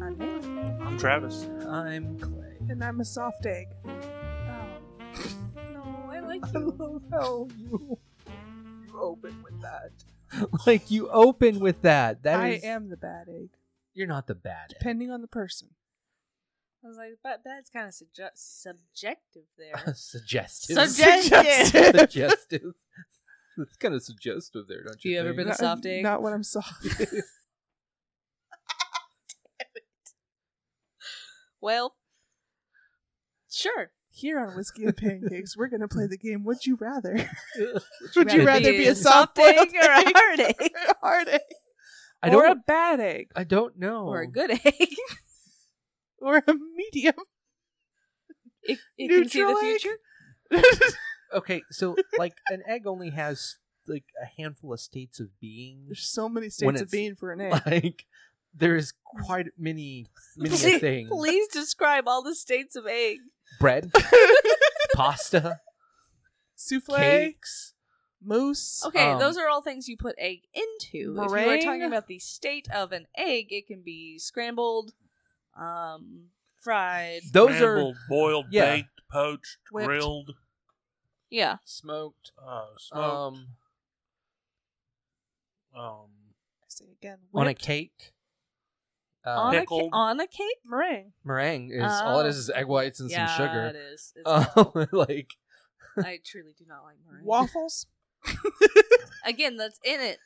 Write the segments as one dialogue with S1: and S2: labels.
S1: I'm Nick,
S2: I'm Travis.
S3: I'm Clay.
S1: and I'm a soft egg.
S4: No, I like
S3: I
S4: you.
S3: love how you
S1: You open with that.
S3: like you open with that. That
S1: I
S3: is-
S1: am the bad egg,
S3: You're not the bad. egg.
S1: depending on the person.
S4: I was like, but that's kind of suge- subjective there.
S3: suggestive.
S4: Suggestive.
S3: suggestive. It's kind of suggestive there, don't you?
S4: You ever
S3: think?
S4: been a soft egg?
S1: Not when I'm soft.
S4: well, sure.
S1: Here on Whiskey and Pancakes, we're gonna play the game. Would you rather?
S3: Would you rather
S1: be a soft-boiled
S4: egg or a
S1: egg?
S4: hard egg
S1: Hard egg,
S3: I
S1: or a
S3: don't.
S1: bad egg,
S3: I don't know.
S4: or a good egg?
S1: or a medium.
S4: It, it can see the
S1: Neutral egg?
S4: future.
S3: Okay, so like an egg only has like a handful of states of being.
S1: There's so many
S3: When
S1: states of
S3: it's-
S1: being for an egg.
S3: Like there is quite many many a thing.
S4: Please describe all the states of egg.
S3: Bread, pasta,
S1: Souffle,
S3: cakes.
S1: mousse.
S4: Okay,
S3: Um,
S4: those are all things you put egg into. If you were
S1: Meringue?
S4: talking about the state of an egg, it can be scrambled, um, fried.
S3: Those are
S2: Scrambled, boiled,
S3: yeah.
S2: baked, poached,
S1: Whipped.
S2: grilled,
S4: Yeah.
S3: smoked.
S2: uh, smoked.
S3: Um,
S2: Um,
S1: I say again.
S3: on a
S1: whipped
S3: cake. Uh,
S4: on, a ca-
S2: pickled.
S4: on a cake?
S1: meringue.
S3: meringue is all it is
S4: Oh.
S3: is egg whites and
S4: yeah,
S3: some sugar.
S4: it is. It's
S3: Um, like
S4: I truly do not like meringue.
S1: Waffles.
S4: Again, that's in it.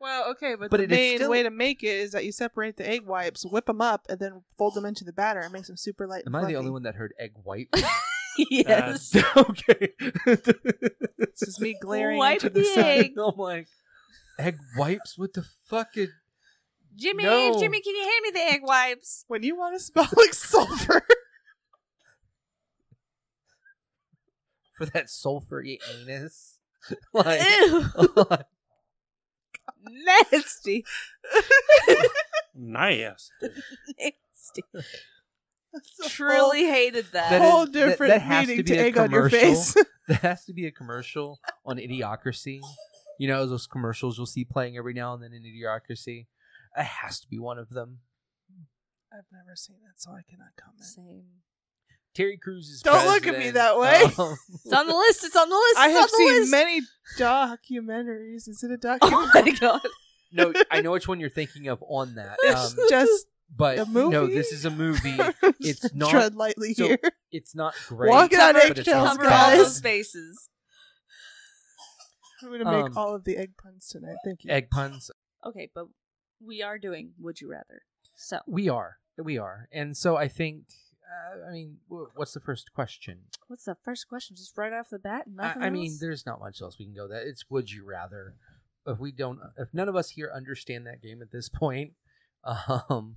S1: Well, okay, but,
S3: But
S1: the
S3: it is
S1: main
S3: still-
S1: way to make it is that you separate the egg wipes, whip them up, and then fold them into the batter and make them super light.
S3: Am
S1: and
S3: I the
S1: fluffy.
S3: only one that heard egg white?
S4: yes.
S3: okay.
S1: This is me glaring
S4: Wipe
S1: into the
S4: the
S1: sun.
S4: egg.
S3: I'm like, egg wipes? What the fuck? Is...
S4: Jimmy,
S3: No.
S4: Jimmy, can you hand me the egg wipes?
S1: When you want to smell like sulfur,
S3: For that sulfur you anus? like,
S4: Ew, nasty,
S2: nice.
S4: nasty.
S1: That's a
S4: Truly hated that.
S3: That
S1: whole, whole
S3: is- that-
S1: different
S3: that has to
S1: meaning
S3: be
S1: to,
S3: a
S1: egg on your
S3: commercial.
S1: face.
S3: there has to be a commercial on Idiocracy. You know, those commercials you'll see playing every now and then in Idiocracy? It has to be one of them.
S1: I've never seen that, so I cannot comment.
S4: Same.
S3: Terry Crews is
S1: Don't look at me
S3: president.
S1: that way.
S3: Um,
S4: It's on the list. It's on the list. It's
S1: I
S4: on
S1: have
S4: the
S1: seen
S4: list.
S1: many documentaries. Is it a
S4: Oh
S1: documentary?
S4: my god.
S3: no, I know which one you're thinking of on that.
S1: it's
S3: Um,
S1: just
S3: but
S1: a
S3: no,
S1: movie?
S3: this is a movie. It's not.
S1: tread lightly
S3: so-
S1: here.
S3: It's not great.
S1: Walk it on
S4: Cover-
S3: it's not
S1: eggshells,
S4: Cover all
S3: bad.
S4: those
S1: guys.
S4: spaces.
S1: I'm going to make
S3: Um,
S1: all of the egg puns tonight. Thank you.
S3: Egg puns.
S4: Okay, but we are doing Would You Rather. So
S3: We are. We are. And so I think. Uh, I mean, wh- what's the first question?
S4: What's the first question? Just right off the bat,
S3: I,
S4: nothing.
S3: I mean,
S4: else?
S3: there's not much else we can go. That it's would you rather. If we don't, if none of us here understand that game at this point, um,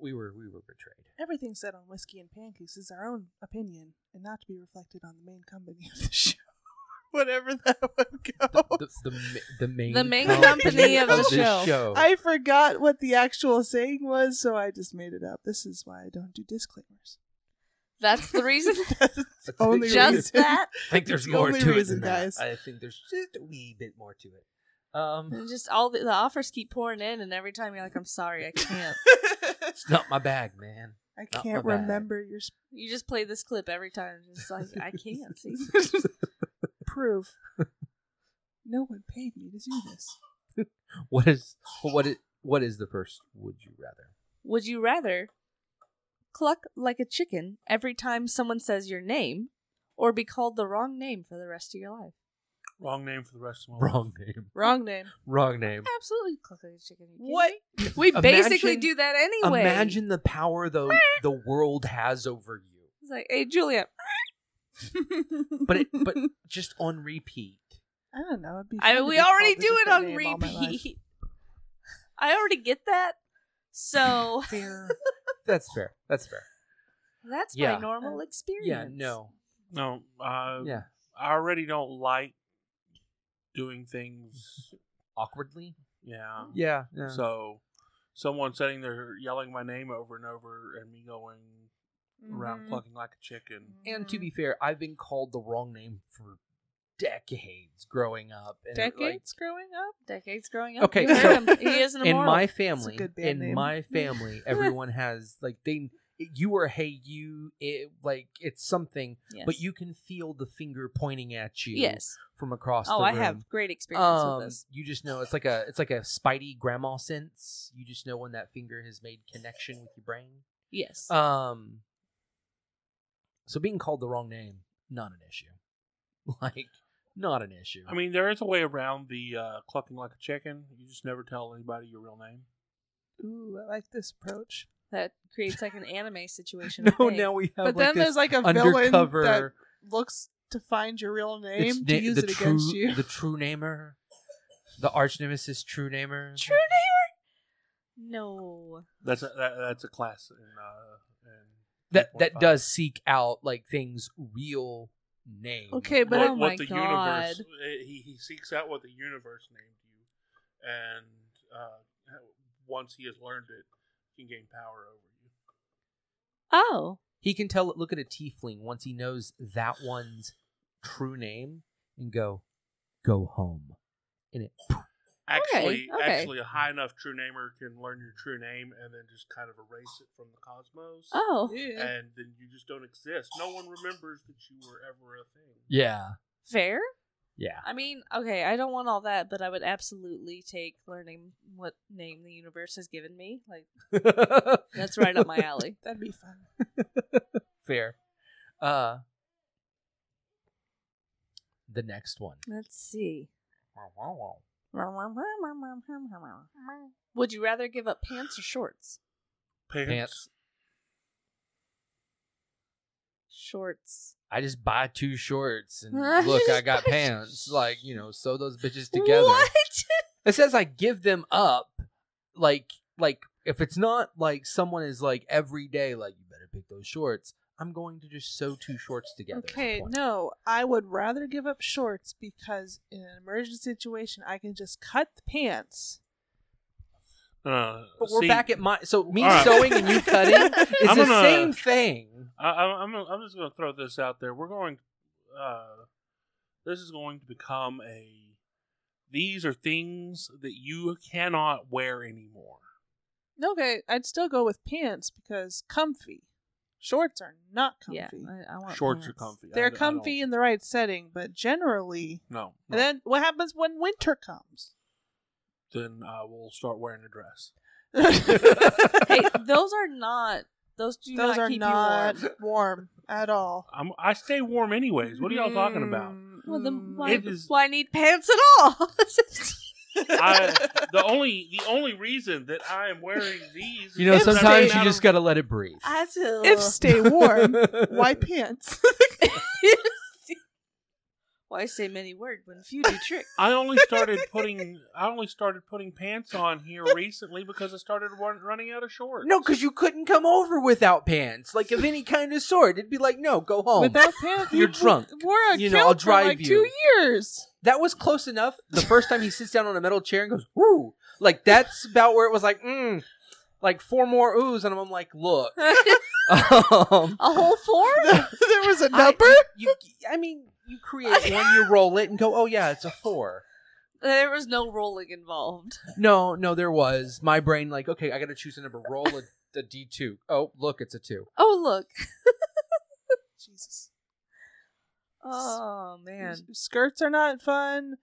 S3: we were we were betrayed.
S1: Everything said on Whiskey and Pancakes is our own opinion and not to be reflected on the main company of the show. Whatever that would go.
S3: The, the, ma- the main
S4: The main company of the
S3: this
S4: show.
S3: Oh.
S1: I forgot what the actual saying was, so I just made it up. This is why I don't do disclaimers.
S4: that's the reason.
S3: That's the
S1: Only
S3: reason.
S4: just that.
S3: I think there's
S1: It's the
S3: more
S1: only
S3: to
S1: reason,
S3: it than that.
S1: guys.
S3: I think there's just a wee bit more to it. Um,
S4: And just all the, the offers keep pouring in, and every time you're like, "I'm sorry, I can't."
S3: it's not my bag, man.
S1: I
S3: Not
S1: can't
S3: my bad.
S1: remember your sp-
S4: You just play this clip every time. It's like I can't see.
S1: proof. no one paid me to do this.
S3: What is what is what is the first? Would you rather?
S4: Would you rather cluck like a chicken every time someone says your name, or be called the wrong name for the rest of your life?
S2: Wrong name for the rest of my life.
S3: Wrong name.
S1: Wrong name.
S3: Wrong name.
S4: Absolutely, cluck like a chicken. Are you kidding
S1: What?
S4: me? We basically
S3: Imagine-
S4: do that anyway.
S3: Imagine the power though the world has over you,
S4: It's like, hey, Julia.
S3: but it, but just on repeat.
S1: I don't know. It'd be
S4: I
S1: fun
S4: mean,
S1: to
S4: we
S1: be called
S4: already
S1: a
S4: do it
S1: different
S4: on
S1: name all my life.
S4: repeat. I already get that. So
S3: Fair. That's fair. That's fair.
S4: that's
S3: Yeah.
S4: my
S1: Uh,
S4: normal experience.
S3: Yeah. No.
S2: No, uh,
S3: Yeah.
S2: I already don't like doing things.
S3: Awkwardly.
S2: Yeah.
S3: Yeah. yeah.
S2: So, someone sitting there yelling my name over and over, and me going around
S1: Mhm.
S4: Mm-hmm.
S2: clucking like a chicken.
S4: Mm.
S3: and to be fair, I've been called the wrong name for decades growing up. And it, like,
S4: Decades growing up. Decades growing up.
S3: up. Okay,
S4: you
S3: You so-
S4: heard
S1: heard
S4: him.
S1: him.
S4: He is an
S3: in
S4: immortal.
S3: my family,
S1: good band
S3: in
S1: name.
S3: my family, everyone has like they. You are hey you it, like it's something, but you can feel the finger pointing at you
S4: Yes.
S3: from across.
S4: Oh,
S3: the
S4: I
S3: room.
S4: have great experience
S3: Um,
S4: with this.
S3: you just know it's like a it's like a Spidey grandma sense. You just know when that finger has made connection with your brain.
S4: Yes.
S3: Um, so being called the wrong name, not an issue. Like, not an issue.
S2: I mean, there is a way around the uh, clucking like a chicken. You just never tell anybody your real name.
S1: Ooh, I like this approach.
S4: that creates like an anime situation. I
S3: no,
S4: think.
S3: now we have like
S1: But then
S3: this
S1: there's like a
S3: undercover.
S1: villain that looks to find your real
S3: it's
S1: name to
S3: na-
S1: use
S3: the
S1: it
S3: true,
S1: against you.
S3: the true namer, the arch nemesis, true namer.
S4: True name. No.
S2: That's a, that, that's a class in. Uh, in
S3: that that
S2: 3.5.
S3: does seek out like things real name.
S4: Okay, but
S2: what,
S4: oh my
S2: what the
S4: god.
S2: universe eh, he, he seeks out what the universe named you, and uh, once he has learned it, he can gain power over you.
S4: Oh.
S3: He can tell. Look at a tiefling once he knows that one's true name, and go, go home, and it
S4: Okay,
S2: Actually,
S4: okay.
S2: actually, a high enough true namer can learn your true name and then just kind of erase it from the cosmos,
S4: Oh.
S1: Yeah.
S2: and then you just don't exist. No one remembers that you were ever a thing.
S3: Yeah.
S4: Fair.
S3: Yeah.
S4: I mean, okay, I don't want all that, but I would absolutely take learning what name the universe has given me. Like that's right up my alley.
S1: That'd be fun.
S3: Fair. Uh the next one.
S4: Let's see. Would you rather give up pants or shorts?
S2: Pants.
S3: Pants.
S4: Shorts.
S3: I just buy two shorts and look, I got pants. Like, you know, sew those bitches together.
S4: What?
S3: It says I give them up. Like like if it's not like someone is like every day like you better pick those shorts, I'm going to just sew two shorts together. at
S1: Okay,
S3: one point.
S1: no, I would rather give up shorts because in an emergency situation, I can just cut the pants.
S2: Uh,
S3: But we're
S2: see,
S3: back at my so me
S2: All right.
S3: sewing and you cutting is
S2: I'm
S3: the
S2: gonna-
S3: same thing.
S2: I, I- I'm I'm just going to throw this out there. We're going. Uh, this is going to become a. These are things that you cannot wear anymore.
S1: Okay, I'd still go with pants because comfy. Shorts are not comfy.
S4: Yeah, I, I want
S2: Shorts are
S4: pants.
S2: comfy. I- I
S1: They're
S2: don't-
S1: comfy in the right setting, but generally,
S2: No. no. Then,
S1: and then what happens when winter comes?
S2: uh, we'll start wearing a dress.
S4: hey, those are not. Those do
S1: Those
S4: not
S1: are
S4: keep
S1: not
S4: you warm.
S1: warm. at all.
S2: I'm, I stay warm anyways. What are y'all talking about?
S4: Well, then
S1: Mm,
S4: why,
S2: It is-
S4: why need pants at all?
S2: I, the only the only reason that I am wearing these,
S3: You know,
S1: If
S2: is that I'm
S3: sometimes
S2: out
S3: you
S2: of-
S3: just gotta let it breathe.
S4: I do.
S1: If stay warm, why pants?
S4: Why say many words when few do trick?
S2: I only started putting I only started putting pants on here recently because I started run, running out of shorts.
S3: No, because you couldn't come over without pants, like of any kind of sort. It'd be like, no, go home.
S1: Without pants,
S3: You're
S1: you
S3: drunk.
S1: Wore a
S3: You know, I'll
S1: kilt
S3: drive
S1: for like
S3: you.
S1: two years.
S3: that was close enough. The first time he sits down on a metal chair and goes, "Woo!" Like that's about where it was like, mm, like four more oohs, and I'm like, look,
S4: a
S3: um,
S4: whole four?
S1: there was a
S3: I-
S1: number.
S3: you, I mean, you create one, you roll it, and go, oh yeah, it's a four.
S4: There was no rolling involved.
S3: No, no, there was my brain like, okay, I gotta choose a number, roll a, a d two. Oh, look, it's a two.
S4: Oh look.
S1: Jesus.
S4: Oh man.
S1: S- Skirts are not fun.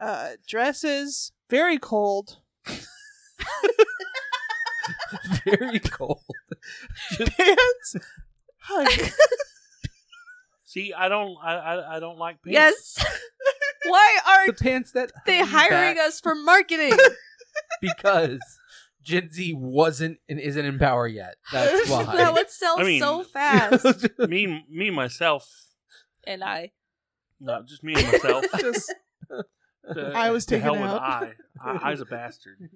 S1: Uh, dresses very cold.
S3: Very cold.
S1: Pants. hug.
S2: See, I don't I, I, I don't like pants.
S4: Yes. Why
S3: The
S4: aren't
S3: pants that
S4: they
S3: hang
S4: hiring
S3: back-
S4: us for marketing?
S3: because Gen Z wasn't and isn't in power yet. That's why.
S4: that would sell
S2: I mean-
S4: so fast.
S2: me me myself
S4: and I.
S2: no just me and myself
S1: Just
S2: To-
S1: I was
S2: to
S1: taken
S2: hell with
S1: out.
S2: I. I I's a bastard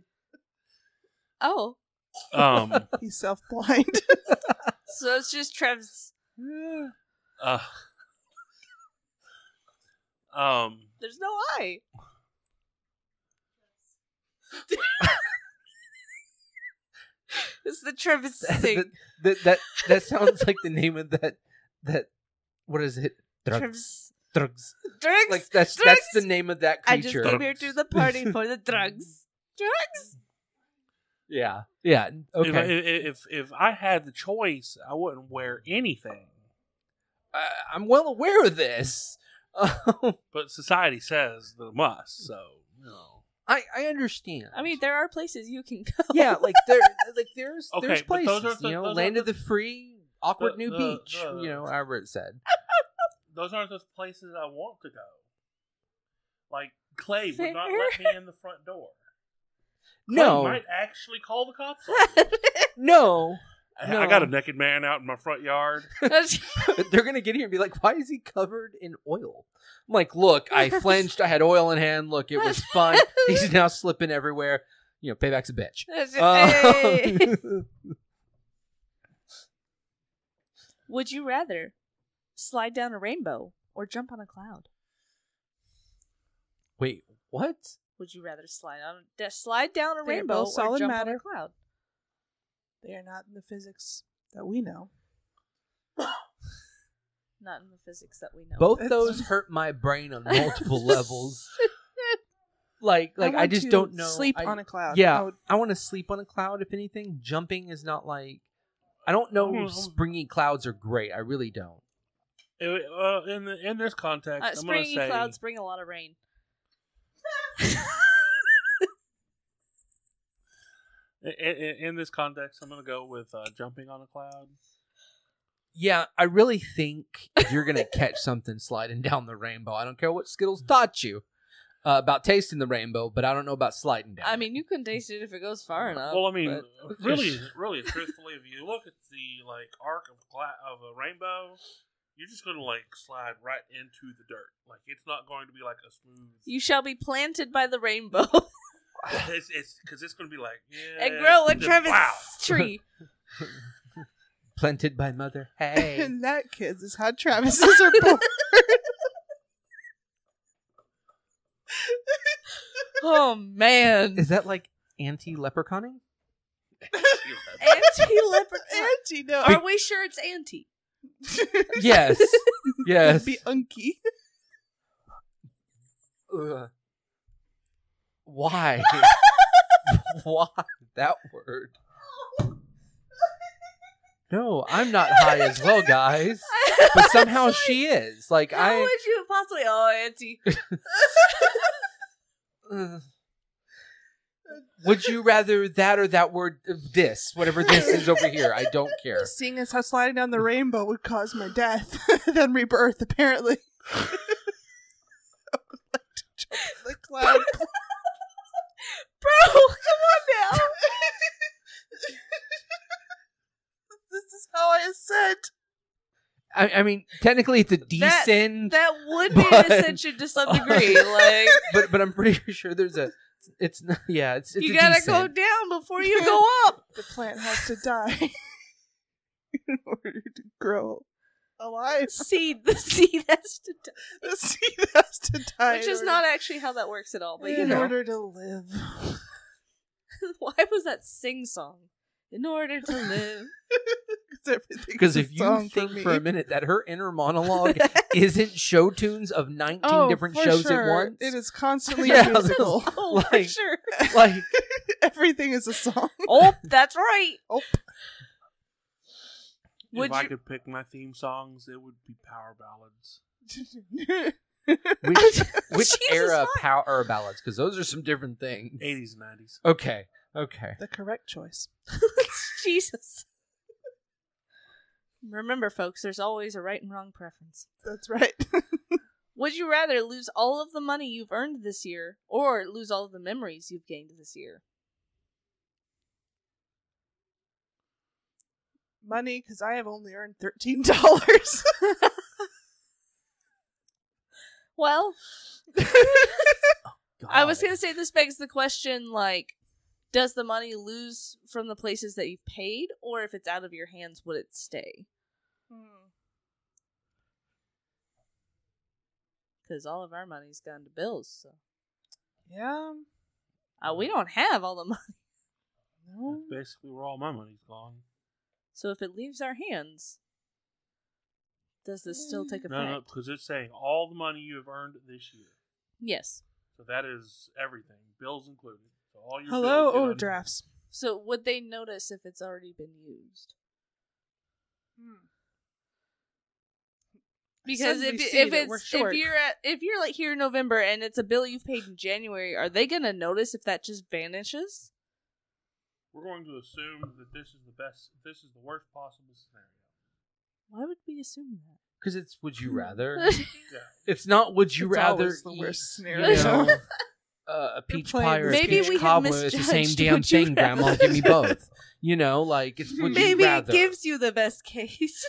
S4: Oh.
S2: um
S1: he's self blind.
S4: So it's just Trev's
S2: uh, um
S4: there's no I. it's the Trevis
S3: that,
S4: sing.
S3: that, that that sounds like the name of that that what is it? Drugs.
S4: Trev's
S3: drugs.
S4: Drugs.
S3: Like that's
S4: drugs.
S3: that's the name of that
S4: I just
S3: creature.
S4: came here to the party for the drugs. Drugs.
S3: yeah. Yeah.
S2: If I-
S3: Okay.
S2: If, if if I had the choice, I wouldn't wear anything.
S3: I, I'm well aware of this. Um,
S2: But society says the must. So you know.
S3: I I understand.
S4: I mean, there are places you can go.
S3: yeah, like there, like there's
S2: Okay,
S3: there's
S2: but
S3: places,
S2: those are the-
S3: you know,
S2: those are
S3: land of
S2: the-
S3: the free, awkward
S2: the-
S3: new
S2: the-
S3: beach,
S2: the-
S3: you know, however it said.
S2: those aren't the places I want to go. Like Clay
S4: Fair.
S2: would not let me in the front door. Clay
S3: No,
S2: might actually call the cops. on me.
S3: no,
S2: I-
S3: No.
S2: I got a naked man out in my front yard.
S3: they're gonna get here and be like, "Why is he covered in oil?" I'm like, "Look, I flinched. I had oil in hand. Look, it was fun. He's now slipping everywhere. You know, payback's a bitch." Oh.
S4: Hey.
S3: Um,
S4: Would you rather slide down a rainbow or jump on a cloud?
S3: wait, what?
S4: Would you rather slide on de- slide down a
S1: They are
S4: rainbow
S1: both solid
S4: or jump on
S1: matter.
S4: a cloud?
S1: They are not in the physics that we know.
S4: Not in the physics that we know.
S3: Both
S1: That's-
S3: those hurt my brain on multiple levels. Like, like I,
S1: want
S3: just
S1: to
S3: don't know.
S1: Sleep
S3: I-
S1: on a cloud.
S3: Yeah,
S1: I
S3: I,
S1: would-
S3: want to sleep on a cloud. If anything, jumping is not like. I don't know.
S1: Oh.
S2: Mm.
S3: Springy clouds are great. I really don't.
S2: It- uh, in the, in this context,
S4: Uh,
S2: I'm going to
S4: springy
S2: say
S4: clouds bring a lot of rain.
S2: i- i- in, this context, I'm going to go with uh, jumping on a cloud.
S3: Yeah, I really think you're gonna catch something sliding down the rainbow. I don't care what Skittles taught you uh, about tasting the rainbow, but I don't know about sliding down.
S4: I mean, you can taste it if it goes far enough.
S2: well, I mean,
S4: but-
S2: really, really, truthfully, if you look at the like arc of cla- of a rainbow, you're just going to like slide right into the dirt. Like it's not going to be like a smooth.
S4: you shall be planted by the rainbow
S2: it's it's because it's going to be like yeah,
S4: and grow a
S2: then
S4: Travis
S2: wow.
S4: tree.
S3: planted by Mother Hay.
S1: and that, kids, is how Travis's are born.
S4: Oh man,
S3: is that like anti-leprechauning?
S4: anti leopard.
S1: Auntie, no.
S4: Are we sure it's anti?
S3: Yes, yes.
S1: Be unky.
S3: Ugh. Why? Why that word? No, I'm not high as well, guys. But somehow she is. Like
S4: How
S3: I.
S4: would you possibly? Oh, anti.
S3: Ugh. would you rather that or that word? uh, This, whatever this is over here, I don't care.
S1: Seeing as how sliding down the rainbow would cause my death, then rebirth, apparently. I would like to jump on the cloud.
S4: Bro, come on now.
S1: this is how I ascend.
S3: I, I mean, technically it's a
S4: That-
S3: descend,
S4: That would be
S3: But-
S4: an ascension to some degree. Like
S3: but but I'm pretty sure there's a. It's not. Yeah, it's it's
S4: you
S3: a
S4: gotta go
S3: descend.
S4: down before you go up.
S1: The plant has to die in order to grow alive.
S4: Seed, the seed has to, die,
S1: The seed has to die.
S4: which
S1: in
S4: is
S1: order-
S4: not actually how that works at all. But you
S1: in
S4: know,
S1: order to live.
S4: why was that sing song? In order to live,
S3: Because if you think for, a minute that her inner monologue isn't show tunes of 19 different shows at once,
S1: It is constantly
S3: Yeah,
S1: a musical.
S4: oh for
S3: Like-
S4: sure.
S3: like
S1: Everything is a song.
S4: Oh, that's right. Would
S2: if I
S4: you-
S2: could pick my theme songs, it would be power ballads.
S3: which, which
S4: Jesus,
S3: era
S4: why?
S3: power ballads? Because those are some different things.
S2: 80s and 90s.
S3: Okay, okay.
S1: the correct choice.
S4: Jesus. Remember, folks, there's always a right and wrong preference.
S1: That's right.
S4: Would you rather lose all of the money you've earned this year or lose all of the memories you've gained this year?
S1: Money, because I have only earned thirteen dollars.
S4: Well, I was
S3: God.
S4: going to say this begs the question like, does the money lose from the places that you've paid, or if it's out of your hands, would it stay? Because all of our money's gone to bills, so
S1: yeah.
S4: uh, we don't have all the money.
S1: No.
S2: Basically, where all my money's gone.
S4: So if it leaves our hands, Does this still take effect?
S2: No, no, because it's saying all the money you have earned this year.
S4: Yes.
S2: So that is everything, bills included. So all your
S1: Hello,
S2: bills get
S1: overdrafts.
S4: So would they notice if it's already been used? Because
S1: Suddenly
S4: if
S1: see
S4: if
S1: that we're
S4: it's if
S1: short.
S4: you're at if you're like here in November and it's a bill you've paid in January, are they gonna notice if that just vanishes?
S2: We're going to assume that this is the best. This is the worst possible scenario.
S4: Why would we assume that?
S3: Because it's would you rather?
S4: That's
S3: it's not would you
S1: It's
S3: rather
S1: always the
S3: eat,
S1: worst
S3: you
S1: scenario.
S3: know, uh, a peach
S1: playing
S3: pie or a
S1: this
S4: Maybe
S3: peach
S4: we had
S3: cobbler. It's the same
S4: misjudged,
S3: damn
S4: would you
S3: thing, Grandma.
S4: rather?
S3: Give me both. You know, like it's would
S4: Maybe
S3: you
S4: it
S3: rather?
S4: gives you the best case.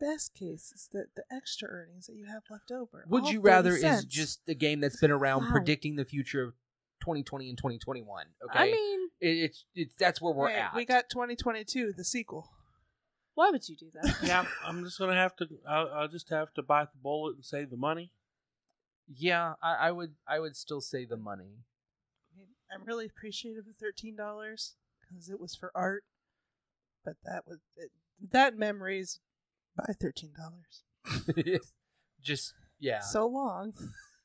S1: Best case is that the extra earnings that you have left over.
S3: would
S1: all
S3: you rather
S1: 30
S3: is
S1: cents.
S3: just a game that's been around
S4: Wow.
S3: predicting the future of 2020 and 2021. Okay,
S4: I mean,
S3: it, it's it's that's where we're
S1: Wait,
S3: at.
S1: We got 2022, the sequel.
S4: why would you do that?
S2: yeah, I'm just gonna have to. I'll, I'll just have to bite the bullet and save the money.
S3: yeah. I, I would I would still say the money.
S1: I'm really appreciative of thirteen dollars because it was for art, but that was it, that memories by thirteen dollars.
S3: Just yeah.
S1: So long.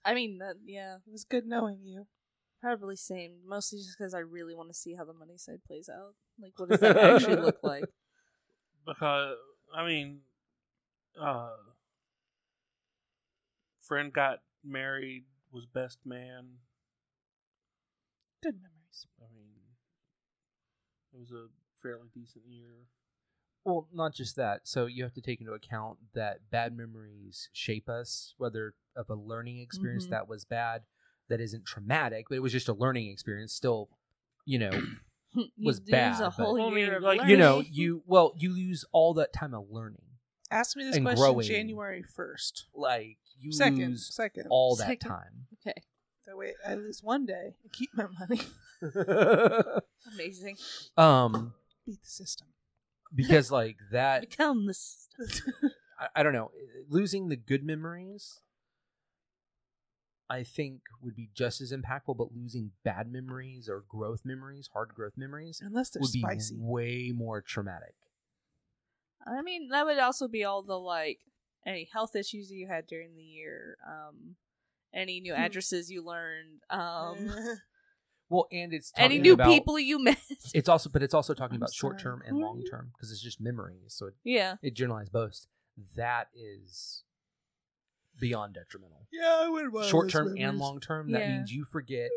S4: I mean, that, yeah,
S1: It was good knowing you.
S4: probably same. Mostly just because I really want to see how the money side plays out. Like, what does that actually look like?
S2: because I mean, uh, friend got married, was best man.
S1: Good memories.
S2: I mean, it was a fairly decent year.
S3: Well, not just that. So you have to take into account that bad memories shape us, whether of a learning experience
S1: Mm-hmm.
S4: Mhm.
S3: that was bad, that isn't traumatic, but it was just a learning experience. Still, you know,
S4: You
S3: Was
S4: lose
S3: bad,
S4: a
S3: but-
S4: whole
S2: Well, I mean,
S4: year of
S2: like,
S3: you know,
S4: learning.
S3: you well, you lose all that time of learning.
S1: Ask me this
S3: And
S1: question
S3: growing.
S1: January first,
S3: Like you
S1: second,
S3: lose
S1: second.
S3: all that
S4: Second.
S3: time.
S4: Okay,
S1: That way, I lose one day and keep my money.
S4: amazing.
S3: um,
S1: Beat the system.
S3: because like that,
S4: Become this.
S3: I, I don't know, losing the good memories, I think would be just as impactful, but losing bad memories or growth memories, hard growth memories,
S1: Unless they're
S3: would be
S1: spicy.
S3: way more traumatic.
S4: I mean, that would also be all the like any health issues you had during the year, um, any new
S1: Hmm.
S4: addresses you learned, um,
S1: Eh,
S3: Well, and it's
S4: any
S3: talking
S4: new
S3: about-
S4: people you met.
S3: It's also, but it's also talking
S1: I'm
S3: about
S1: sorry.
S3: short term and
S1: Who are
S3: long
S1: you?
S3: term because it's just memories, so it,
S4: yeah,
S3: it generalizes both. That is beyond detrimental.
S1: yeah, I would want
S3: Short term and long term. That
S4: Yeah.
S3: means you forget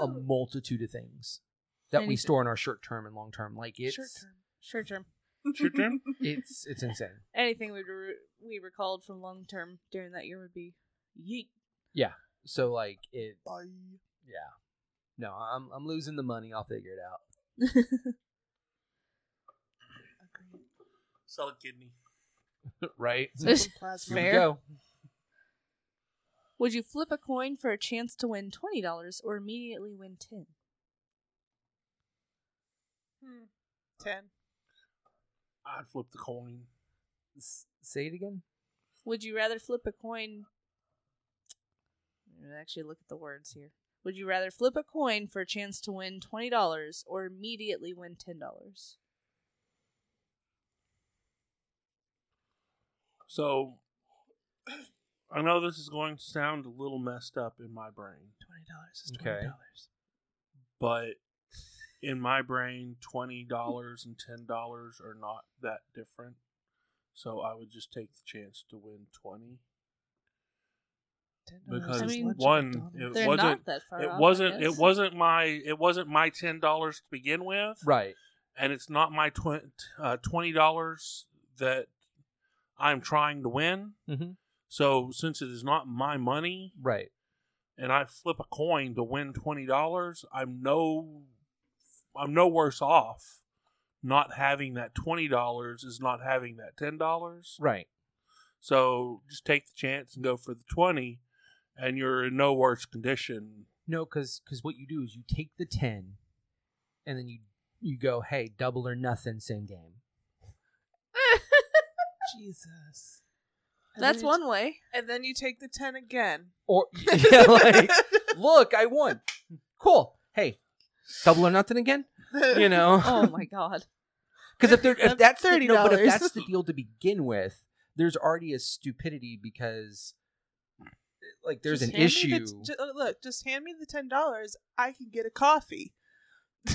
S3: a multitude of things that we
S4: Anything.
S3: store in our short term and long term. Like it's
S1: Short term.
S4: short term.
S2: Short term?
S3: it's it's insane.
S4: Anything we re- we recalled from long term during that year would be yeet.
S3: So like it,
S1: Bye.
S3: yeah. No, I'm I'm losing the money. I'll figure it out.
S1: Agreed.
S2: Sell a kidney.
S3: right?
S1: Some plasma.
S4: Fair.
S3: Here we go.
S4: Would you flip a coin for a chance to win twenty dollars or immediately win ten?
S1: Hmm. Ten.
S2: I'd flip the coin.
S3: S- say it again.
S4: Would you rather flip a coin? I'm gonna Actually, look at the words here. Would you rather flip a coin for a chance to win twenty dollars or immediately win ten dollars?
S2: So I know this is going to sound a little messed up in my brain,
S1: Twenty dollars is
S3: Okay.
S1: twenty dollars.
S2: but in my brain, twenty dollars and ten dollars are not that different. So I would just take the chance to win twenty.
S1: Ten
S2: because
S1: is
S4: I mean,
S1: lunch at
S2: one,
S1: McDonald's.
S4: They're
S2: wasn't-
S4: not that far.
S2: it
S4: off, I
S2: wasn't
S4: guess.
S2: it wasn't my it wasn't my ten dollars to begin with
S3: Right.
S2: and it's not my twen- uh, twenty dollars that i'm trying to win
S3: Mm-hmm.
S2: so since it is not my money
S3: Right.
S2: and i flip a coin to win twenty dollars i'm no i'm no worse off not having that twenty dollars is not having that ten dollars
S3: Right.
S2: so just take the chance and go for the twenty and you're in no worse condition
S3: No, because because what you do is you take the ten, and then you you go, hey, double or nothing, same game.
S1: Jesus.
S4: That's one way.
S1: and then you take the ten again.
S3: Or yeah, like, look, I won. Cool. Hey, double or nothing again. You know.
S4: Oh my god.
S3: Because if they're if that's
S1: Oh, That's
S3: the, no, but if
S1: $30.
S3: that's the deal to begin with, there's already a stupidity because like there's
S1: Just
S3: an
S1: hand me
S3: issue.
S1: the t- ju- uh, look, just hand me the ten dollars. I can get a coffee.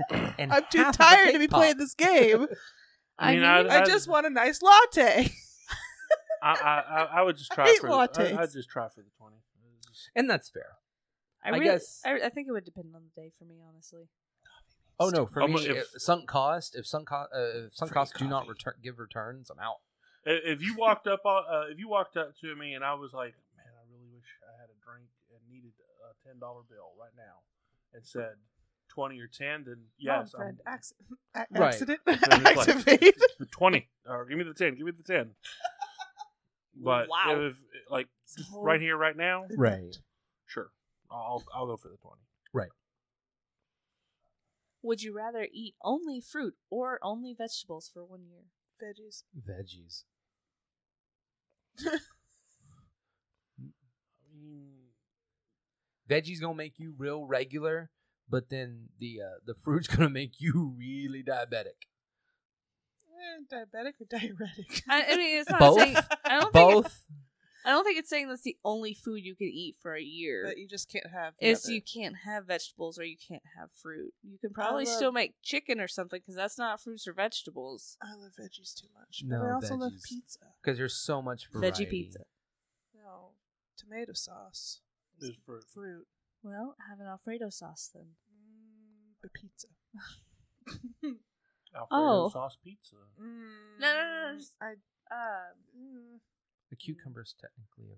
S3: and
S1: I'm too
S3: half of the
S1: tired to
S3: cake
S1: be
S3: pop.
S1: playing this game.
S2: I mean,
S4: I,
S2: I-
S4: mean,
S1: I just want a nice latte.
S2: I, I, I- I would just
S1: I
S2: try
S1: hate
S2: for the, I,
S1: lattes.
S2: I'd just try for the twenty. It's just-
S3: And that's fair.
S4: I
S3: I
S4: really-
S3: guess-
S4: I, I think it would depend on the day for me, honestly.
S3: Oh no, for
S2: Um,
S3: me,
S2: if-
S3: if, sunk cost. If sunk cost, uh, if sunk
S2: Free
S3: costs do not
S2: coffee.
S3: return give returns, I'm out.
S2: i- If you walked up, on- uh, if you walked up to me and I was like, "Man, I really wish I had a drink and needed a ten dollar bill right now," and said twenty or ten, then yes,
S1: Mom, Oh, friend,
S2: I'm-
S1: acc- a-
S3: Right.
S1: accident,
S2: And it's like,
S1: activate.
S2: the twenty or give me the ten, give me the ten. But
S4: Wow.
S2: if like
S4: It's a whole-
S2: right here, right now,
S3: Right.
S2: sure, I'll I'll go for the twenty.
S4: Would you rather eat only fruit or only vegetables for one year?
S1: Veggies.
S3: Veggies.
S2: I mean,
S3: Veggies gonna make you real regular, but then the uh, the fruit's gonna make you really diabetic.
S1: Eh, diabetic or diuretic?
S4: I, I mean, it's not
S3: Both?
S4: saying. I don't think. it-
S3: Both.
S4: I don't think it's saying that's the only food you can eat for a year.
S1: that you just can't have. the
S4: Is
S1: other.
S4: you can't have vegetables or you can't have fruit. You can probably
S1: love-
S4: still make chicken or something because that's not fruits or vegetables.
S1: I love veggies too much.
S3: No,
S1: but I also love
S3: veggies.
S1: pizza.
S3: Because there's so much variety.
S4: Veggie pizza.
S1: No, tomato sauce,
S2: Is fruit.
S1: fruit,
S4: Well, have an Alfredo sauce then.
S1: mm, but pizza.
S2: Alfredo
S4: Oh.
S2: sauce pizza.
S1: Mm,
S4: no, no, no, just-
S1: I
S4: Um,
S1: mm,
S3: The cucumber's technically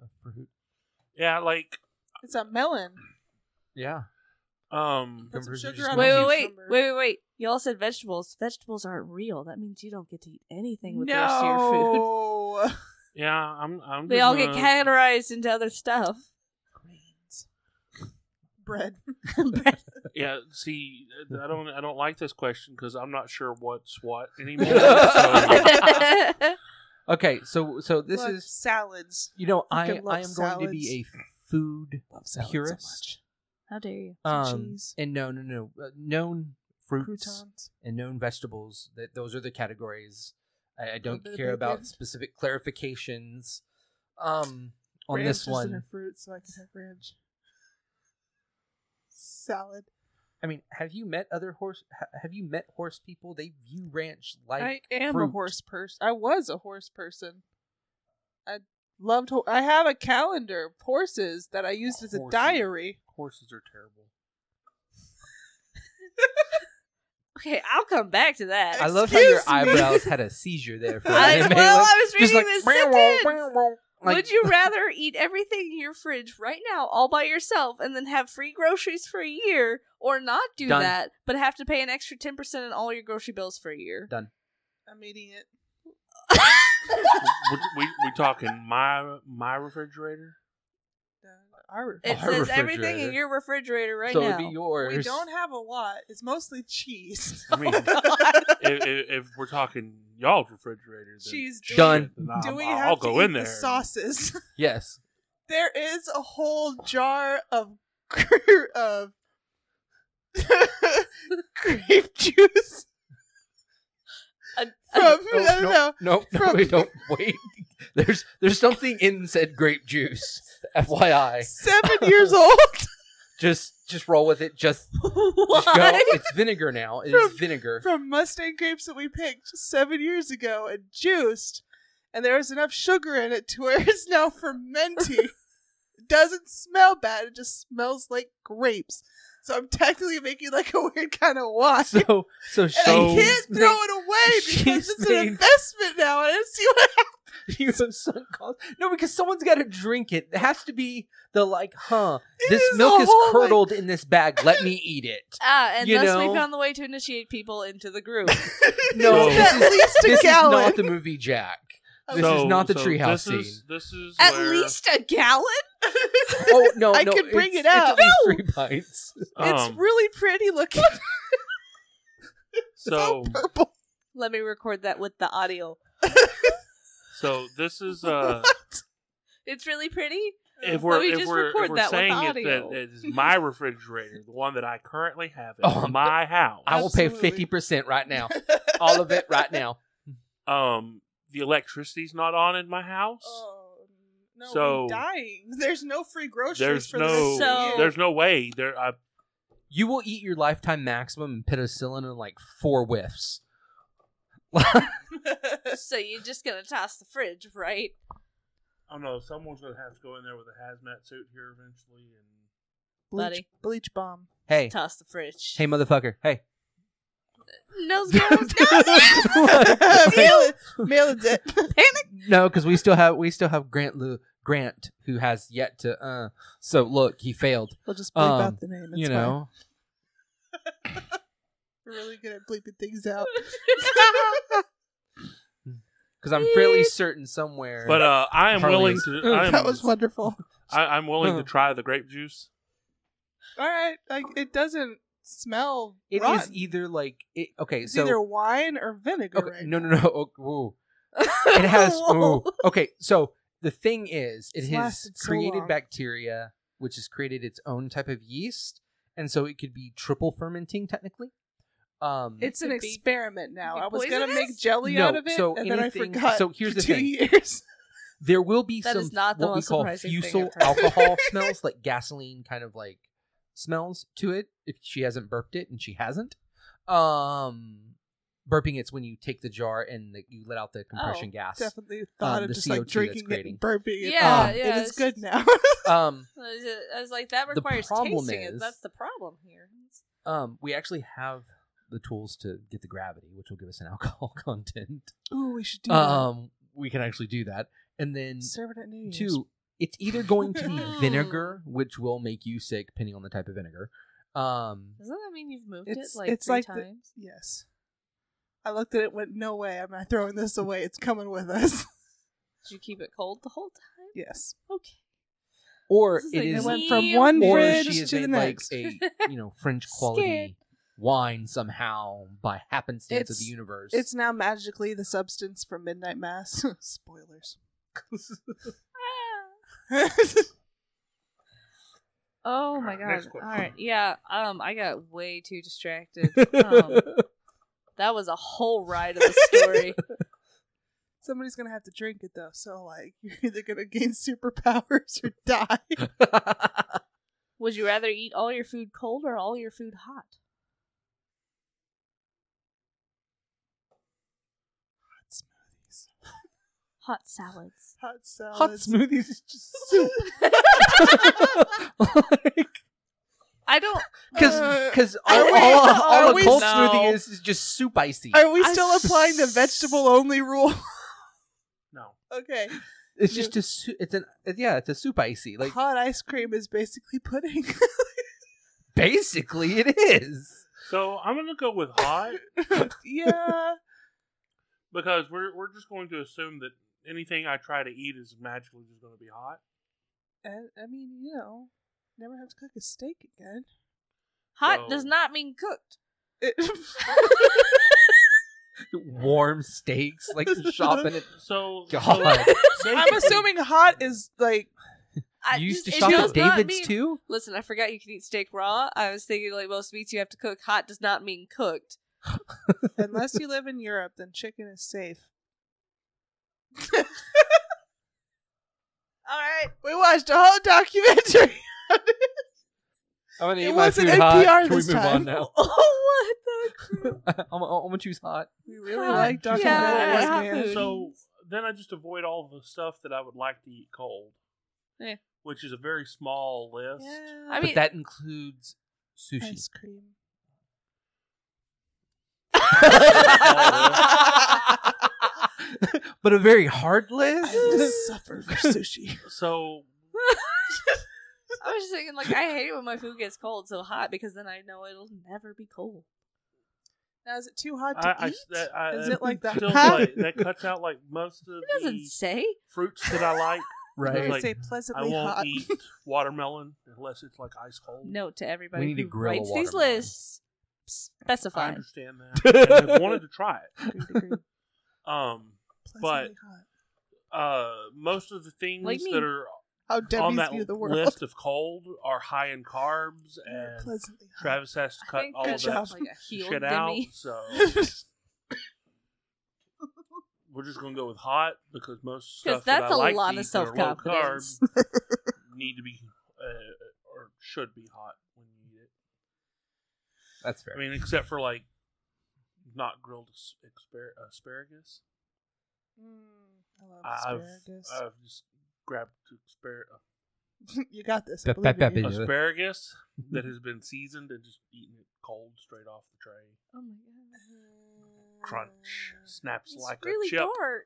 S3: a, a fruit.
S2: Yeah, like
S1: it's a melon.
S3: Yeah.
S2: um,
S1: Put some
S3: Cucumbers are
S1: sugar
S3: just
S1: on
S4: wait, wait,
S1: it.
S3: melons.
S4: wait,
S1: Cucumber.
S4: wait, wait, wait. Y'all said vegetables. Vegetables aren't real. That means you don't get to eat anything with the rest of your food.
S1: No.
S2: yeah, I'm I'm.
S4: They
S2: just
S4: all get
S2: gonna-
S4: categorized into other stuff.
S1: Grains. Bread.
S2: Yeah, see, I don't I don't like this question because I'm not sure what's what anymore. so,
S3: Okay, so so this
S1: Look,
S3: is
S1: salads.
S3: you know I I
S1: Fucking
S3: am
S1: love
S3: going to
S1: salads.
S3: be a food
S1: Love salads
S3: Purist.
S1: so much.
S4: How dare you?
S1: Some
S3: um
S1: cheese.
S3: and no no no uh, known fruits
S1: Croutons.
S3: and known vegetables that those are the categories. I, I don't
S1: bit of
S3: care about
S1: bacon.
S3: specific clarifications. Um, on
S1: Ranch
S3: this
S1: is in a
S3: one,
S1: fruit, so I can have ranch. Salad.
S3: I mean, have you met other horse? ha- Have you met horse people? They view ranch like
S1: I am a
S3: fruit.
S1: horse person. I was a horse person. I loved. Ho- I have a calendar of horses that I used as a
S2: Horses.
S1: diary.
S2: horses are terrible.
S4: Okay, I'll come back to that.
S3: I love how your
S1: Excuse me.
S3: eyebrows had a seizure there for
S4: I-
S3: a minute.
S4: well,
S3: Like,
S4: I was
S3: just
S4: reading
S3: like,
S4: this
S3: "Meow,
S4: sentence.
S3: meow, meow," like,
S4: Would you rather eat everything in your fridge right now all by yourself and then have free groceries for a year or not do
S3: Done.
S4: that but have to pay an extra 10% on all your grocery bills for a year?
S3: done?
S1: I'm eating it.
S2: we, we we talking my my refrigerator?
S1: Uh, our-
S4: It
S3: Our
S4: says everything
S3: Oh, refrigerator.
S4: in your refrigerator right
S3: so
S4: now.
S3: it'd be yours.
S1: we don't have a lot. It's mostly cheese. Oh
S2: I mean, if, if, if we're talking y'all's refrigerator, then
S1: Cheese. Do
S3: Done.
S2: then I'm-
S1: Do we
S2: I'll,
S1: have
S2: I'll
S1: to
S2: go
S1: eat
S2: in there.
S1: the sauces?
S3: yes,
S1: there is a whole jar of of grape juice
S4: A- a-
S1: from
S3: Oh,
S1: I
S3: no.
S1: don't know.
S3: no, no,
S1: From-
S3: we don't wait. There's there's something in said grape juice. FYI,
S1: Seven years old.
S3: just just roll with it. Just Just go.
S4: Why?
S3: It's vinegar now. It is vinegar.
S1: from Mustang grapes that we picked seven years ago and juiced, and there was enough sugar in it to where it's now fermenting. it doesn't smell bad, it just smells like grapes. So I'm technically making like a weird kind of wine.
S3: So so
S1: and I
S2: so-
S1: can't throw it away
S3: she's
S1: because it's
S3: made-
S1: an investment now. And I see what
S3: you have sunk cost. No, because someone's got to drink it. It has to be the like, huh?
S1: It
S3: this
S1: is Oh,
S3: milk
S1: a
S3: is
S1: whole, like-
S3: curdled in this bag. Let me eat it.
S4: Ah, and
S3: You
S4: thus
S3: know.
S4: we found the way to initiate people into the group.
S3: No,
S2: So-
S1: at
S3: this is,
S1: least a
S3: this is
S1: gallon.
S3: not the movie Jack. This
S2: so,
S3: is not the
S2: so
S3: treehouse
S2: this is-
S3: scene.
S2: This is
S4: At
S2: where-
S4: least a gallon?
S3: Oh no,
S1: I
S3: no,
S1: could bring
S3: it's-
S1: it out.
S3: It's at least three pints.
S2: um,
S1: it's really pretty looking. It's all
S2: so
S1: purple.
S4: Let me record that with the audio.
S2: so this is uh
S4: It's really pretty.
S2: if
S4: Let
S2: we're
S4: me
S2: if
S4: just
S2: we're,
S4: record
S2: if we're
S4: that with
S2: saying it
S4: audio.
S2: that it's my refrigerator, the one that I currently have in
S3: Oh, I'm-
S2: my house.
S3: I will pay
S1: Absolutely.
S3: fifty percent right now, all of it right now.
S2: um, the electricity's not on in my house.
S1: Oh, no,
S2: So-
S1: I'm dying. There's no free groceries
S2: there's
S1: for the rest
S2: no
S1: of the
S4: So-
S1: year.
S2: there's no way there. I,
S3: You will eat your lifetime maximum in penicillin in like four whiffs.
S4: so you're just gonna toss the fridge, right?
S2: I don't know. Someone's gonna have to go in there with a hazmat suit here eventually, and
S1: bleach,
S4: Buddy.
S1: bleach bomb.
S3: Hey,
S4: Toss the fridge.
S3: hey, motherfucker, hey.
S4: No, no,
S1: mail it. Mail it.
S3: No, because we still have we still have Grant Lou Grant who has yet to. uh So look, he failed.
S1: We'll just bleep
S3: Um,
S1: out the name. It's
S3: you
S1: Fine.
S3: know,
S1: We're really good at bleeping things out.
S3: because I'm fairly certain somewhere.
S2: but uh, I am willing
S3: Harley's-
S2: to.
S3: Ooh,
S2: I am,
S1: that was wonderful.
S2: I, I'm willing to
S3: Huh.
S2: try the grape juice.
S1: All right, like it doesn't smell.
S3: it
S1: rotten.
S3: is either like it, okay,
S1: It's
S3: so
S1: either wine or vinegar.
S3: okay,
S1: right
S3: no,
S1: now.
S3: no, no. oh, ooh. It has.
S4: Whoa.
S3: ooh. Okay, so the thing is, it
S1: It's
S3: has
S1: lasted so
S3: created
S1: long.
S3: bacteria, which has created its own type of yeast, and so it could be triple fermenting technically. Um,
S1: It's an
S4: Could be-
S1: experiment now.
S4: could be
S1: I was gonna
S4: poisonous?
S1: make jelly
S3: No,
S1: out of it,
S3: so
S1: and then I
S3: anything-
S1: forgot.
S3: so here's
S1: for
S3: the
S1: two
S3: thing.
S1: years.
S3: there will be
S4: That
S3: some
S4: is not the
S3: what we
S4: most
S3: call
S4: surprising thing
S3: fusel
S4: I've heard.
S3: alcohol smells, like gasoline kind of like smells to it. If she hasn't burped it, and she hasn't, um, burping it's when you take the jar and the, you let out the compression
S4: Oh,
S3: gas.
S1: Definitely thought of
S3: Um, the
S1: just
S3: CO2
S1: like
S3: that's
S1: drinking it
S3: creating.
S1: and burping it.
S4: Yeah,
S1: Um,
S4: yeah,
S1: it is
S4: it's
S1: good
S4: just-
S1: now.
S3: Um,
S4: I was, I was like, that
S3: The
S4: requires
S3: problem
S4: tasting. it.
S3: is-
S4: That's the problem here.
S3: um, we actually have the tools to get the gravity, which will give us an alcohol content.
S1: Ooh, we should do that.
S3: Um, we can actually do that, and then
S1: Serving at New Year's.
S3: two, it's either going to be
S4: Mm.
S3: vinegar, which will make you sick, depending on the type of vinegar. Um,
S4: Doesn't that mean you've moved
S1: It's-
S4: it like
S1: it's
S4: three
S1: like the-
S4: times?
S1: Yes. I looked at it. Went no way. I'm not throwing this away. It's coming with us.
S4: Did you keep it cold the whole time?
S1: Yes.
S4: Okay.
S3: or
S4: This is
S3: it
S4: like
S3: is
S1: It
S4: the
S1: went from
S4: Meow.
S1: one
S3: or
S1: fridge
S3: she has
S1: to the
S3: made like
S1: next.
S3: a you know French quality wine somehow by happenstance of the
S1: It's-
S3: universe.
S1: It's now magically the substance from Midnight Mass. Spoilers.
S4: Oh my god.
S2: Alright, next
S4: All
S2: question.
S4: right. Yeah. Um, I got way too distracted. Um, that was a whole ride of the story.
S1: Somebody's gonna have to drink it though, so like you're either gonna gain superpowers or die.
S4: Would you rather eat all your food cold or all your food hot?
S1: smoothies.
S4: Hot salads.
S1: Hot salads.
S3: Hot smoothies is just soup.
S4: I don't.
S3: Because because
S1: Uh, Are
S3: all,
S1: we-
S3: all, all
S1: are
S3: a
S1: we-
S3: cold
S4: No.
S3: smoothie is is just soup icy.
S1: Are we
S4: I
S1: still
S4: s-
S1: applying the vegetable only rule?
S2: No,
S1: okay.
S3: It's just a su- it's an yeah it's a soup icy like
S1: Hot ice cream is basically pudding.
S3: basically it is.
S2: so I'm gonna go with hot
S1: yeah.
S2: because we're we're just going to assume that anything I try to eat is magically just going to be hot.
S1: And, I mean, you know, never have to cook a steak again.
S4: Hot
S2: So-
S4: does not mean cooked.
S1: It,
S3: Warm steaks like you're shopping at
S2: So
S3: God.
S2: so
S1: I'm
S2: basically-
S1: assuming hot is like
S4: I,
S3: you used to
S4: it
S3: shop
S4: does
S3: at
S4: not
S3: David's
S4: mean-
S3: too.
S4: Listen, I forgot you can eat steak raw. I was thinking like most meats you have to cook. Hot does not mean cooked.
S1: unless you live in Europe, then chicken is safe.
S4: All right.
S1: We watched a whole documentary.
S3: I'm gonna
S1: It eat my wasn't food hot. NPR Can we this move on time.
S3: now?
S4: Oh, what the? crap?
S3: I'm, I'm gonna choose hot.
S1: We really
S4: Hot.
S1: like documentaries,
S4: Yeah, hot
S1: man.
S4: food.
S2: So then I just avoid all the stuff that I would like to eat cold,
S4: Yeah.
S2: which is a very small list.
S4: I mean-
S3: but that includes sushi.
S1: ice cream.
S3: but a very hard list.
S1: suffer for sushi.
S2: So
S4: I was just thinking, like, I hate it when my food gets cold, so hot, because then I know it'll never be cold.
S1: Now, is it too hot to
S2: I, I,
S1: eat?
S2: that, I
S1: is
S2: that
S1: it like the
S2: still
S1: hot?
S2: like- that cuts out like most of
S4: It doesn't
S2: the
S4: say.
S2: fruits that I like.
S1: I
S2: Right.
S1: would
S2: like,
S1: say
S2: I
S1: pleasantly
S2: won't
S1: hot.
S2: eat watermelon unless it's like ice cold.
S4: Note to everybody
S3: We need to
S4: who
S3: grill a
S4: writes these
S3: watermelon.
S4: lists.
S2: I
S4: Specify.
S2: understand that. and I wanted to try it.
S1: Agreed, agreed.
S2: Um,
S1: Pleasantly hot.
S2: uh, most of the things
S4: Like me.
S2: that are
S1: How
S2: on
S1: Debbie's
S2: that
S1: view the world.
S2: list of cold are high in carbs, and
S1: Pleasantly high.
S2: Travis has to
S4: I
S2: cut
S4: think
S2: all of
S4: that's
S2: that
S1: job.
S4: like a healed
S2: shit out.
S4: Demi.
S2: So we're just gonna go with hot because most
S4: Because
S2: stuff that
S4: that's
S2: I
S4: a
S2: like
S4: lot
S2: to
S4: of
S2: eat that are low
S4: self-confidence.
S2: carb need to be uh, or should be hot when you eat it.
S3: That's fair.
S2: I mean, except for like not grilled as- expar- asparagus.
S1: Mm, I love
S2: I've,
S1: asparagus.
S2: I've just grabbed two aspar-
S1: you got this. I
S3: That-
S1: believe
S3: that- that
S1: in you.
S3: bitch. Yeah.
S2: asparagus that has been seasoned and just eaten it cold straight off the tray.
S4: Oh my god.
S2: Crunch snaps
S4: Mm. It's
S2: like
S4: really
S2: a chip.
S4: dark.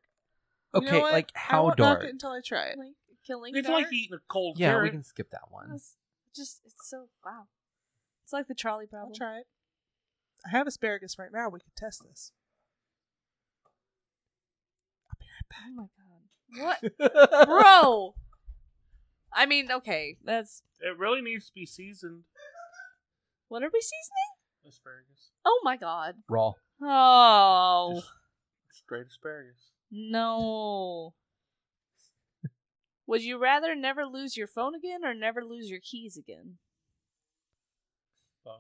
S1: You know
S3: okay,
S1: what?
S3: like
S1: I
S3: how
S1: won't knock
S3: dark?
S1: it until I try it.
S4: Like killing
S2: It's
S4: dark.
S2: like eating a cold
S3: Yeah, we
S2: carrot.
S3: can skip that one.
S4: It's just it's so wow. It's like the trolley problem.
S1: I'll try it. I have asparagus right now. We could test this.
S4: Oh my god. What? Bro. I mean, okay, that's
S2: It really needs to be seasoned.
S4: what are we seasoning?
S2: Asparagus,
S4: Oh my god.
S3: Raw.
S4: Oh
S2: Just- straight asparagus.
S4: no. Would you rather never lose your phone again or never lose your keys again?
S2: Um,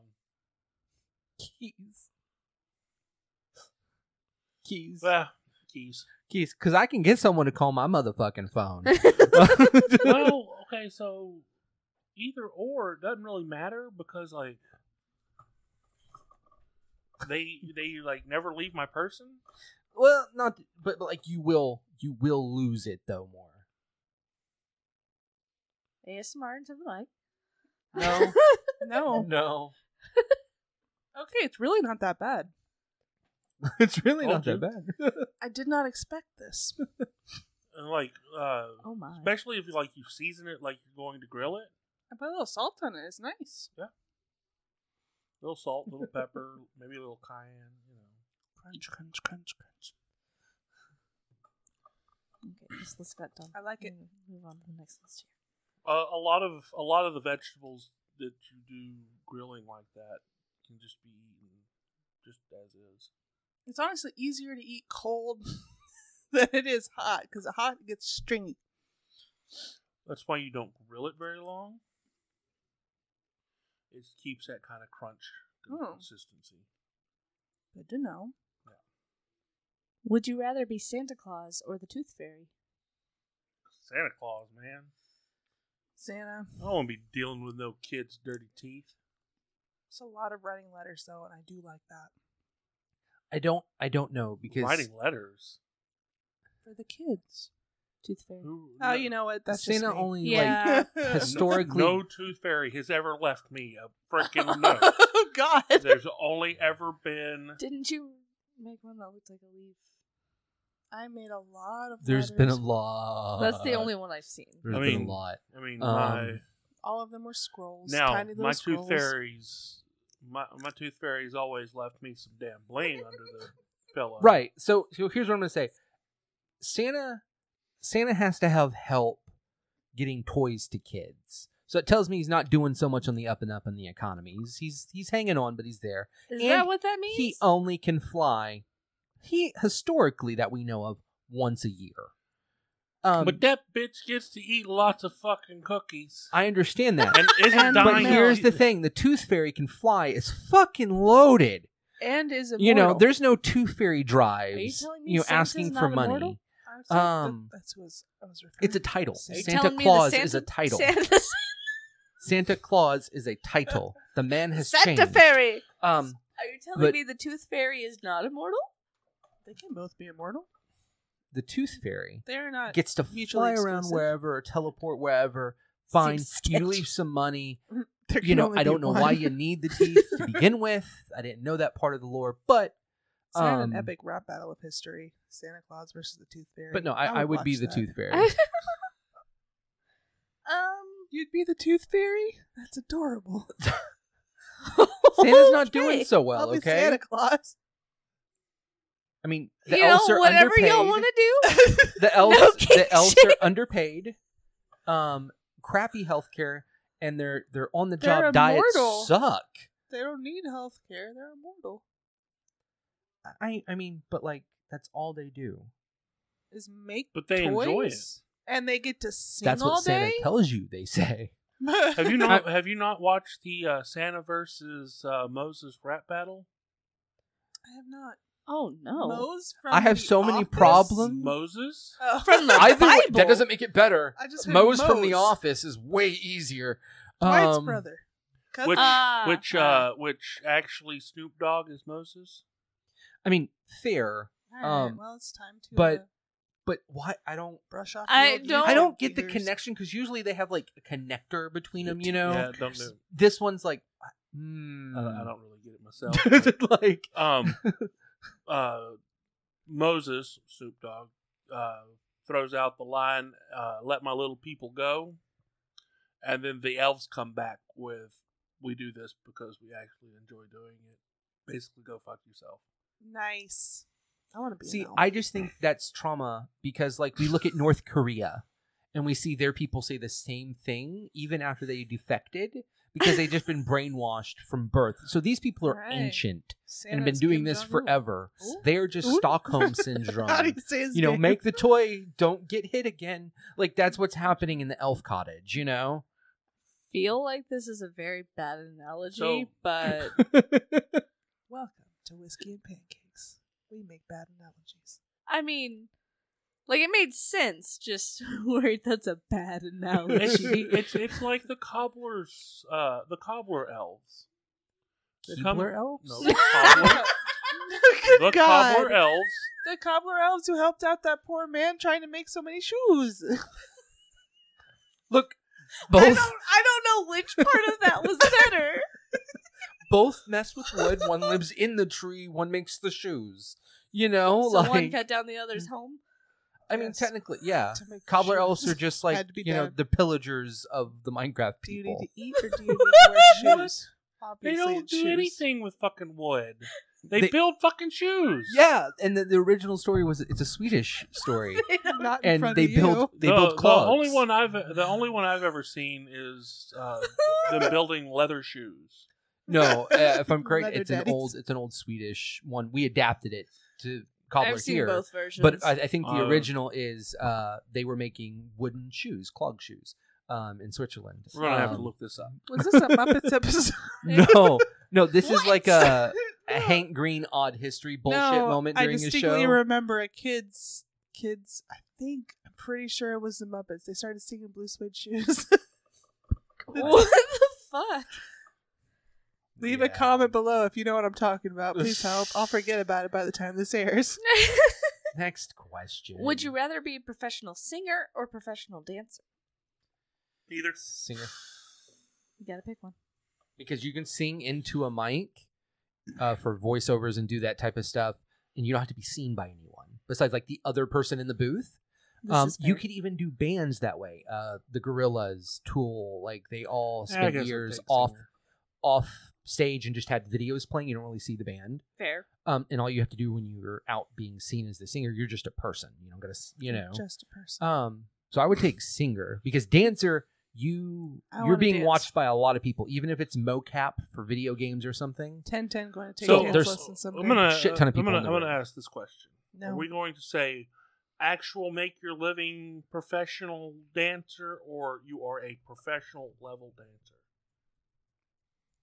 S3: Keys. Keys.
S2: well, Ah, keys.
S3: Keys. Because I can get someone to call my motherfucking phone.
S2: well, okay, so either or it doesn't really matter because like they they like never leave my person.
S3: well, not, but, but like you will, you will lose it though more.
S4: ASMR into the mic.
S3: No.
S1: No,
S3: no.
S1: okay, it's really not that bad.
S3: It's really
S2: Told
S3: not that
S2: you.
S3: bad.
S1: I did not expect this.
S2: And like uh
S4: Oh my.
S2: especially if like you season it like you're going to grill it.
S1: I put a little salt on it. It's nice.
S2: A little salt, a little pepper, maybe a little cayenne, you know.
S1: Crunch, crunch, crunch, crunch.
S4: Okay, this list got done.
S1: I like it.
S4: Move on to the next list here.
S2: Uh, a lot of a lot of the vegetables that you do grilling like that can just be eaten just as is.
S1: It's honestly easier to eat cold than it is hot because hot it gets stringy.
S2: That's why you don't grill it very long. It keeps that kind of crunch and
S1: Oh.
S2: consistency.
S1: Good to know.
S4: Would you rather be Santa Claus or the Tooth Fairy?
S2: Santa Claus, man.
S1: Santa,
S2: I don't want to be dealing with no kids' dirty teeth.
S1: it's a lot of writing letters though, and I do like that
S3: I don't, I don't know because
S2: Writing letters.
S1: for the kids.
S4: Tooth Fairy.
S2: Who,
S1: Oh, you know what? That's
S3: Santa
S1: just me.
S3: only
S4: Yeah.
S3: like historically.
S2: No tooth fairy has ever left me a freaking note.
S1: oh God!
S2: There's only ever been.
S4: Didn't you make one that looked like a leaf?
S1: I made a lot of.
S3: There's
S1: letters.
S3: been a
S1: Uh,
S3: lot.
S4: That's the only one I've seen.
S3: There's
S2: I
S3: been
S2: mean,
S3: a lot.
S2: I mean,
S3: Um,
S2: my
S1: All of them were scrolls.
S2: now
S1: tiny little
S2: my
S1: scrolls.
S2: tooth fairies, my my tooth fairies always left me some damn bling under the pillow.
S3: Right. So, so here's what I'm gonna say. Santa Santa has to have help getting toys to kids. So it tells me he's not doing so much on the up and up in the economy. He's he's, he's hanging on, but he's there.
S4: Is
S3: And
S4: that what that means?
S3: He only can fly he historically that we know of once a year. Um
S2: but that bitch gets to eat lots of fucking cookies.
S3: I understand that.
S2: and isn't
S1: And-
S2: dying.
S3: but
S1: know.
S3: here's the thing, the tooth fairy can fly is fucking loaded.
S1: and is immortal.
S3: You know, there's no tooth fairy
S4: Are you
S3: drives.
S4: telling me
S3: You know,
S4: Santa's
S3: asking
S4: not
S3: for
S4: immortal?
S3: money.
S1: I'm sorry, that-
S3: um,
S1: that's what I was- I was referring
S3: It's a
S1: to.
S3: title.
S1: Are you
S3: Santa
S4: telling me the
S3: Claus
S4: Santa-
S3: is a title.
S4: Santa,
S3: Santa Claus is a title. The man has
S4: Santa
S3: changed.
S4: Fairy.
S3: Um,
S4: Are you telling
S3: But-
S4: me the Tooth Fairy is not immortal?
S1: They can both be immortal.
S3: the Tooth Fairy
S1: They're not.
S3: gets to
S1: Mutually
S3: fly around
S1: exclusive.
S3: wherever or teleport wherever. Fine,
S4: Seems
S3: you
S4: sketch.
S3: leave some money. You
S1: there can
S3: know,
S1: only
S3: I
S1: be
S3: don't know
S1: one.
S3: why you need the teeth to begin with. I didn't know that part of the lore, but
S1: It's not
S3: um,
S1: an epic rap battle of history. Santa Claus versus the Tooth Fairy.
S3: but no, I, I would, be
S1: watch
S3: the
S1: that.
S3: Tooth Fairy.
S4: um,
S1: You'd be the Tooth Fairy. That's adorable.
S3: Santa's not doing
S4: okay.
S3: so
S1: I'll
S3: well.
S1: be
S3: Okay,
S1: Santa Claus.
S3: I mean, the
S4: you
S3: elves
S4: know,
S3: are
S4: whatever
S3: underpaid.
S4: y'all want to do.
S3: the elves
S4: No kidding.
S3: the elves are underpaid um crappy healthcare and their their on the
S1: They're
S3: job diets
S1: immortal.
S3: suck
S1: they don't need health care. They're immortal.
S3: i i mean but like that's all they do
S1: Is make
S2: But they
S1: toys?
S2: enjoy it.
S1: and they get to sing
S3: That's
S1: all
S3: what Santa
S1: day.
S3: tells you. They say.
S2: Have you not have you not watched the uh, Santa versus uh, Moses rap battle?
S1: I have not.
S4: Oh no.
S1: Moe's from
S3: I have
S1: The
S3: so many
S1: Office?
S3: problems.
S2: Moses?
S1: Oh.
S4: From the
S3: Either way,
S4: Bible.
S3: that doesn't make it better.
S1: I just heard
S3: Moe's from The
S1: Moe's.
S3: Office is way easier.
S1: Dwight's
S3: Um,
S1: brother. Cousin.
S2: Which
S4: Ah,
S2: which uh, which actually Snoop Dogg is Moses?
S3: I mean, fair,
S1: All right,
S3: um,
S1: well, it's time to
S3: but-
S1: uh,
S3: but why? I don't.
S1: brush off.
S4: I
S1: the old
S4: don't-
S3: I don't get the
S1: fingers.
S3: connection because usually they have like a connector between them. You know,
S2: yeah, don't do. it.
S3: this one's like, hmm.
S2: I, don't- I don't really get it myself.
S3: like
S2: um, uh, Moses Snoop Dogg uh, throws out the line, uh, "Let my little people go," and then the elves come back with, "We do this because we actually enjoy doing it." Basically, go fuck yourself.
S1: Nice. I want to be.
S3: See,
S1: an elf.
S3: I just think that's trauma because, like, we look at North Korea and we see their people say the same thing even after they defected because they've just been brainwashed from birth. So these people are
S4: Right.
S3: ancient and have
S1: Santa's
S3: been doing
S1: Kim
S3: this
S1: Jong-un.
S3: forever.
S1: Ooh.
S3: They're just
S1: Ooh.
S3: Stockholm syndrome.
S1: How do you say his
S3: You know,
S1: name?
S3: make the toy, don't get hit again. Like, that's what's happening in the elf cottage, you know?
S4: feel like this is a very bad analogy,
S2: So-
S4: but
S1: Welcome to whiskey and pancakes. We make bad analogies.
S4: I mean, like it made sense. Just worried that's a bad
S2: It's,
S4: analogy.
S2: it's it's like the cobblers, uh, the cobbler elves. They come-
S3: Keebler elves?
S2: No, the cobbler, the
S1: Good God.
S2: cobbler elves.
S1: the cobbler elves who helped out that poor man trying to make so many shoes.
S3: Look,
S4: I
S3: both.
S4: don't. I don't know which part of that was better.
S3: both mess with wood. One lives in the tree. One makes the shoes. You know,
S4: so
S3: like
S4: one cut down the other's home.
S3: I mean,
S1: Yes.
S3: technically, yeah.
S1: To make
S3: Cobbler
S1: shoes.
S3: elves are just like
S1: Had to be
S3: you know
S1: done.
S3: the pillagers of the Minecraft
S1: Do you need
S3: people.
S1: to eat or do you need to wear shoes?
S2: They
S1: Obviously,
S2: don't
S1: it's
S2: do
S1: shoes.
S2: anything with fucking wood. They,
S3: They-
S2: build fucking shoes.
S3: Yeah, and the, the original story was it's a Swedish story,
S1: Not in
S3: and
S1: front
S3: they
S1: of
S3: build
S1: you.
S3: they
S2: the,
S3: build
S2: the
S3: clubs.
S2: only one I've the only one I've ever seen is uh, them building leather shoes.
S3: No, uh, if I'm correct,
S1: Leather
S3: it's an
S1: daddies.
S3: old it's an old Swedish one. We adapted it to cobbler
S4: I've seen
S3: here,
S4: both versions.
S3: but I, I think the
S2: Oh.
S3: original is uh, they were making wooden shoes, clog shoes, um, in Switzerland.
S2: We're gonna have to
S3: Um,
S2: look this up.
S1: Was this a Muppets episode?
S3: No, no, this is
S4: What?
S3: like a, a Hank Green odd history bullshit
S1: no,
S3: moment
S1: I
S3: during his
S1: distinctly
S3: show.
S1: remember a kids kids. I think I'm pretty sure it was the Muppets. They started singing blue suede shoes.
S4: what the fuck?
S1: Leave a
S3: Yeah.
S1: comment below if you know what I'm talking about. Please help. I'll forget about it by the time this airs.
S3: Next question.
S4: Would you rather be a professional singer or professional dancer?
S2: Either
S3: singer?
S4: You gotta pick one.
S3: Because you can sing into a mic uh, for voiceovers and do that type of stuff, and you don't have to be seen by anyone besides like the other person in the booth.
S4: This
S3: Um,
S4: is
S3: you
S4: fair.
S3: could even do bands that way. Uh, the Gorillas, Tool, like they all
S2: Yeah, I
S3: spent
S2: guess I'll
S3: years
S2: take
S3: off
S2: singer.
S3: off stage and just had videos playing. You don't really see the band.
S4: fair.
S3: um, and all you have to do when you're out being seen as the singer, you're just a person. You don't gotta, s- you know.
S1: just a person.
S3: Um, so I would take singer because dancer, you
S1: I
S3: you're
S1: wanna
S3: being
S1: dance.
S3: watched by a lot of people, even if it's mocap for video games or something.
S1: Ten ten going to take
S2: So
S1: dance
S3: there's-
S1: lesson someday.
S2: I'm gonna
S3: Shit ton of people
S2: I'm
S3: in
S2: gonna,
S3: the
S2: I'm gonna
S3: room.
S2: ask this question. Are
S1: no.
S2: we going to say actual make your living professional dancer, or you are a professional level dancer?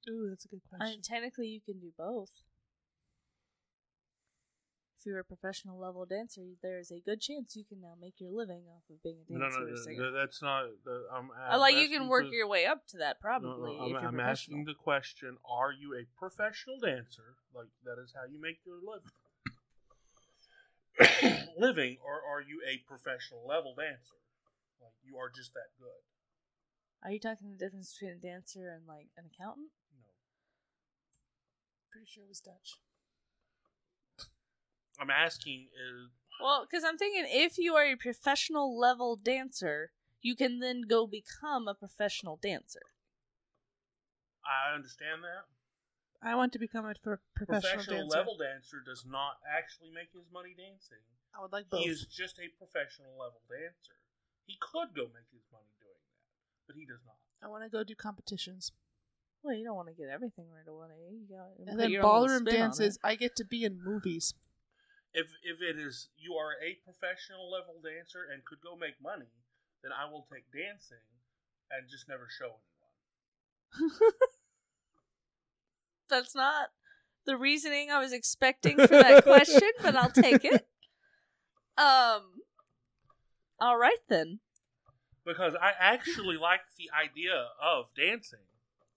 S1: Ooh, that's a good
S4: I
S1: question.
S4: mean, technically, you can do both. If you're a professional level dancer, there is a good chance you can now make your living off of being a
S2: No, no,
S4: dancer
S2: no,
S4: or
S2: no,
S4: singer.
S2: no, that's not. The, I'm,
S4: I Uh, like you
S2: asking
S4: can work
S2: the-
S4: your way up to that
S2: No, no,
S4: probably
S2: Uh-uh, I'm,
S4: if you're
S2: I'm
S4: professional.
S2: asking the question: Are you a professional dancer? Like that is how you make your living. living, or are you a professional level dancer? Like you are just that good.
S4: Are you talking the difference between a dancer and like an accountant?
S2: No,
S1: pretty sure it was Dutch.
S2: I'm asking is
S4: Well, because I'm thinking if you are a professional level dancer, you can then go become a professional dancer.
S2: I understand that
S1: I want to become a pro- professional,
S2: professional,
S1: dancer.
S2: level dancer does not actually make his money dancing.
S1: I would like
S2: He is just a professional level dancer. He could go make his money doing that, but he does not.
S1: I want to go do competitions.
S4: Well, you don't want to get everything right away. You got
S1: And then ballroom dances, I get to be in movies.
S2: if if it is you are a professional level dancer and could go make money, then I will take dancing and just never show anyone.
S4: That's not the reasoning I was expecting for that question, but I'll take it. Um. All right then.
S2: Because I actually like the idea of dancing.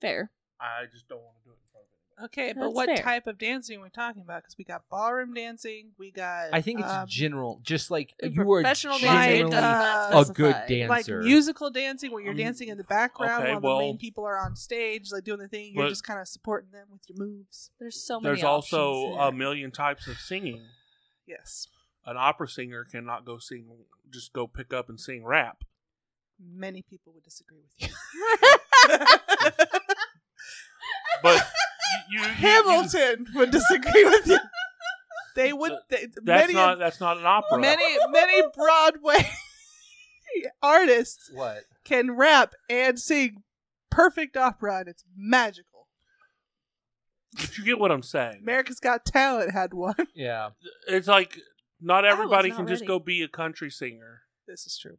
S4: Fair.
S2: I just don't want to do it in front of
S4: Uh,
S2: anybody.
S1: Okay,
S4: That's
S1: but what
S4: fair.
S1: type of dancing are we talking about? Because we got ballroom dancing, we got
S3: I think it's
S1: um,
S3: general, just like you are
S4: professional
S3: generally
S1: dancing does
S4: not
S1: a
S3: a good
S4: specify.
S3: dancer.
S1: like musical dancing where you're
S2: Um,
S1: dancing in the background
S2: okay,
S1: while
S2: well-
S1: the main people are on stage, like doing the thing. You're
S2: But-
S1: just kind of supporting them with your moves.
S4: There's so many.
S2: There's also uh,
S4: options.
S2: a million types of singing.
S1: Yes,
S2: An opera singer cannot go sing, just go pick up and sing rap.
S1: many people would disagree with you.
S2: But you, you, you-
S1: Hamilton would disagree with you. They would. They,
S2: that's
S1: many,
S2: not that's not an opera.
S1: many, many Broadway artists
S3: what?
S1: can rap and sing perfect opera, and it's magical.
S2: But you get what I'm saying.
S1: America's Got Talent had one.
S3: Yeah.
S2: it's like not
S4: was
S2: everybody
S4: not
S2: can just
S4: ready.
S2: go be a country singer.
S1: This is true.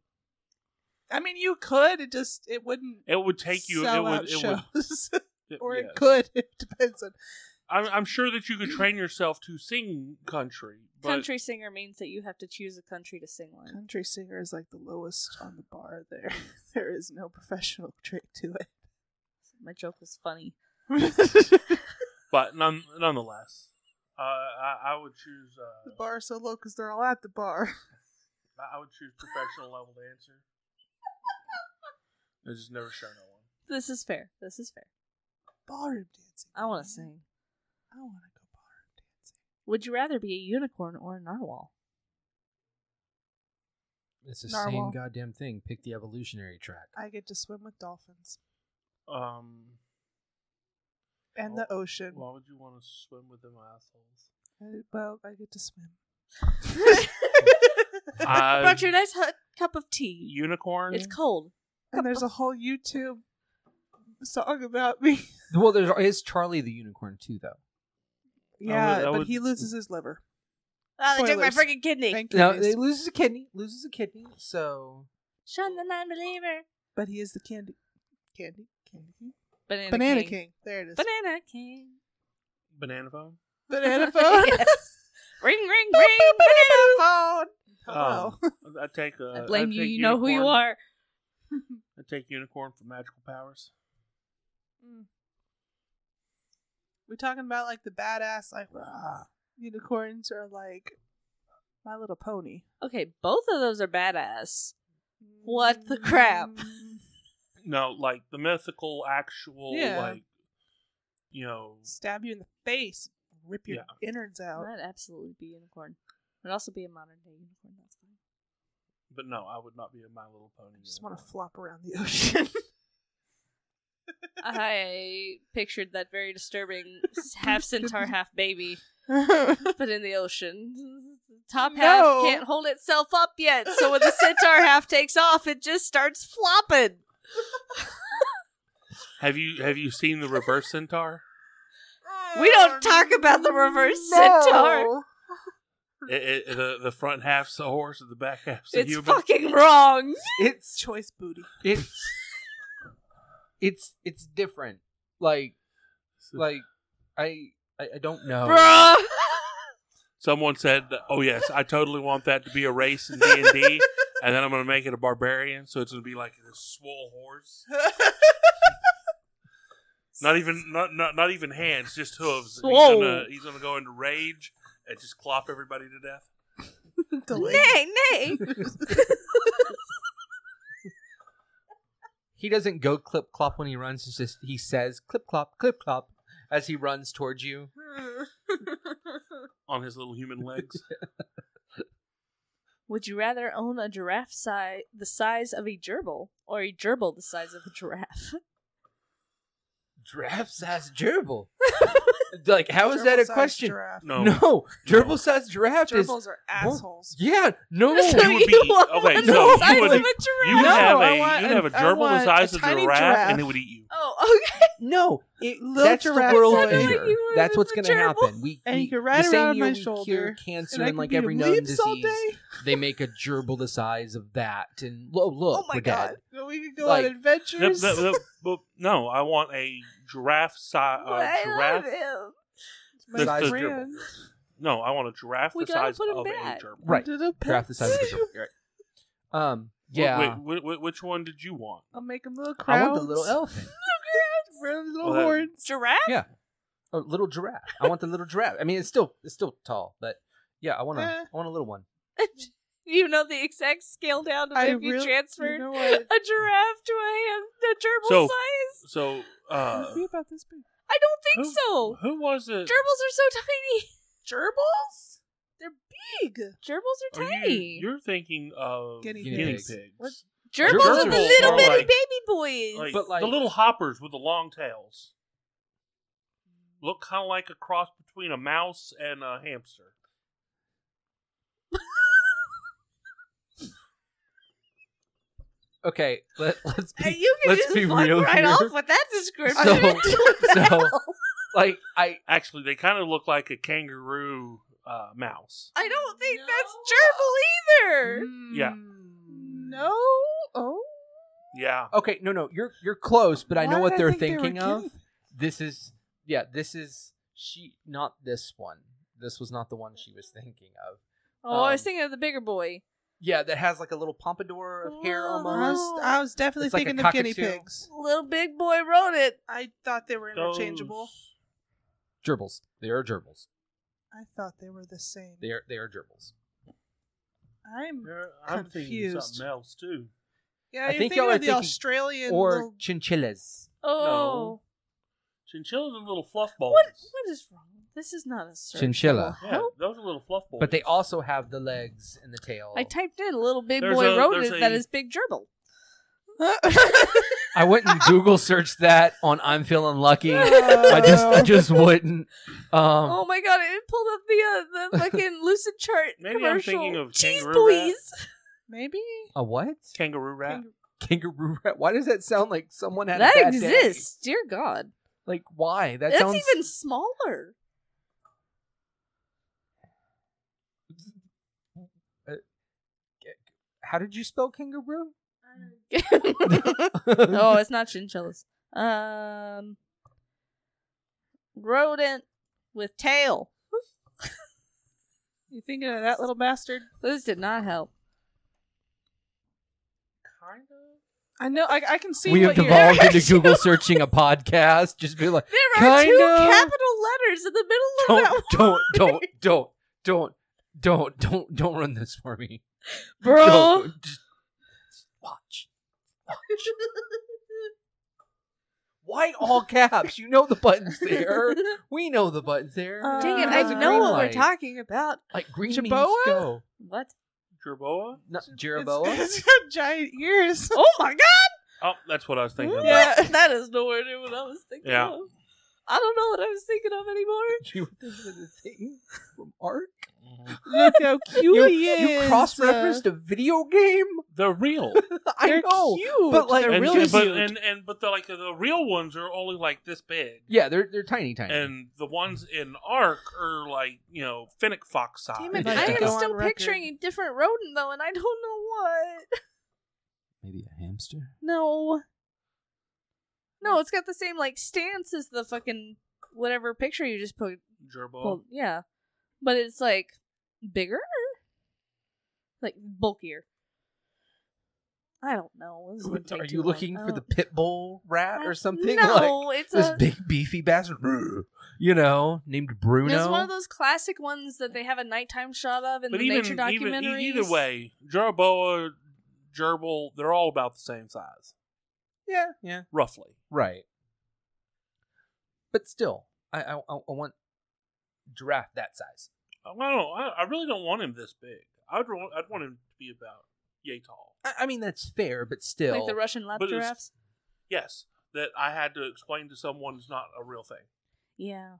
S1: I mean, you could. It just it wouldn't
S2: It would take you.
S1: sell
S2: it would.
S1: out
S2: It would.
S1: shows.
S2: it-
S1: or
S2: yes.
S1: it could. It depends on.
S2: I'm, I'm sure that you could train yourself to sing country. But
S4: country singer means that you have to choose a country to sing one.
S1: Country singer is like the lowest on the bar. There, there is no professional trick to
S4: My joke was funny.
S1: it.
S2: But none, nonetheless, uh, I, I would choose.
S1: the
S2: Uh,
S1: bar is so low because they're all at the bar.
S2: I- I would choose professional level dancer. I just never show no one.
S4: This is fair. This is fair.
S1: Ballroom dancing.
S4: I want
S1: man.
S4: to sing.
S1: I want to go ballroom dancing.
S4: Would you rather be a unicorn or a narwhal?
S3: It's the
S1: Narwhal.
S3: same goddamn thing. Pick the evolutionary track.
S1: I get to swim with dolphins
S2: Um, Oh,
S1: and the ocean.
S2: why would you want to swim with them assholes?
S1: I- well, I get to swim.
S2: I-
S4: Brought you a nice hot cup of tea.
S2: Uh, Unicorn.
S4: It's cold.
S1: and there's a whole YouTube song about me.
S3: Well, there is Charlie the Unicorn too, though.
S1: Yeah,
S2: that
S1: but
S2: would-
S1: he loses his liver.
S4: Ah, they took my
S1: Spoilers.
S4: freaking kidney.
S1: Thank you.
S3: No,
S1: Mace.
S3: it loses a kidney. Loses a kidney. So
S4: Shun the non-believer.
S1: but he is the candy, candy, candy king,
S4: Banana,
S1: banana king.
S4: king.
S1: There it is.
S4: Banana king.
S2: Banana phone.
S1: banana phone.
S4: Yes. Ring, ring, ring.
S1: phone. Hello.
S2: Um, I take. Uh,
S4: I blame
S2: I'd
S4: you.
S2: take
S4: You know who you
S2: unicorn.
S4: are.
S2: I take unicorn for magical powers.
S1: Mm. We're talking about like the badass, like rah. unicorns are like My Little Pony.
S4: Okay, both of those are badass. What the crap?
S1: Mm.
S2: No, like the mythical, actual,
S1: Yeah.
S2: like you know,
S1: Stab you in the face, rip your innards out.
S4: I'd absolutely be a unicorn. I'd also be a modern day unicorn. That's fine.
S2: but no, I would not be a My Little Pony.
S1: I just want to
S2: unicorn.
S1: flop around the ocean.
S4: I pictured that very disturbing half centaur, half baby, but in the ocean. Top half
S1: No.
S4: can't hold itself up yet, so when the centaur half takes off, it just starts flopping.
S2: Have you have you seen the Reverse Centaur?
S4: We don't talk about the reverse centaur.
S1: No.
S2: It- it- the the front half's a horse, and the back half's a
S4: It's
S2: human.
S4: fucking wrong.
S3: it's
S1: Choice booty.
S3: it's it's it's different. Like like I I, I don't
S2: Oh.
S3: know.
S4: Bruh.
S2: Someone said, "Oh yes, I totally want that to be a race in D and D, and then I'm going to make it a barbarian, so it's going to be like this swole horse, not even not not, not even hands, just hooves. He's
S4: Swole.
S2: gonna, he's going to go into rage and just clop everybody to death."
S4: Nay, nay.
S3: He doesn't go clip clop when he runs. It's just he says clip clop clip clop as he runs towards you.
S2: on his little human legs.
S4: Would you rather own a giraffe si- the size of a gerbil or a gerbil the size of a giraffe?
S3: Giraffe size gerbil. like, how is that a
S1: Gerbil-sized
S3: question?
S1: giraffe.
S2: No.
S3: No, gerbil sized giraffe is.
S1: Gerbils are assholes.
S3: Yeah, no.
S4: So
S2: you would
S4: you
S2: be-
S4: want
S2: okay,
S4: one
S2: so
S4: the
S2: you
S4: size
S2: would-
S4: of a giraffe?
S2: You would
S1: No,
S2: have
S1: I
S2: a
S1: want
S2: you'd have a
S1: an- I
S2: gerbil
S1: want
S2: the size
S1: a
S2: of a
S1: tiny
S2: giraffe,
S1: giraffe.
S2: and it would eat you.
S4: Oh, okay.
S3: No, it,
S1: Little
S3: that's the
S1: giraffe
S3: world
S1: size.
S3: here.
S4: You were
S3: That's what's
S4: the
S3: going to
S4: gerbil.
S3: happen. We,
S1: And
S3: we-
S1: you could ride
S3: the
S1: around
S3: same
S1: on
S3: year
S1: my
S3: we cure
S1: shoulder,
S3: cancer
S1: And I
S3: and
S1: could
S3: like
S1: beat
S3: every
S1: them
S3: known
S1: leaps all
S3: disease,
S1: day.
S3: they make a gerbil the size of that, and oh look,
S1: oh my
S3: we're
S1: god.
S3: dead.
S1: Well, We could go
S3: Like,
S1: on
S2: Yep,
S1: adventures.
S2: yep, yep. But no, I want a giraffe size.
S4: Well,
S2: Uh,
S4: I love
S2: giraffe.
S4: him.
S1: My
S3: That's the
S1: friend
S2: No, I want a giraffe
S4: We
S2: the
S4: gotta
S2: size
S4: put 'em
S2: of
S4: back.
S2: a gerbil. Wh-
S3: Right,
S1: did a
S3: giraffe the
S1: pet
S3: size of a
S1: sit.
S3: gerbil. You're right. Um, yeah,
S2: Wait, wh- wh- which one did you want?
S1: I'll make him little crowns.
S3: I want the little elephant,
S1: Wear the little
S2: Well, that-
S1: horns.
S4: Giraffe?
S3: a little giraffe. I want the little giraffe. I mean, it's still it's still tall, but yeah, I want a
S1: Eh.
S3: I want a little one.
S4: you know the exact scale down to
S1: I
S4: if you
S1: really-
S4: transferred
S1: You know what?
S4: a giraffe to a, hand, a gerbil
S2: So-
S4: size?
S2: So,
S1: It
S2: uh,
S1: would be about this big.
S4: I don't think
S2: who,
S4: so.
S2: who was it?
S4: Gerbils are so tiny.
S1: Gerbils? They're big.
S4: Gerbils are
S2: Are
S4: tiny.
S2: Oh, You, are thinking of
S1: Guinea
S2: guinea,
S3: pigs.
S2: pigs.
S1: What?
S4: gerbils, are the
S3: Gerbils
S4: little
S3: are
S4: bitty
S2: like-
S4: baby boys.
S2: Like,
S3: But, like-
S2: the little hoppers with the long tails. Look kind of like a cross between a mouse and a hamster.
S3: Okay, let, let's
S4: Uh,
S3: be
S4: you can
S3: let's
S4: just
S3: be
S4: fuck
S3: real
S4: right
S3: here.
S4: off with that description.
S3: So-
S4: What the
S3: so-
S4: hell?
S3: like I
S2: Actually, they kind of look like a kangaroo uh, mouse.
S4: I don't think that's
S1: No.
S4: gerbil either.
S2: Yeah.
S1: No. Oh.
S2: Yeah.
S3: Okay, no, no, you're you're close, but I know
S1: Why
S3: what
S1: did
S3: they're
S1: think they were
S3: thinking of.
S1: guinea-
S3: This is yeah, this is she not this one. This was not the one she was thinking of.
S4: Oh, I was
S3: Um,
S4: thinking of the bigger boy.
S3: Yeah, that has like a little pompadour of hair
S4: Oh,
S1: I
S3: almost.
S1: was, I was definitely
S3: It's like a
S1: thinking of guinea
S3: cockatoo.
S1: pigs.
S4: Little big boy wrote it.
S1: I thought they were interchangeable.
S2: Those-
S3: Gerbils. They are gerbils.
S1: I thought they were the same.
S3: They are they are gerbils.
S1: I'm.
S2: Yeah, I'm thinking
S1: Confused.
S2: something else too.
S1: Yeah,
S3: I
S1: you're
S3: think
S1: thinking
S3: y'all are
S1: of the
S3: thinking-
S1: Australian
S3: or
S1: little
S3: chinchillas.
S4: Oh,
S2: Chinchillas are little fluff balls.
S4: what what is wrong? This is not a search.
S3: Chinchilla.
S4: that will
S2: Yeah,
S4: help.
S2: those are little fluff balls.
S3: But they also have the legs and the tail.
S4: I typed in little big
S2: There's
S4: boy
S2: a-
S4: wrote
S2: there's
S4: it. That
S2: a-
S4: is big gerbil.
S3: I went and Google searched that on I'm feeling lucky. I
S1: I
S3: just I just wouldn't. Um
S4: oh my god! It pulled up the uh, the fucking lucid chart
S2: Maybe I'm
S4: commercial.
S2: thinking of
S4: cheese
S2: kangaroo
S4: boys.
S1: maybe
S3: a what?
S2: kangaroo rat.
S3: Kangaroo rat. Why does that sound like someone had
S4: That
S3: a bad day?
S4: exists. Dear God,
S3: Like why? That
S4: that's
S3: sounds
S4: even smaller.
S3: Uh, How did you spell kangaroo?
S4: Um, oh, it's not chinchillas. Um, rodent with tail.
S1: you thinking of that little bastard?
S4: This did not help.
S2: Kind of.
S1: I know. I, I can see.
S3: we have
S1: what you're-
S3: devolved into Google searching a podcast. Just be like,
S4: There are
S3: Kind
S4: two
S3: of.
S4: capital letters in the middle of that
S3: don't, don't, don't, don't, don't, don't, don't, don't run this for me,
S4: Bro.
S3: Don't. Just just watch. Why all caps? You know the buttons there. We know the buttons there.
S1: Uh,
S4: Dang it,
S1: That's
S4: I
S1: a
S4: know
S1: green
S4: what we're
S3: light.
S4: talking about.
S3: Like green means
S1: Jaboa?
S3: go.
S4: What?
S2: Jerboa?
S3: Not Jeroboa.
S1: It's, it's got giant ears.
S4: Oh my god!
S2: Oh, that's what I was thinking. about.
S1: Yeah.
S4: That is nowhere near what I was thinking
S2: Yeah.
S4: of. I don't know what I was thinking of anymore.
S3: You were thinking of the thing from Ark.
S1: Look how cute
S3: You,
S1: he is.
S4: uh,
S3: you cross-referenced a video game.
S2: They're real.
S3: I know.
S1: Uh, cute.
S3: but, like,
S1: they're
S2: and,
S1: really
S2: and- but,
S1: cute.
S2: and and but the like the real ones are only like this big.
S3: Yeah, they're they're tiny, tiny.
S2: And the ones in Ark are like, you know, Finnick Fox size.
S1: Damn
S4: But
S1: it,
S3: I'd like
S4: I
S3: to
S4: am
S3: go
S1: on
S4: still
S1: record.
S4: picturing a different rodent though, and I don't know what.
S3: Maybe a hamster.
S4: No. No,
S3: Mm.
S4: it's got the same like stance as the fucking whatever picture you just put.
S3: Oh.
S2: Gerboa.
S4: Well, yeah, but it's like bigger, like bulkier. I don't know. This is gonna take
S3: Are
S4: too
S3: you
S4: long.
S3: looking
S4: I
S3: for the
S4: don't-
S3: pit bull rat or something?
S4: No, it's
S3: like this
S4: a.
S3: big beefy bastard, you know, named Bruno.
S4: It's one of those classic ones that they have a nighttime shot of in
S2: but
S4: the
S2: even,
S4: nature
S2: even
S4: documentaries.
S2: e- either way, Jerboa, Gerbil, they're all about the same size,
S3: yeah, yeah,
S2: roughly.
S3: right. But still, I I, I I want giraffe that size.
S2: I don't know. I, I really don't want him this big. I'd wa- I'd want him to be about yay tall.
S3: I, I mean, that's fair, but still,
S4: like the Russian lap
S2: But it's-
S4: giraffes.
S2: Yes, that I had to explain to someone is not a real thing.
S4: Yeah,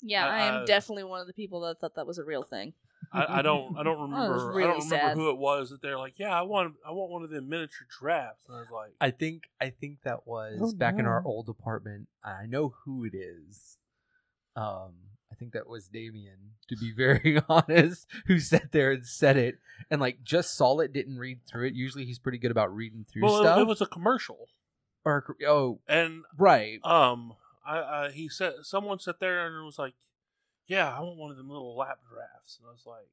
S4: Yeah, I, am
S2: I- I-
S4: definitely one of the people that thought that was a real thing.
S2: I, I don't I don't remember I
S4: Oh, really
S2: don't remember
S4: sad.
S2: who it was that they're like, yeah, I want I want one of them miniature giraffes, and I was like,
S3: I think I think that was
S1: Oh,
S3: back in our
S1: no.
S3: old apartment. I know who it is. Um, I think that was Damien, to be very honest, who sat there and said it and like just saw it, didn't read through it. Usually he's pretty good about reading through
S2: well,
S3: stuff.
S2: it, it was a commercial,
S3: or oh
S2: and
S3: right.
S2: um, I, I he said someone sat there and was like, yeah, I want one of them little lap giraffes, and I was like,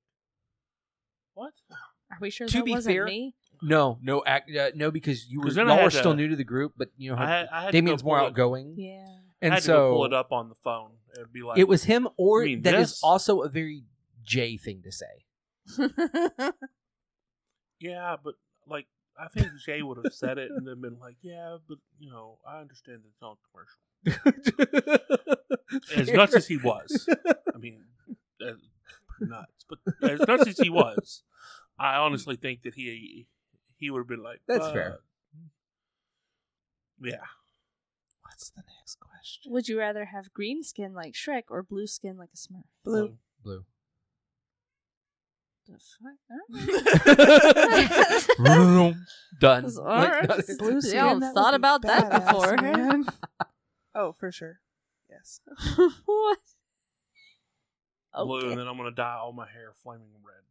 S2: what?
S4: Are we sure
S3: To
S4: that
S3: be
S4: wasn't
S3: fair-
S4: me?
S3: No, no ac- uh, no because you were
S2: 'Cause then
S3: y'all
S2: I
S3: are
S2: had to-
S3: still new to the group, but you know
S2: I
S3: how
S2: had, I had to go
S3: Damien's more
S2: pull it-
S3: outgoing.
S4: Yeah.
S2: I
S3: And
S2: had
S3: so
S2: to go pull it up on the phone and be like,
S3: it was him or
S2: You mean
S3: that is
S2: this?
S3: also a very J thing to say.
S2: yeah, but like I think Jay would have said it and then been like, yeah, but you know, I understand that it's on commercial. As nuts as he was, I mean, as nuts, but as nuts as he was, I honestly think that he he would have been like,
S3: That's
S2: uh,
S3: fair.
S2: Yeah,
S1: What's the next question?
S4: Would you rather have green skin like Shrek or blue skin like a Smurf?
S1: Blue.
S3: Blue.
S4: The fuck? Alright.
S3: Done.
S4: Alright. Blue skin. Yeah, I've thought about that before.
S1: oh, for sure. Yes.
S4: what?
S2: blue,
S4: Okay.
S2: and then I'm gonna dye all my hair flaming red.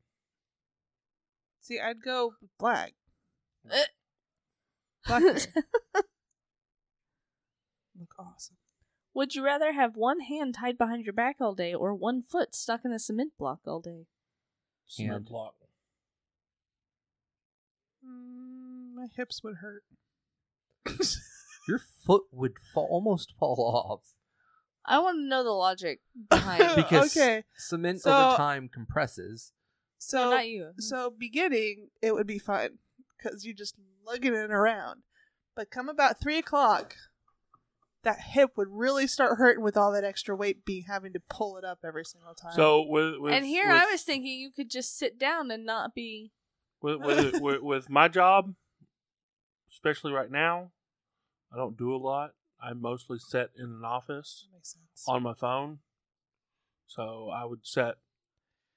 S1: See, I'd go with black.
S4: Eh.
S1: Black hair. Look awesome.
S4: Would you rather have one hand tied behind your back all day or one foot stuck in a cement block all day?
S2: Cement
S3: And-
S2: block.
S1: Mm, my hips would hurt.
S3: Your foot would fall, almost fall off
S4: I want to know the logic behind.
S1: Be-
S3: because
S1: Okay.
S3: cement
S1: So-
S3: over time compresses.
S1: So,
S4: not you.
S1: so beginning it would be fun because you just lugging it around. But come about three o'clock, that hip would really start hurting with all that extra weight being having to pull it up every single time.
S2: So with, with
S4: and here
S2: with,
S4: I was thinking you could just sit down and not be.
S2: with, with, with, with my job, especially right now, I don't do a lot. I mostly sit in an office
S1: That makes sense.
S2: on my phone. So I would sit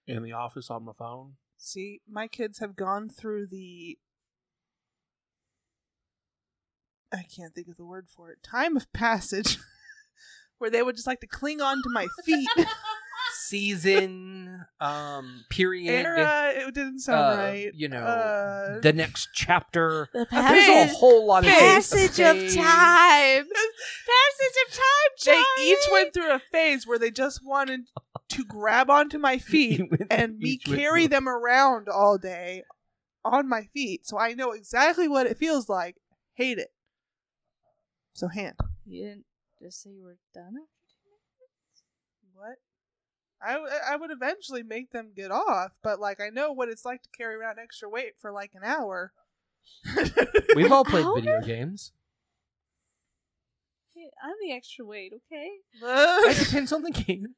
S2: in the office on my phone.
S1: See, my kids have gone through the. I can't think of the word for it. Time of passage, where they would just like to cling on to my feet.
S3: Season, um, period,
S1: Era, it didn't
S3: uh,
S1: sound right.
S3: you know,
S1: uh,
S3: the next chapter.
S4: The
S3: There's a
S1: passage-
S3: whole lot of things.
S4: passage of
S3: Phase.
S4: time. Passage of time,
S1: they
S4: Charlie.
S1: each went through a phase where they just wanted to grab onto my feet
S3: You went-
S1: and me
S3: each went
S1: carry
S3: through-
S1: them around all day on my feet, so I know exactly what it feels like. Hate it. So hand.
S4: You didn't just say you were done.
S1: What? I, w- I would eventually make them get off, but like I know what it's like to carry around extra weight for like an hour.
S3: We've all played
S4: Hour?
S3: video games.
S4: Hey, I'm the extra weight, okay?
S3: It depends on the game.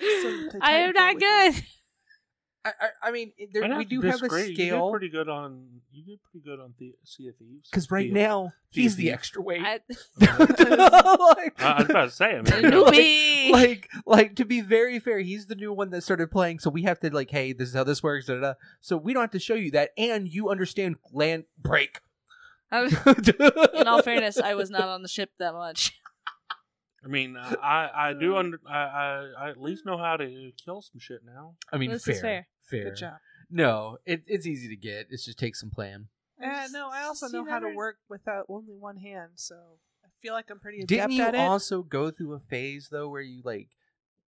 S1: Some
S4: I am not
S1: Titanfall
S4: good.
S3: I, I, I mean, it-
S2: I'd
S3: there,
S2: have
S3: we
S2: to
S3: do have a
S2: disagree. You did
S3: scale
S2: pretty good on you did pretty good on the Sea of Thieves.
S3: because right
S2: Thieves.
S3: now he's the
S2: Thieves.
S3: extra weight.
S4: I,
S3: Like-
S2: I, I was about to say. I mean, you know,
S4: newbie.
S3: like like to be very fair he's the new one that started playing so we have to like hey this is how this works da, da, da. so we don't have to show you that and you understand land break
S4: I'm- Oh. in all fairness, I was not on the ship that much.
S2: I mean, uh, I I do under I, I I at least know how to kill some shit now.
S3: i mean
S4: This
S3: fair,
S4: is fair.
S3: fair
S1: Good job.
S3: no it, it's easy to get it just takes some plan
S1: Yeah, no, I also
S4: See,
S1: know how to
S4: never-
S1: work without only one hand, so I feel like I'm pretty adept
S3: didn't you
S1: at it.
S3: also go through a phase though where you like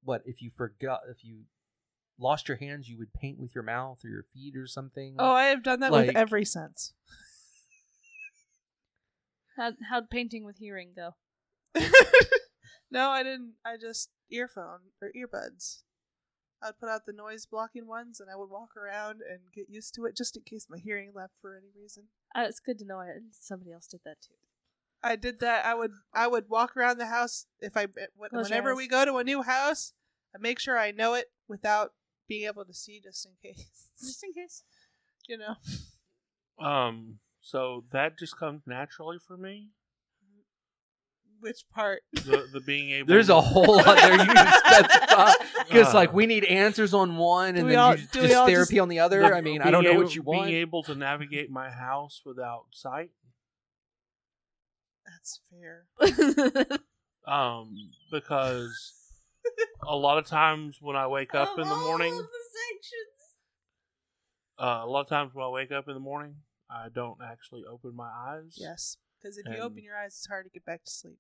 S3: what if you forgot if you lost your hands you would paint with your mouth or your feet or something
S1: oh, I have done that
S3: Like-
S1: with every sense.
S4: How how'd painting with hearing go?
S1: no, I didn't. I just earphone or earbuds. I'd put out the noise blocking ones, and I would walk around and get used to it, just in case my hearing left for any reason.
S4: Uh, it's good to know I, somebody else did that too.
S1: I did that. I would I would walk around the house if I when-
S4: Close your
S1: whenever
S4: eyes.
S1: we go to a new house, I make sure I know it without being able to see, just in case.
S4: Just in case.
S1: you know.
S2: Um, so that just comes naturally for me.
S1: Which part?
S2: the, the being able.
S3: There's a whole lot there you can specify. Because
S2: Uh,
S3: like we need answers on one,
S1: Do
S3: and
S1: we
S3: then
S1: all-
S3: you just
S1: do we all
S3: therapy
S1: just-
S3: on the other.
S2: the
S3: I mean, I don't
S2: being
S3: know
S2: able-
S3: what you want.
S2: Being able to navigate my house without sight.
S1: That's fair.
S2: Um, because a lot of times when I wake up
S4: Of
S2: in the
S4: all
S2: morning,
S4: of the sections.
S2: uh, a lot of times when I wake up in the morning, I don't actually open my eyes.
S1: Yes. Because if
S2: And-
S1: you open your eyes, it's hard to get back to sleep.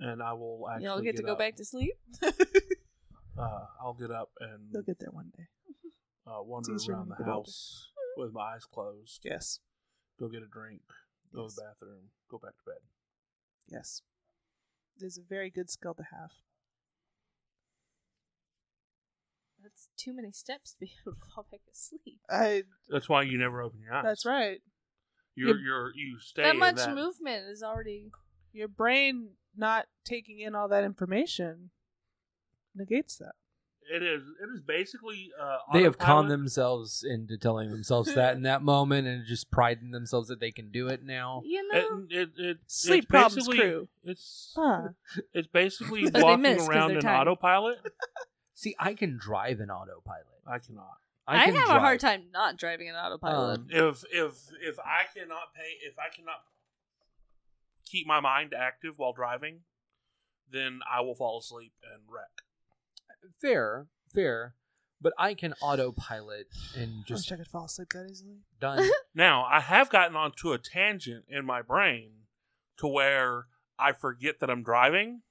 S2: And I will actually.
S4: You don't get, to go
S2: up.
S4: back to sleep.
S2: Uh, I'll get up and
S1: They'll get there one day.
S2: uh, wander
S1: easier
S2: around
S1: when
S2: the
S1: you get older.
S2: house with my eyes closed.
S1: Yes.
S2: Go get a drink. Go
S1: Yes.
S2: to the bathroom. Go back to bed.
S1: Yes. It is a very good skill to have.
S4: That's too many steps to be able to fall back asleep.
S1: I.
S2: That's why you never open your eyes.
S1: That's right.
S2: You're you're you stay
S4: that
S2: in
S4: much
S2: that.
S4: movement is already.
S1: Your brain not taking in all that information negates that.
S2: It is it is basically uh,
S3: they have
S2: autopilot.
S3: conned themselves into telling themselves that in that moment, and just priding themselves that they can do it
S1: Oh,
S3: now.
S4: You
S2: It,
S4: know.
S2: it, it,
S1: Sleep
S2: it's
S1: problems
S2: basically-
S1: crew.
S2: It's
S1: Huh.
S2: it's basically
S4: But they
S2: walking
S4: miss 'cause
S2: around
S4: they're
S2: in
S4: tired.
S2: autopilot.
S3: See, I can drive an autopilot.
S2: I cannot.
S4: I,
S3: can
S4: have a
S3: drive.
S4: hard time not driving an autopilot.
S3: Um,
S2: If if if I cannot pay, if I cannot keep my mind active while driving, then I will fall asleep and wreck.
S3: fair, fair, but I can autopilot and
S1: Just,
S3: just
S1: I wish I could fall asleep that easily.
S3: done.
S2: Now I have gotten onto a tangent in my brain to where I forget that I'm driving,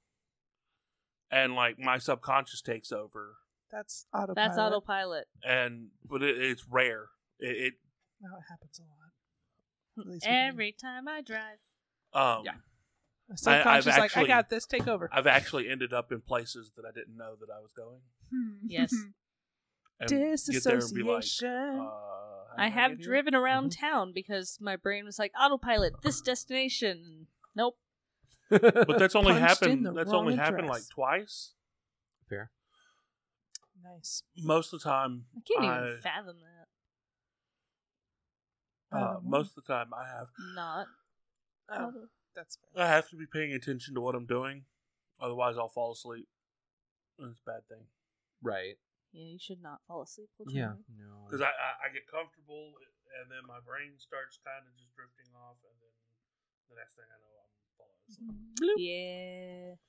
S2: and like my subconscious takes over.
S1: That's autopilot.
S4: That's autopilot.
S2: and but it, it's rare. It,
S1: No, it happens a lot. At least with me.
S4: Every time I drive.
S2: it um,
S3: Yeah.
S2: I-
S1: My
S2: I've
S1: subconscious is like, I
S2: actually-
S1: got this. Take over.
S2: I've actually ended up in places that I didn't know that I was going.
S1: Hmm.
S4: Yes.
S2: And get there and be like,
S1: Disassociation.
S2: uh, how
S4: I
S2: did
S4: have
S2: get here?
S4: driven around town because my brain was like autopilot this destination. Nope.
S2: but that's only
S1: Punched in
S2: happened.
S1: the
S2: That's
S1: wrong
S2: only happened like
S1: address.
S2: twice.
S3: fair.
S1: nice.
S2: Most of the time,
S4: I can't
S2: I,
S4: even fathom that.
S2: uh,
S1: Um,
S2: most of the time I have
S4: Not.
S1: Oh, that's fair.
S2: I have to be paying attention to what I'm doing, otherwise I'll fall asleep. And it's a bad thing
S3: Right.
S4: Yeah, you should not fall asleep. while
S3: Yeah.
S4: driving.
S3: No.
S2: because I, I I get comfortable and then my brain starts kind of just drifting off, and then the next thing I know I'm falling asleep.
S4: Yeah.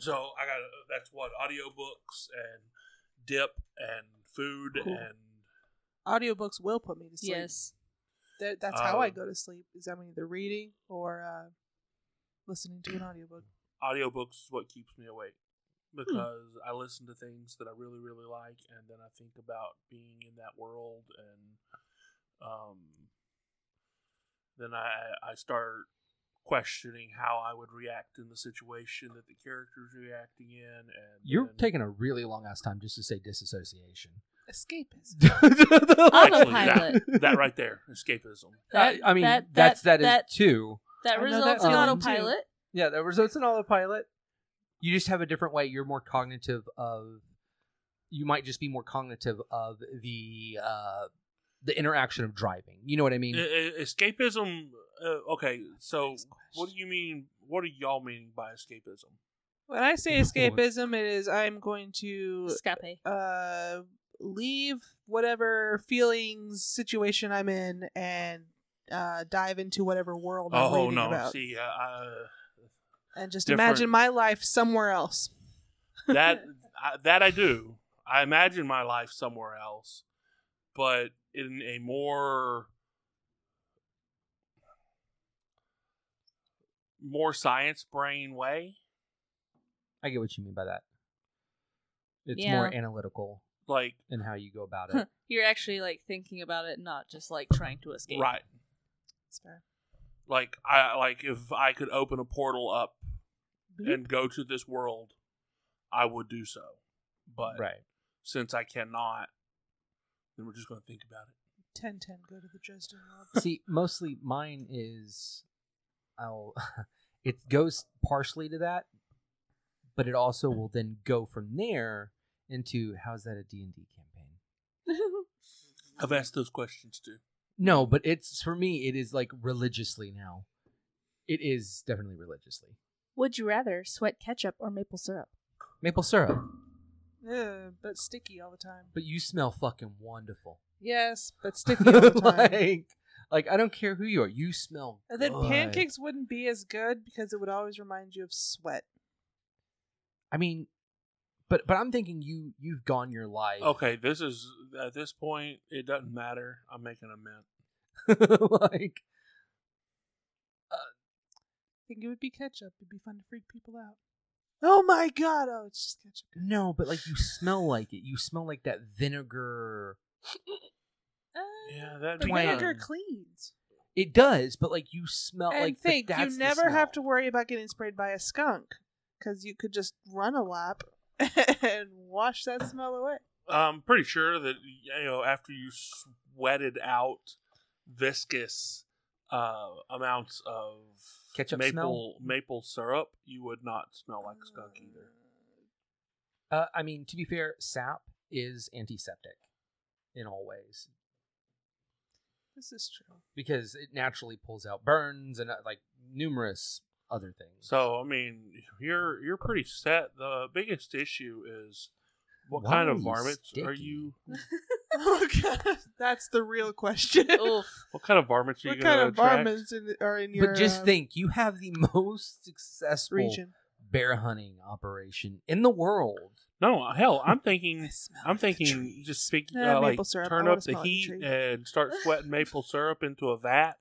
S2: So I got that's what audiobooks and dip and food
S1: Cool.
S2: and
S1: Audiobooks will put me to sleep.
S4: Yes.
S1: That, that's how I
S2: Um,
S1: go to sleep. Is I'm either reading or uh, listening to an audiobook.
S2: audiobooks is what keeps me awake because I listen to things that I really really like and then I think about being in that world and um then I I start questioning how I would react in the situation that the character's reacting in and
S3: You're
S2: then-
S3: taking a really long ass time just to say disassociation.
S1: Escapism.
S2: Actually,
S4: Autopilot.
S2: that, that right there escapism
S3: I, I mean,
S4: that,
S3: that's
S4: that,
S3: that is
S4: that,
S3: too.
S4: that
S1: I know
S4: results
S1: that's
S4: in
S3: one, too.
S4: autopilot.
S3: Yeah, that results in autopilot. You just have a different way. You're more cognitive of. You might just be more cognitive of the uh, the interaction of driving. You know what I mean?
S2: E- e- escapism uh, okay so What do you mean? What are y'all meaning by escapism?
S1: When I say
S3: No.
S1: escapism, it is I'm going to
S4: Escape.
S1: uh, leave whatever feelings situation I'm in and uh, dive into whatever world I'm
S2: Oh
S1: reading
S2: no!
S1: about,
S2: See, uh,
S1: and just
S2: different-
S1: imagine my life somewhere else.
S2: uh, that I, that I do. I imagine my life somewhere else, but in a more more science brain way.
S3: I get what you mean by that. It's
S4: Yeah.
S3: more analytical
S2: Like
S3: in how you go about it.
S4: You're actually like thinking about it, not just like trying to escape.
S2: right,
S1: That's fair.
S2: like I like if I could open a portal up
S1: Boop.
S2: and go to this world, I would do so. But
S3: right.
S2: since I cannot, then we're just going to think about it.
S1: Ten ten, go to the Dresden Lab.
S3: See, mostly mine is I'll it goes partially to that, but it also will then go from there into how's that a D&D campaign?
S2: I've asked those questions too.
S3: No, but it's for me it is like religiously now. It is definitely religiously.
S4: Would you rather sweat ketchup or maple syrup?
S3: Maple syrup.
S1: Ugh, but sticky all the time.
S3: But you smell fucking wonderful.
S1: Yes, but sticky all the time.
S3: like, like I don't care who you are, you smell.
S1: and then
S3: good.
S1: pancakes wouldn't be as good because it would always remind you of sweat.
S3: I mean, but but I'm thinking you you've gone your life.
S2: Okay, this is at this point it doesn't matter. I'm making a mint.
S3: like
S1: I think it would be ketchup. It'd be fun to freak people out. Oh my god! Oh, it's just ketchup.
S3: no, but like you smell like it. You smell like that vinegar.
S2: Yeah, that
S1: But
S3: Twang.
S1: vinegar cleans.
S3: It does, but like you smell
S1: and
S3: Uh, like. but
S1: think
S3: that's
S1: you
S3: the
S1: never have to
S3: smell.
S1: worry about getting sprayed by a skunk because you could just run a lap and wash that smell away.
S2: I'm pretty sure that you know after you sweated out viscous uh, amounts of
S3: Ketchup
S2: maple maple syrup, you would not smell like skunk either.
S3: Uh, I mean, to be fair, sap is antiseptic in all ways
S1: This is true.
S3: because it naturally pulls out burns and uh, like numerous other things.
S2: So I mean, you're you're pretty set. The biggest issue is what kind of varmints are you?
S1: oh god, that's the real question.
S4: Oof.
S2: What kind of varmints are
S1: what
S2: you going
S1: kind
S2: to
S1: of
S2: attract?
S1: varmints in, are in your
S3: But just
S1: uh,
S3: think, oh, you have the most successful
S1: region?
S3: bear hunting operation in the world.
S2: No, hell, I'm thinking. I'm thinking
S1: trees.
S2: just speak,
S1: Yeah,
S2: uh, like
S1: Eh, maple syrup.
S2: turn up
S1: I wanna
S2: the
S1: smell it in
S2: heat
S1: trees.
S2: and start sweating maple syrup into a vat.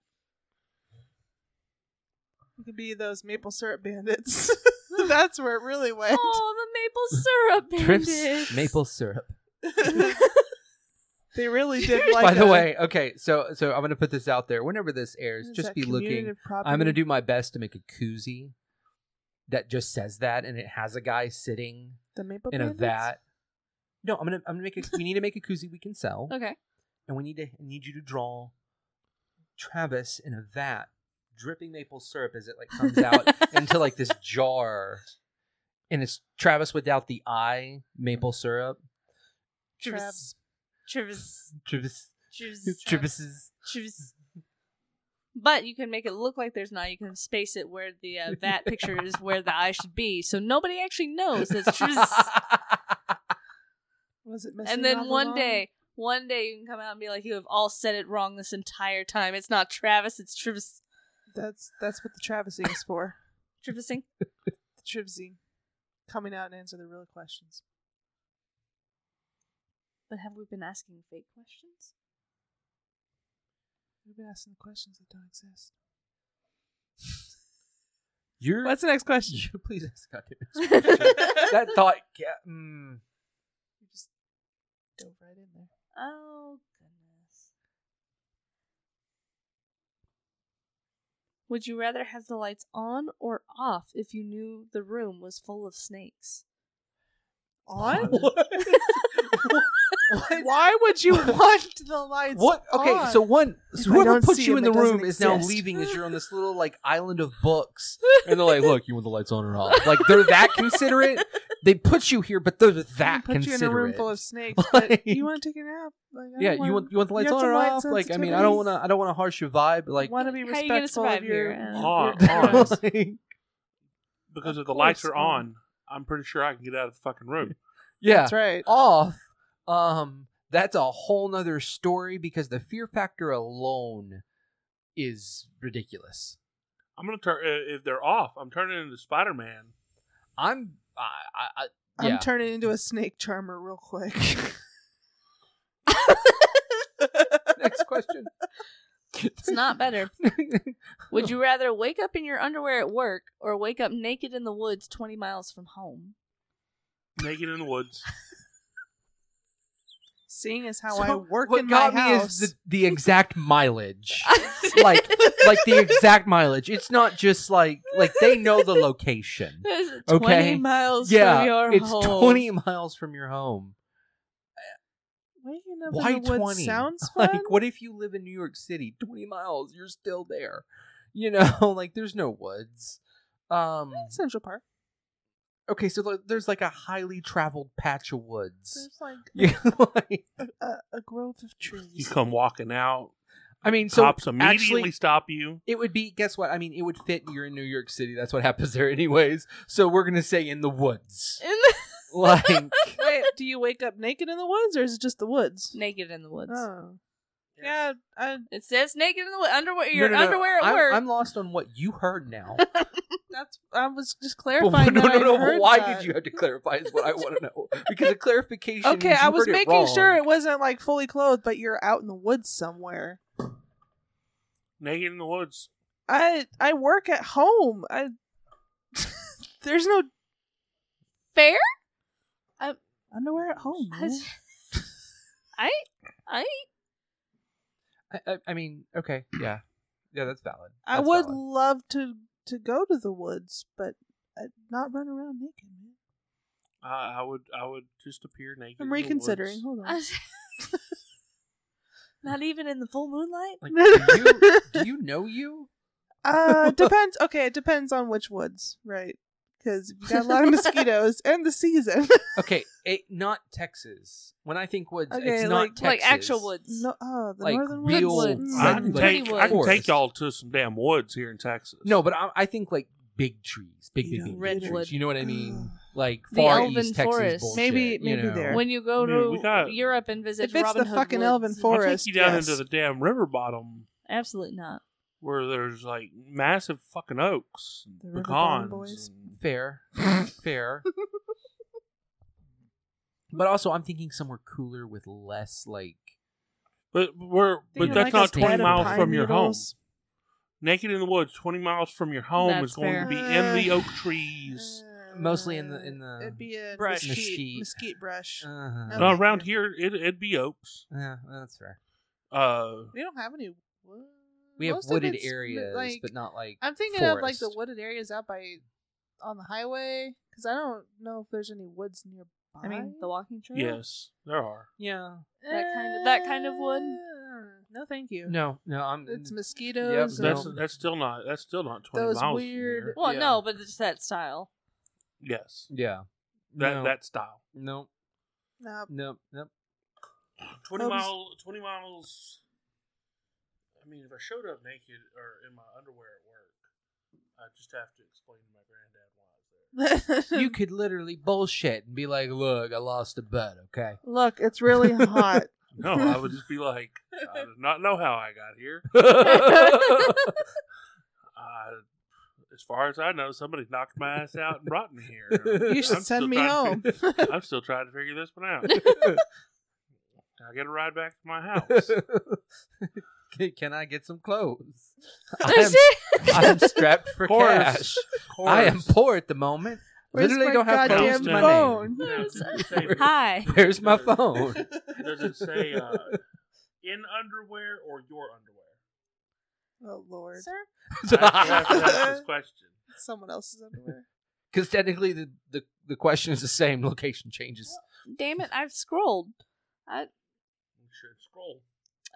S1: You could be those maple syrup bandits. that's where it really went.
S4: Oh, the maple syrup bandits.
S3: Trips maple syrup.
S1: they really did. Like
S3: By the
S1: a-
S3: way, okay, so so I'm gonna put this out there. Whenever this airs,
S1: what is
S3: just
S1: that,
S3: be looking.
S1: community property?
S3: I'm gonna do my best to make a koozie that just says that, and it has a guy sitting
S1: the maple
S3: in a
S1: bandits?
S3: vat. No, I'm gonna I'm gonna make a. we need to make a koozie we can sell,
S4: Okay.
S3: and we need to I need you to draw Travis in a vat, dripping maple syrup as it like comes out into like this jar, and it's Travis without the eye maple syrup.
S4: Travis. Travis.
S3: Travis.
S4: Travis.
S3: Travis's.
S4: Travis. But you can make it look like there's not. You can space it where the uh, vat picture is where the eye should be, so nobody actually knows it's Travis.
S1: Was it missing
S4: and then
S1: all
S4: one
S1: along?
S4: day, one day you can come out and be like, "You have all said it wrong this entire time. It's not Travis. It's Travis.
S1: That's that's what the Travising is for.
S4: Travising."
S1: The Trivsing. Coming out and answer the real questions.
S4: But have we been asking fake questions?
S1: We've been asking questions that don't exist.
S3: You're.
S1: What's the next question?
S3: you please ask God damn it.
S1: you
S3: That thought. ca- mm.
S1: just dove right in there.
S4: Oh goodness. Would you rather have the lights on or off if you knew the room was full of snakes?
S1: On?
S3: What?
S1: Why would you want the lights?
S3: What? Okay,
S1: on?
S3: so one,
S1: If
S3: so
S1: I
S3: whoever
S1: don't
S3: puts
S1: see
S3: you
S1: him,
S3: in
S1: it
S3: the room
S1: doesn't
S3: is now
S1: exist.
S3: leaving as you're on this little like island of books, and they're like, "Look, you want the lights on or off?" Like they're that considerate. They put you here, but they're that
S1: put
S3: considerate.
S1: you in a room full of snakes, but
S3: Like-
S1: you want to take a nap? Like, I
S3: yeah,
S1: don't
S3: you want you want the
S1: you
S3: lights
S1: have
S3: on
S1: some
S3: or
S1: light
S3: off? Like, I mean, I don't want to I don't want to harsh your vibe. but, Like,
S1: Want to be
S4: How you gonna
S1: respectful
S4: survive
S1: of your.
S4: here, uh,
S2: On,
S1: your-
S2: on.
S3: like,
S2: Because
S1: Of
S2: if the lights
S1: course,
S2: are
S1: yeah.
S2: on, I'm pretty sure I can get out of the fucking room.
S3: yeah,
S1: That's right.
S3: off. Um, that's a whole nother story because the fear factor alone is ridiculous.
S2: I'm gonna turn i- if they're off. I'm turning into Spider Man.
S3: I'm I, I, I
S1: I'm
S3: yeah.
S1: turning into a snake charmer real quick.
S3: Next question.
S4: It's not better. Would you rather wake up in your underwear at work or wake up naked in the woods 20 miles from home?
S2: naked in the woods.
S1: Seeing as how
S3: So,
S1: I work
S3: what
S1: in
S3: got
S1: my
S3: me
S1: house,
S3: is the, the exact mileage. like like the exact mileage. It's not just like like they know the location.
S4: It's 20
S3: Okay.
S4: miles from
S3: Yeah,
S4: your
S3: it's
S4: home.
S3: 20 miles from your home.
S1: waking up
S3: Why
S1: in the woods
S3: 20?
S1: sounds fun.
S3: Like what if you live in New York City, 20 miles, you're still there. You know, like there's no woods. Um
S1: Central Park.
S3: okay, so there- there's like a highly traveled patch of woods.
S1: There's like
S3: Yeah, like
S1: a, a grove of trees.
S2: You come walking out.
S3: I mean, so
S2: Cops immediately
S3: actually-
S2: stop you.
S3: It would be, guess what? I mean, it would fit. You're in New York City. That's what happens there, anyways. So we're going to say in the woods.
S4: In the-
S3: Like,
S1: Wait, do you wake up naked in the woods or is it just the woods?
S4: naked in the woods.
S1: Oh. Yeah, I,
S4: It says naked in the woods. Underwear.
S3: no,
S4: Your
S3: no, no.
S4: underwear at
S3: I'm,
S4: work.
S3: I'm lost on what you heard now.
S1: that's I was just
S3: But
S1: clarifying.
S3: no,
S1: that
S3: no,
S1: I
S3: no.
S1: heard
S3: Why
S1: that.
S3: did you have to clarify? Is what I want to know. Because a clarification.
S1: Okay,
S3: means you
S1: I was
S3: heard it
S1: making sure
S3: wrong.
S1: it wasn't like fully clothed, but you're out in the woods somewhere.
S2: Naked in the woods.
S1: I I work at home. I there's no
S4: Fair.
S1: underwear at home.
S4: I
S1: man.
S4: was- I. I.
S3: I, I, I mean, okay, yeah, yeah, that's valid.
S1: I
S3: That's
S1: would
S3: valid.
S1: love to to go to the woods, but I'd not run around naked. Man.
S2: I, I would I would just appear naked. in
S1: I'm
S2: the
S1: reconsidering.
S2: woods.
S1: Hold
S4: I
S1: on.
S4: was- Not even in the full moonlight.
S3: Like, do you, do you know you?
S1: Uh, depends. Okay, it depends on which woods, right? Because you got a lot of mosquitoes and the season.
S3: Okay, it, not Texas. When I think woods,
S1: Okay,
S3: it's not
S1: like-
S3: Texas.
S4: Like actual woods.
S1: no, oh, the
S3: Like
S1: northern
S3: real
S1: woods.
S4: woods.
S2: I
S1: Mm.
S2: can
S4: Like
S2: take I can
S3: forest.
S2: take y'all to some damn woods here in Texas.
S3: No, but I, I think like big trees, big, big,
S1: Yeah.
S3: big, big
S4: Redwood.
S3: trees. You know what I
S2: Mm.
S3: mean? Like
S4: The
S3: far
S4: elven
S3: east Texas
S4: forest.
S3: bullshit.
S1: Maybe-
S3: you
S1: maybe
S3: know.
S1: there.
S4: When you go
S2: Dude, we
S4: to
S2: got-
S4: Europe and visit
S1: If it's
S4: Robin
S1: the
S4: Hood
S1: fucking
S4: Woods.
S1: elven
S2: I'll
S1: forest,
S2: take you down
S1: yes.
S2: into the damn river bottom
S4: Absolutely not.
S2: where there's like massive fucking oaks,
S1: The
S2: and
S1: river
S2: pecans.
S1: bottom boys.
S2: and-
S3: Fair, fair. but also, I'm thinking somewhere cooler with less like.
S2: But we're but
S1: Thinking
S2: that's
S1: like a
S2: not
S1: bed
S2: twenty
S1: of
S2: miles
S1: pine
S2: from your home.
S1: needles.
S2: Naked in the woods, twenty miles from your home
S4: That's
S2: is going
S4: fair.
S2: to be in the oak trees.
S3: Mostly in the- in the
S1: Uh, it'd be a
S4: brush.
S1: mesquite
S3: Mesquite.
S1: mesquite, brush.
S3: Uh,
S2: Now, around here, it, it'd be oaks.
S3: yeah, that's fair.
S2: Uh,
S1: we don't have any. Wood.
S3: We have
S1: Most of
S3: wooded
S1: it's mi-
S3: areas,
S1: like-
S3: but not like.
S1: I'm thinking of like the
S3: forest.
S1: wooded areas out by on the highway because I don't know if there's any woods nearby.
S4: I mean, the walking trail.
S2: yes, there are.
S3: Yeah.
S4: that kind of- that kind of wood?
S1: Uh, No, thank you.
S3: No, no, I'm.
S1: It's mosquitoes.
S3: Yep,
S1: and
S2: That's that's still not that's still not twenty
S1: Those
S2: miles. from
S1: weird-
S2: here.
S4: Well,
S3: Yeah.
S4: no, but it's that style.
S2: Yes,
S3: yeah.
S2: that
S3: no,
S2: that style.
S3: no,
S1: no,
S3: no, no.
S2: Twenty
S1: Um,
S2: mile twenty miles. I mean, if I showed up naked or in my underwear at work, I just have to explain to my granddad why I was there.
S3: You could literally bullshit and be like, "Look, I lost a bet." Okay.
S1: Look, it's really hot.
S2: No, I would just be like, I did not know how I got here. Uh, as far as I know, somebody knocked my ass out and brought me here.
S1: You should
S2: I'm still
S1: send me
S2: trying to
S1: home.
S2: fig- I'm still trying to figure this one out. I get a ride back to my house.
S3: can, can I get some clothes?
S4: That's
S3: I'm,
S4: it.
S3: I'm strapped for
S2: Of course.
S3: cash. I am poor at the moment.
S1: Where's
S3: Literally
S1: my
S3: don't have
S1: goddamn
S3: clothes to my
S1: phone?
S2: Now, does it say-
S4: Hi.
S3: Where's my
S2: does it-
S3: phone?
S2: Does it say uh, in underwear or your underwear?
S1: oh Lord,
S4: Sir?
S2: I have to ask this question.
S1: someone else's underwear.
S3: Because technically, the, the the question is the same. Location changes.
S4: Damn it, I've scrolled. I,
S2: You should scroll.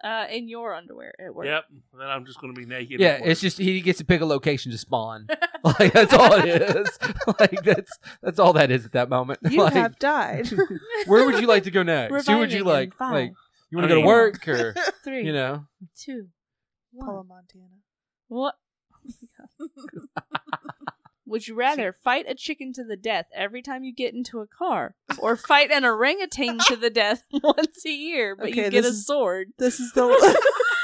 S4: uh, in your underwear at work.
S2: Yep. Then I'm just going to be naked.
S3: Yeah,
S2: at work.
S3: it's just he gets to pick a location to spawn. like that's all it is. like that's that's all that is at that moment.
S1: You
S3: like,
S1: have died.
S3: where would you like to go next? Who would
S4: Reviving
S3: you
S4: in
S3: like?
S4: five,
S3: Like you want
S2: I
S3: to go to
S2: mean-
S3: work or
S4: three,
S3: you know?
S4: two, one.
S1: Paula Montana.
S4: What? Would you rather fight a chicken to the death every time you get into a car, or fight an orangutan to the death once a year, but you
S1: Okay,
S4: get
S1: this
S4: a
S1: is-
S4: sword?
S1: This is the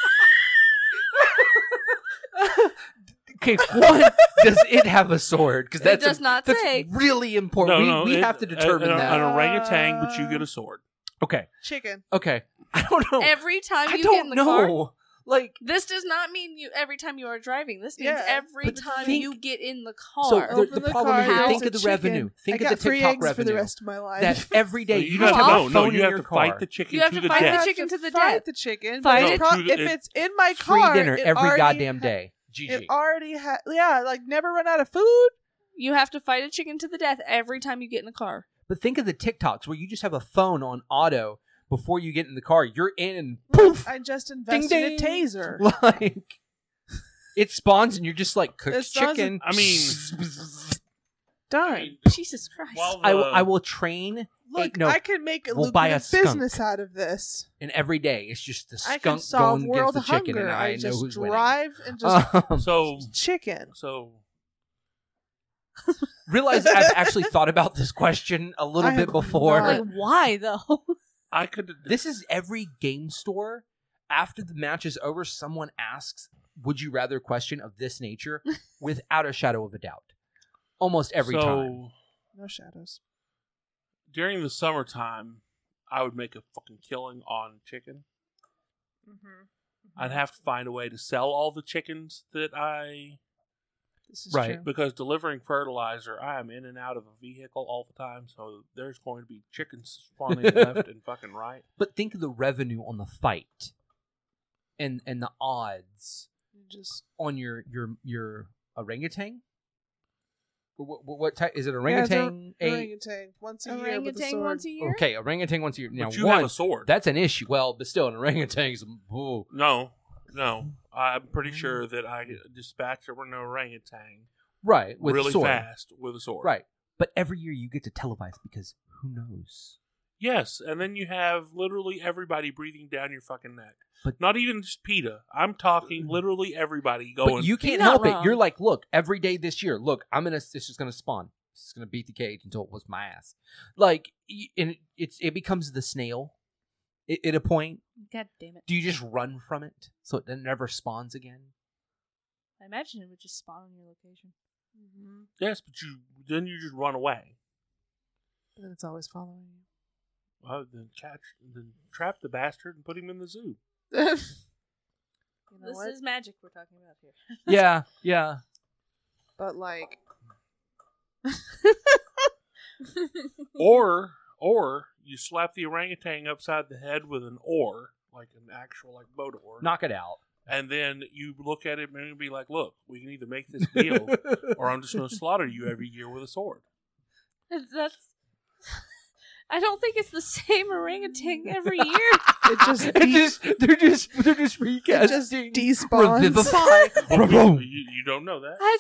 S3: Okay, one does it have a sword? Because
S4: It
S3: that's
S4: does
S3: a-
S4: not
S3: that's
S4: say.
S3: really important. we we
S2: it-
S3: have to
S2: an-
S3: determine
S2: an,
S3: that.
S2: An orangutan, but you get a sword.
S3: okay,
S1: chicken.
S3: okay. I don't know.
S4: Every time
S3: I
S4: you get in
S3: don't
S4: the
S3: know.
S4: car,
S3: Like
S4: this does not mean you every time you are driving. This means
S1: Yeah.
S4: every
S3: But
S4: time
S3: think-
S4: you get in the
S3: so
S4: car.
S3: the,
S1: Open
S3: the
S1: the
S3: problem
S1: car,
S3: is
S4: there's
S3: think
S1: a
S3: of the
S1: chicken.
S3: revenue. Think
S1: I
S3: of
S1: got
S3: the
S1: free
S3: TikTok
S1: eggs
S3: revenue
S1: for the rest of my life.
S3: that every day
S2: No,
S3: you,
S2: you have
S3: have a
S2: no,
S3: phone
S2: no,
S3: in
S2: you have
S3: your
S2: to
S3: car.
S2: fight the chicken
S4: You have
S2: to
S4: to
S2: the
S4: fight
S1: I
S4: the
S2: death.
S1: have
S4: chicken to the
S1: fight
S4: death.
S1: The chicken.
S4: Fight
S1: but
S4: it.
S1: pro-
S2: No, to the-
S1: if
S2: it-
S1: it's in my
S3: free
S1: car,
S3: dinner
S1: it
S3: every
S1: already
S3: goddamn
S1: ha-
S3: day.
S1: It
S3: GG.
S1: already had. Yeah, like never run out of food.
S4: you have to fight a chicken to the death every time you get in a car.
S3: But think of the TikToks where you just have a phone on auto before you get in the car. You're in and poof,
S1: I just invested in a
S3: ding.
S1: taser.
S3: like it spawns and you're just like cooked
S1: It spawns
S3: chicken.
S2: I mean,
S1: done.
S4: Jesus Christ.
S2: While
S3: I,
S2: the-
S3: will- I will train,
S1: Look,
S3: no,
S1: I could make a
S3: we'll buy a
S1: lucrative
S3: skunk.
S1: business out of this.
S3: and every day it's just the
S1: I can
S3: skunk
S1: solve
S3: going
S1: world
S3: against the chicken,
S1: hunger.
S3: and
S1: I,
S3: I, know
S1: just
S3: who's
S1: drive and
S3: winning.
S1: just
S3: Um,
S2: so
S1: chicken.
S2: so
S3: realize I've actually thought about this question a little
S1: I
S3: bit
S1: have
S3: before.
S1: not.
S4: like, why though?
S2: I could
S3: This is every game store. After the match is over, someone asks, "Would you rather?" Question of this nature, without a shadow of a doubt, almost every
S2: so,
S3: time.
S1: No shadows.
S2: during the summertime, I would make a fucking killing on chicken.
S4: Mm-hmm.
S3: Mm-hmm.
S2: I'd have to find a way to sell all the chickens that I
S1: This is
S3: Right.
S1: true.
S2: because delivering fertilizer, I am in and out of a vehicle all the time, so there's going to be chickens spawning left and fucking right.
S3: But think of the revenue on the fight, and and the odds
S1: Just
S3: on your your your orangutan. What, what, what type is it?
S1: Yeah, it's a-
S3: Orangutan. a-
S1: orangutan once a year with a
S4: Orangutan
S1: sword.
S4: once a year?
S3: okay, orangutan once a year. Now
S2: but you
S3: one,
S2: have a sword.
S3: that's an issue. Well, but still, an orangutan's. Ooh.
S2: no, no. I'm pretty
S3: Mm.
S2: sure that I dispatched an orangutan
S3: Right, with
S2: really
S3: sword.
S2: fast with a sword.
S3: Right. But every year you get to televise because who knows?
S2: Yes, and then you have literally everybody breathing down your fucking neck.
S3: But- Uh,
S2: not even just PETA. I'm talking literally everybody going.
S3: but you can't
S4: not
S3: help it.
S4: wrong.
S3: You're like, look, every day this year, look, I'm gonna. This is gonna spawn. This is gonna beat the cage until it was my ass. Like, y- and it, it's it becomes the snail. It, at a point,
S4: God damn it.
S3: do you just run from it so it never spawns again?
S4: I imagine it would just spawn on your location.
S2: yes, but you then you just run away.
S1: And it's always following you.
S2: Well, then catch, then trap the bastard and put him in the zoo.
S1: you know
S4: this
S1: what?
S4: is magic we're talking about here.
S3: yeah, yeah.
S1: But like,
S2: Or or you slap the orangutan upside the head with an oar, like an actual like boat oar,
S3: Knock it out.
S2: and then you look at him and be like, "Look, we can either make this deal, or I'm just going to slaughter you every year with a sword."
S4: That's. I don't think it's the same orangutan every year.
S1: It just
S3: It
S1: de-
S3: just they're just they're just
S1: it
S3: recasting.
S1: just despawns.
S2: But we-
S3: Revivify.
S2: you, you don't know that.
S4: I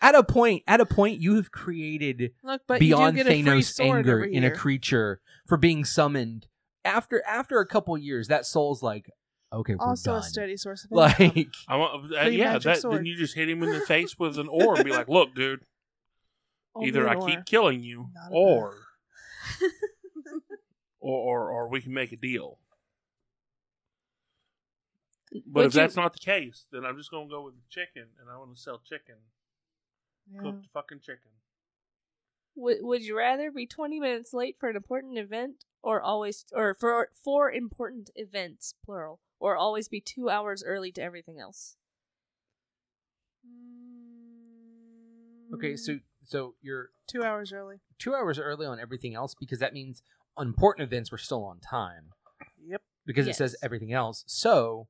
S3: at a point, at a point, you have created
S1: Look, but
S3: beyond
S1: you do get a free
S3: Thanos'
S1: sword
S3: anger
S1: every
S3: in a
S1: year.
S3: creature for being summoned. After after a couple years, that soul's like, okay, we're
S1: also
S3: done.
S1: a steady source of income.
S3: like,
S2: I want, uh,
S1: Free
S2: yeah,
S1: magic
S2: that, then
S1: sword.
S2: you just hit him in the face with an oar and be like, "Look, dude,
S1: Only
S2: either
S1: an
S2: I
S1: oar.
S2: keep killing you,
S1: Not a
S2: or, or or or we can make a deal." But
S4: Would
S2: if that's
S4: you-
S2: not the case, then I'm just gonna go with the chicken, and I want to sell chicken,
S1: Yeah.
S2: cooked fucking chicken.
S4: would, would you rather be 20 minutes late for an important event or always or for for important events plural or always be 2 hours early to everything else?
S1: Mm.
S3: okay, so so you're
S1: two hours early.
S3: two hours early on everything else because that means on important events we're still on time
S1: Yep.
S3: because it
S4: Yes.
S3: says everything else. So,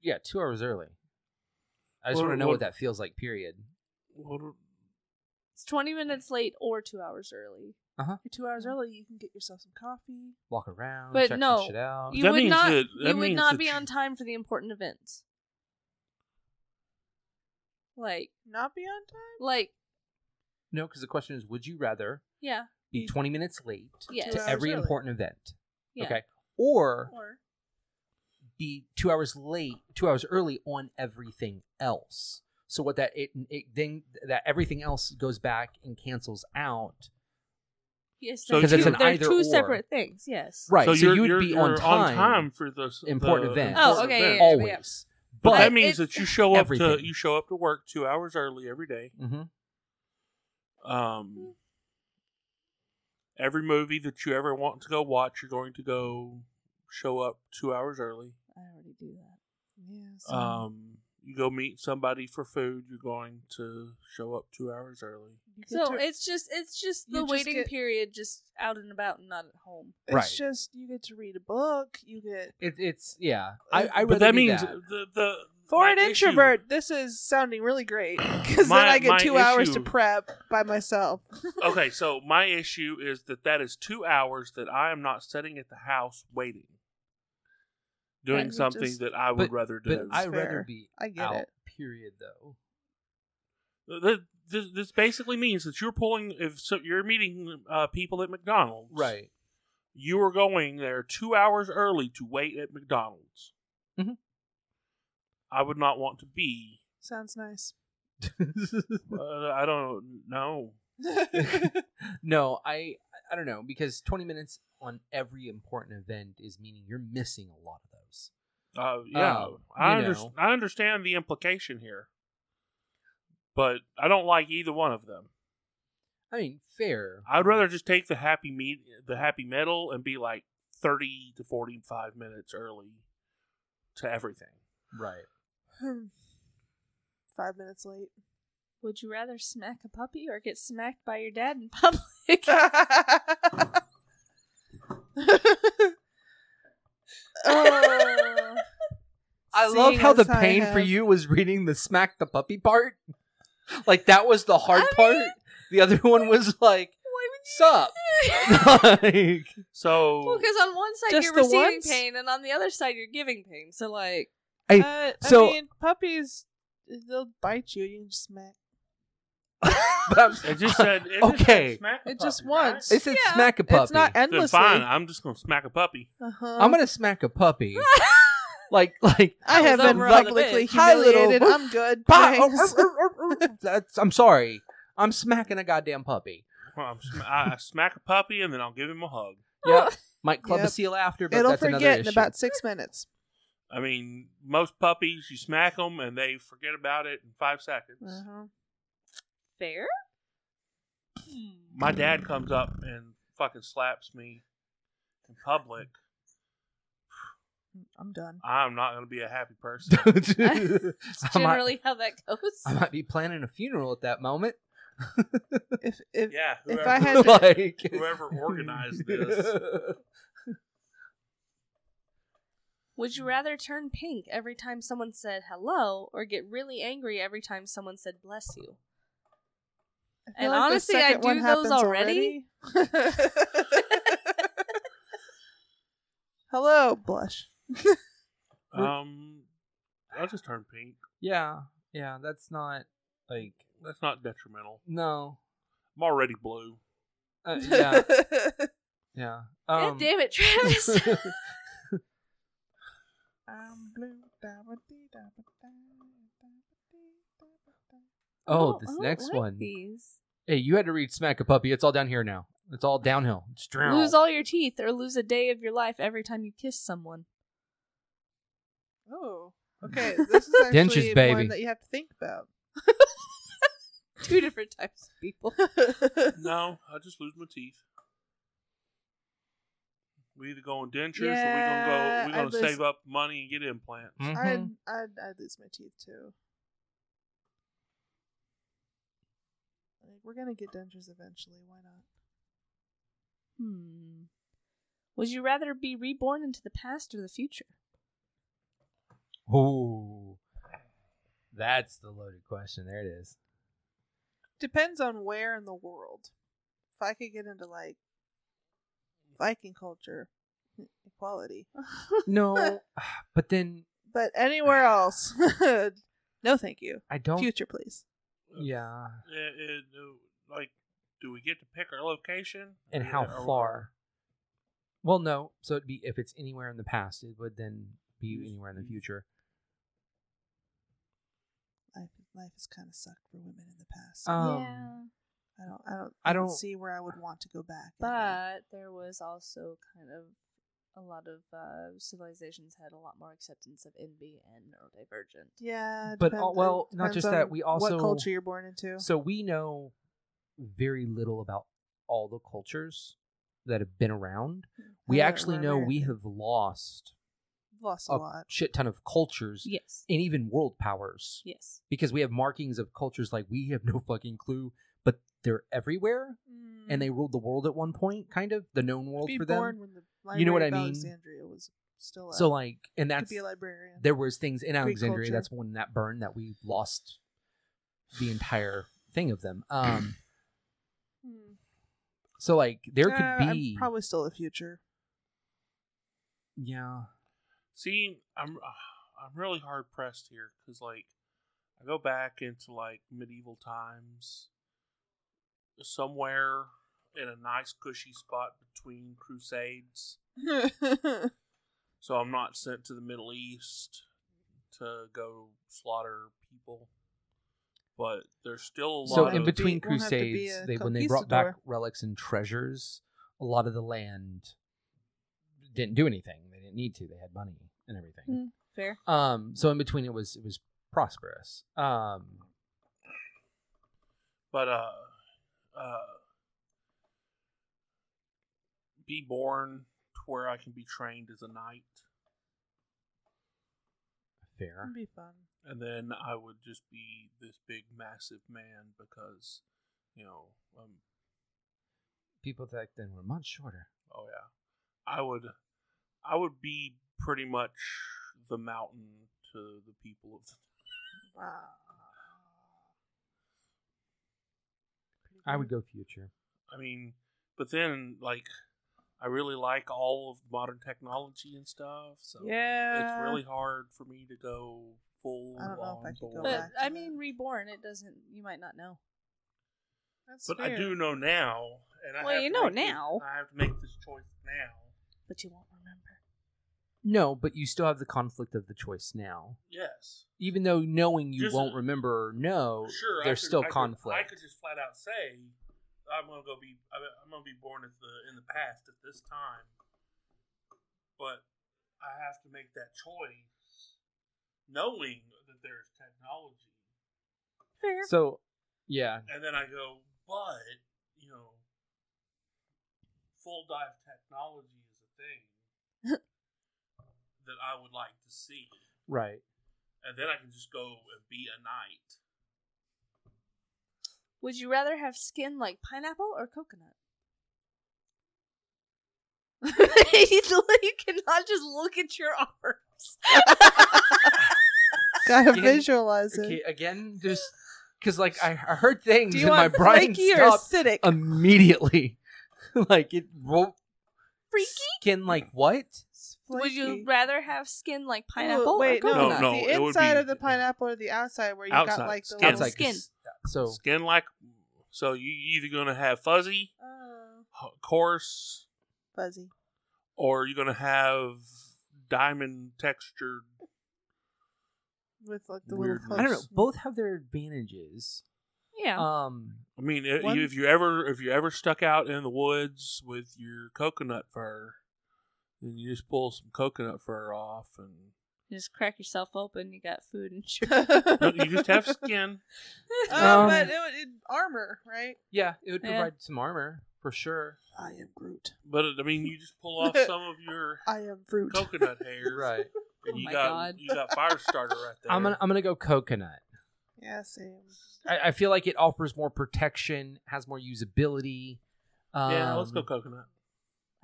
S3: yeah, two hours early. I just
S2: Well,
S3: want to know
S2: well-
S3: what that feels like. Period.
S2: Well,
S4: It's 20 minutes late or 2 hours early.
S1: You're two hours early. You can get yourself some coffee.
S3: Walk around,
S4: But
S3: check
S4: no,
S3: some shit out.
S4: You
S2: Um, that
S4: would
S2: means
S4: not
S2: that- that
S4: you would
S2: means
S4: not
S2: that
S4: be
S2: you-
S4: on time for the important events. Like
S1: Not be on time.
S4: like
S3: no, because the question is, would you rather
S4: yeah,
S3: be twenty minutes late
S4: yes.
S1: Two
S3: to
S1: hours
S3: every
S1: early.
S3: important event?
S4: yeah.
S3: Okay, or
S4: Or
S3: be two hours late, two hours early on everything else. So what that it, it then that everything else goes back and cancels out.
S4: yes,
S2: So
S4: they're
S2: it's
S4: two-
S2: an
S4: they're
S3: either
S4: two
S3: or.
S4: separate things. Yes.
S3: Right. So,
S2: So, you're,
S3: you would
S2: you're,
S3: be
S2: you're
S3: on time,
S2: for the s-
S3: important
S2: the
S3: events.
S4: Oh, okay,
S2: events.
S4: yeah, yeah.
S3: always.
S2: But,
S3: But
S2: that means
S4: it-
S2: that you show up to
S3: Everything.
S2: you show up to work two hours early every day.
S3: Mhm.
S2: Um, every movie that you ever want to go watch, you're going to go show up two hours early.
S4: I already do that.
S1: Yes.
S2: Um, you go meet somebody for food, you're going to show up two hours early.
S1: You get
S4: So
S1: to-
S4: it's just it's just
S1: You
S4: the
S1: just
S4: waiting
S1: get-
S4: period just out and about and not at home.
S1: it's
S3: Right.
S1: just you get to read a book. You get
S3: It, it's yeah. I, I
S2: Uh, but
S3: rather
S2: that
S3: do
S2: means
S3: that.
S2: the the
S1: for
S2: my
S1: an
S2: issue-
S1: introvert. This is sounding really great because
S2: My-
S1: then
S2: my
S1: I get two hours to
S2: issue-
S1: prep by myself.
S2: okay, so my issue is that that is two hours that I am not sitting at the house waiting,
S1: Right,
S2: doing
S1: we
S2: something
S1: just-
S2: that I would
S3: But-
S2: rather do.
S3: But I
S1: That's
S3: rather
S1: fair.
S3: be
S1: I get
S3: out.
S1: it.
S3: Period though.
S2: Th- This, this basically means that you're pulling. If so, you're meeting uh, people at McDonald's,
S3: Right.
S2: You are going there two hours early to wait at McDonald's.
S3: Mhm.
S2: I would not want to be.
S1: Sounds nice.
S2: Uh, I don't know.
S3: no, I I don't know because 20 minutes on every important event is meaning you're missing a lot of those.
S2: Uh, yeah,
S3: Um,
S2: I,
S3: you
S2: under-
S3: know.
S2: I understand the implication here, but I don't like either one of them.
S3: I mean, fair.
S2: I'd rather just take the happy meat, the happy metal, and be like thirty to forty-five minutes early to everything.
S3: Right.
S1: Hmm. Five minutes late.
S4: Would you rather smack a puppy or get smacked by your dad in public?
S2: Uh,
S1: Oh.
S3: I
S1: Seeing
S3: love how the
S1: as I
S3: pain for
S1: have-
S3: you was reading the smack the puppy part. Like that was the hard
S4: I
S3: part.
S4: mean-
S3: The other one was like,
S4: Why would
S3: "Sup?" like,
S2: So
S4: Well, because on one side
S1: Just
S4: you're
S1: the
S4: receiving
S1: once?
S4: pain, and on the other side you're giving pain. So like,
S3: Hey,
S1: Uh,
S3: so-
S1: I mean, puppies, they'll bite you. You can smack.
S3: but I'm-
S2: it just said it just
S3: Okay.
S2: said smack a
S1: It just
S2: puppy, right?
S1: once.
S3: it said
S4: Yeah,
S3: smack a puppy.
S1: It's not
S2: Then
S1: endlessly.
S2: fine, I'm just gonna smack a puppy.
S1: Uh-huh.
S3: I'm gonna smack a puppy. like, like.
S1: I
S4: I
S1: have
S4: was
S1: been
S4: overall a
S1: publicly
S4: bitch.
S3: Hi, little-
S1: humiliated. I'm good.
S3: Bah!
S1: Thanks.
S3: That's, I'm sorry. I'm smacking a goddamn puppy.
S2: Well, I'm sm- I I smack a puppy and then I'll give him a hug.
S3: Yeah. Might club a
S1: Oh. Yep.
S3: seal after, but
S1: It'll
S3: that's another
S1: forget in
S3: issue.
S1: about six minutes.
S2: I mean, most puppies you smack them and they forget about it in five seconds.
S1: Uh-huh.
S4: fair. Hmm.
S2: My dad comes up and fucking slaps me in public.
S1: I'm done.
S2: I'm not gonna be a happy person.
S3: I, might,
S4: Generally, how that goes.
S3: I might be planning a funeral at that moment.
S1: If if
S2: Yeah,
S1: If
S2: whoever,
S1: I had to-
S3: like
S2: whoever organized this.
S4: Would you rather turn pink every time someone said hello, or get really angry every time someone said bless you?
S1: I
S4: And
S1: feel the
S4: honestly, I
S1: second
S4: do
S1: one
S4: those
S1: happens
S4: already.
S1: already. Hello, blush.
S2: Um, I'll just turn pink.
S3: Yeah, yeah, that's not like
S2: That's not detrimental.
S3: no.
S2: I'm already blue.
S3: Uh, yeah, yeah.
S4: God
S3: Um,
S4: damn it, Travis!
S1: I'm blue.
S3: oh,
S4: I
S3: this
S4: don't
S3: next
S4: like
S3: one.
S4: These.
S3: Hey, you had to read Smack a Puppy. It's all down here now. It's all downhill. It's drown.
S4: Lose all your teeth, or lose a day of your life every time you kiss someone.
S1: Oh, okay. This is actually
S3: Dentures, baby.
S1: one that you have to think about.
S4: Two different types of people.
S3: Mm-hmm.
S2: No, I just lose my teeth. We either go on dentures
S1: Yeah,
S2: or we
S1: I
S2: gonna go. We
S1: lose-
S2: gonna save up money and get implants.
S3: Mhm.
S1: I'd, I'd I'd lose my teeth too. Like, we're gonna get dentures eventually. Why not?
S4: Hmm. Would you rather be reborn into the past or the future?
S3: Ooh, that's the loaded question. There it is.
S1: Depends on where in the world. If I could get into like Viking culture, e-, equality,
S3: No, Ah, but then
S1: but anywhere else, no, thank you.
S3: I don't.
S1: Future, please.
S3: Yeah,
S2: It- Uh, it- uh, like, do we get to pick our location
S3: and how
S2: Or-
S3: far? Well, no. So it'd be if it's anywhere in the past, it would then be anywhere in the future.
S1: Life life has kind of sucked for women in the past.
S3: Um,
S4: yeah,
S1: I don't I don't
S3: I
S1: I don't
S3: don't-
S1: see where I would want to go back.
S4: but there was also kind of a lot of uh, civilizations had a lot more acceptance of envy and neurodivergent.
S1: yeah, it
S3: But,
S1: depend-
S3: uh, well,
S1: it
S3: not
S1: depends
S3: just that,
S1: on
S3: we
S1: what
S3: also-
S1: culture you're born into.
S3: So we know very little about all the cultures that have been around. We
S1: We're-
S3: actually
S1: we're
S3: know we
S1: American.
S3: have lost
S1: lost a
S3: a
S1: lot.
S3: shit ton of cultures
S4: Yes.
S3: and even world powers
S4: Yes.
S3: because we have markings of cultures like we have no fucking clue, but they're everywhere and they ruled the world at one point, kind of the known world
S1: Mm. be
S3: for
S1: born
S3: them.
S1: when the library
S3: You know what
S1: of
S3: I mean?
S1: Alexandria was still up.
S3: So like, and
S1: Could
S3: that's
S1: be a librarian.
S3: there was things in Alexandria.
S1: culture.
S3: That's when that burned that we lost the entire thing of them. Um,
S1: Hmm.
S3: so like there could
S1: Uh, I'm
S3: be
S1: probably still the future.
S3: yeah.
S2: uh, See, I'm I'm really hard pressed here because like I go back into like medieval times, somewhere in a nice cushy spot between crusades, so I'm not sent to the Middle East to go slaughter people. But there's still a lot.
S3: So
S2: of
S3: in between
S1: won't have to be
S3: crusades,
S1: a
S3: they when they brought back
S1: conquistador.
S3: relics and treasures, a lot of the land didn't do anything. They didn't need to. They had money and everything.
S4: Fair.
S1: Hmm.
S3: Um, so in between it was it was prosperous. Um,
S2: but uh, uh, be born to where I can be trained as a knight,
S3: fair.
S1: That'd be fun.
S2: and then I would just be this big, massive man because, you know, um,
S3: People back then were much shorter.
S2: oh yeah, I would, I would be pretty much the mountain to the people of.
S3: I would go future.
S2: I mean, but then like. I really like all of the modern technology and stuff, so
S1: Yeah.
S2: it's really hard for me to go full
S1: I don't know if
S2: on
S1: I could go
S2: board.
S1: back.
S4: But I mean, reborn. It doesn't. You might not know.
S1: That's
S2: But I
S1: fair.
S2: do know now, and I
S4: Well,
S2: have
S4: you
S2: to
S4: know
S2: make this-
S4: now.
S2: I have to make this choice now.
S4: But you won't remember.
S3: No, but you still have the conflict of the choice now.
S2: Yes,
S3: Even though knowing you
S2: Just-
S3: won't remember or no,
S2: sure. I
S3: there's
S2: could-
S3: still
S2: I could-
S3: conflict.
S2: I could just flat out say, "I'm gonna go be. I'm I'm gonna be born at the in the past at this time," but I have to make that choice, knowing that there's technology,
S4: Fair.
S3: So, yeah,
S2: and then I go, "But you know, full dive technology is a thing." That I would like to see.
S3: right.
S2: and then I can just go and be a knight.
S4: Would you rather have skin like pineapple or coconut? you you cannot just look at your arms.
S1: Gotta
S3: Skin-
S1: visualize it.
S3: Okay, again, just because like I, I heard things
S1: Do you
S3: and my
S1: want
S3: brain
S1: flaky or
S3: stopped
S1: acidic?
S2: Um,
S3: immediately. like it rolled
S4: Freaky.
S3: skin like what?
S4: Would
S1: Flaky.
S4: you rather have skin like pineapple
S1: Ooh,
S4: or
S1: wait, no,
S4: coconut?
S2: No, no,
S1: the
S2: it would
S1: inside
S2: be-
S1: of the pineapple or the outside where you
S2: Outside,
S1: got like the
S2: skin. Oh.
S1: little-
S3: Outside, 'cause-
S4: skin.
S3: So
S2: Skin like so you either gonna have fuzzy,
S1: Oh,
S2: h- coarse,
S1: fuzzy.
S2: or you're gonna have diamond textured.
S1: With like the little
S2: Weirdness.
S1: hooks.
S3: I don't know. Both have their advantages.
S4: Yeah.
S3: Um,
S2: I mean, i-
S1: One-
S2: if you ever if you ever stuck out in the woods with your coconut fur, then you just pull some coconut fur off, and
S4: you just crack yourself open. You got food and sugar.
S2: No, you just have skin.
S1: Oh,
S3: Um,
S1: but it, would- it, armor, right?
S3: yeah, it would
S4: Yeah.
S3: provide some armor for sure.
S1: I am Groot.
S2: But I mean, you just pull off some of your
S1: I am Groot.
S2: coconut hair,
S4: Oh
S2: And you
S4: my
S2: got
S4: God.
S2: you got fire starter right there.
S3: I'm gonna I'm gonna go coconut.
S1: Yeah, same.
S3: I, I feel like it offers more protection, has more usability. Um,
S2: yeah, let's go coconut.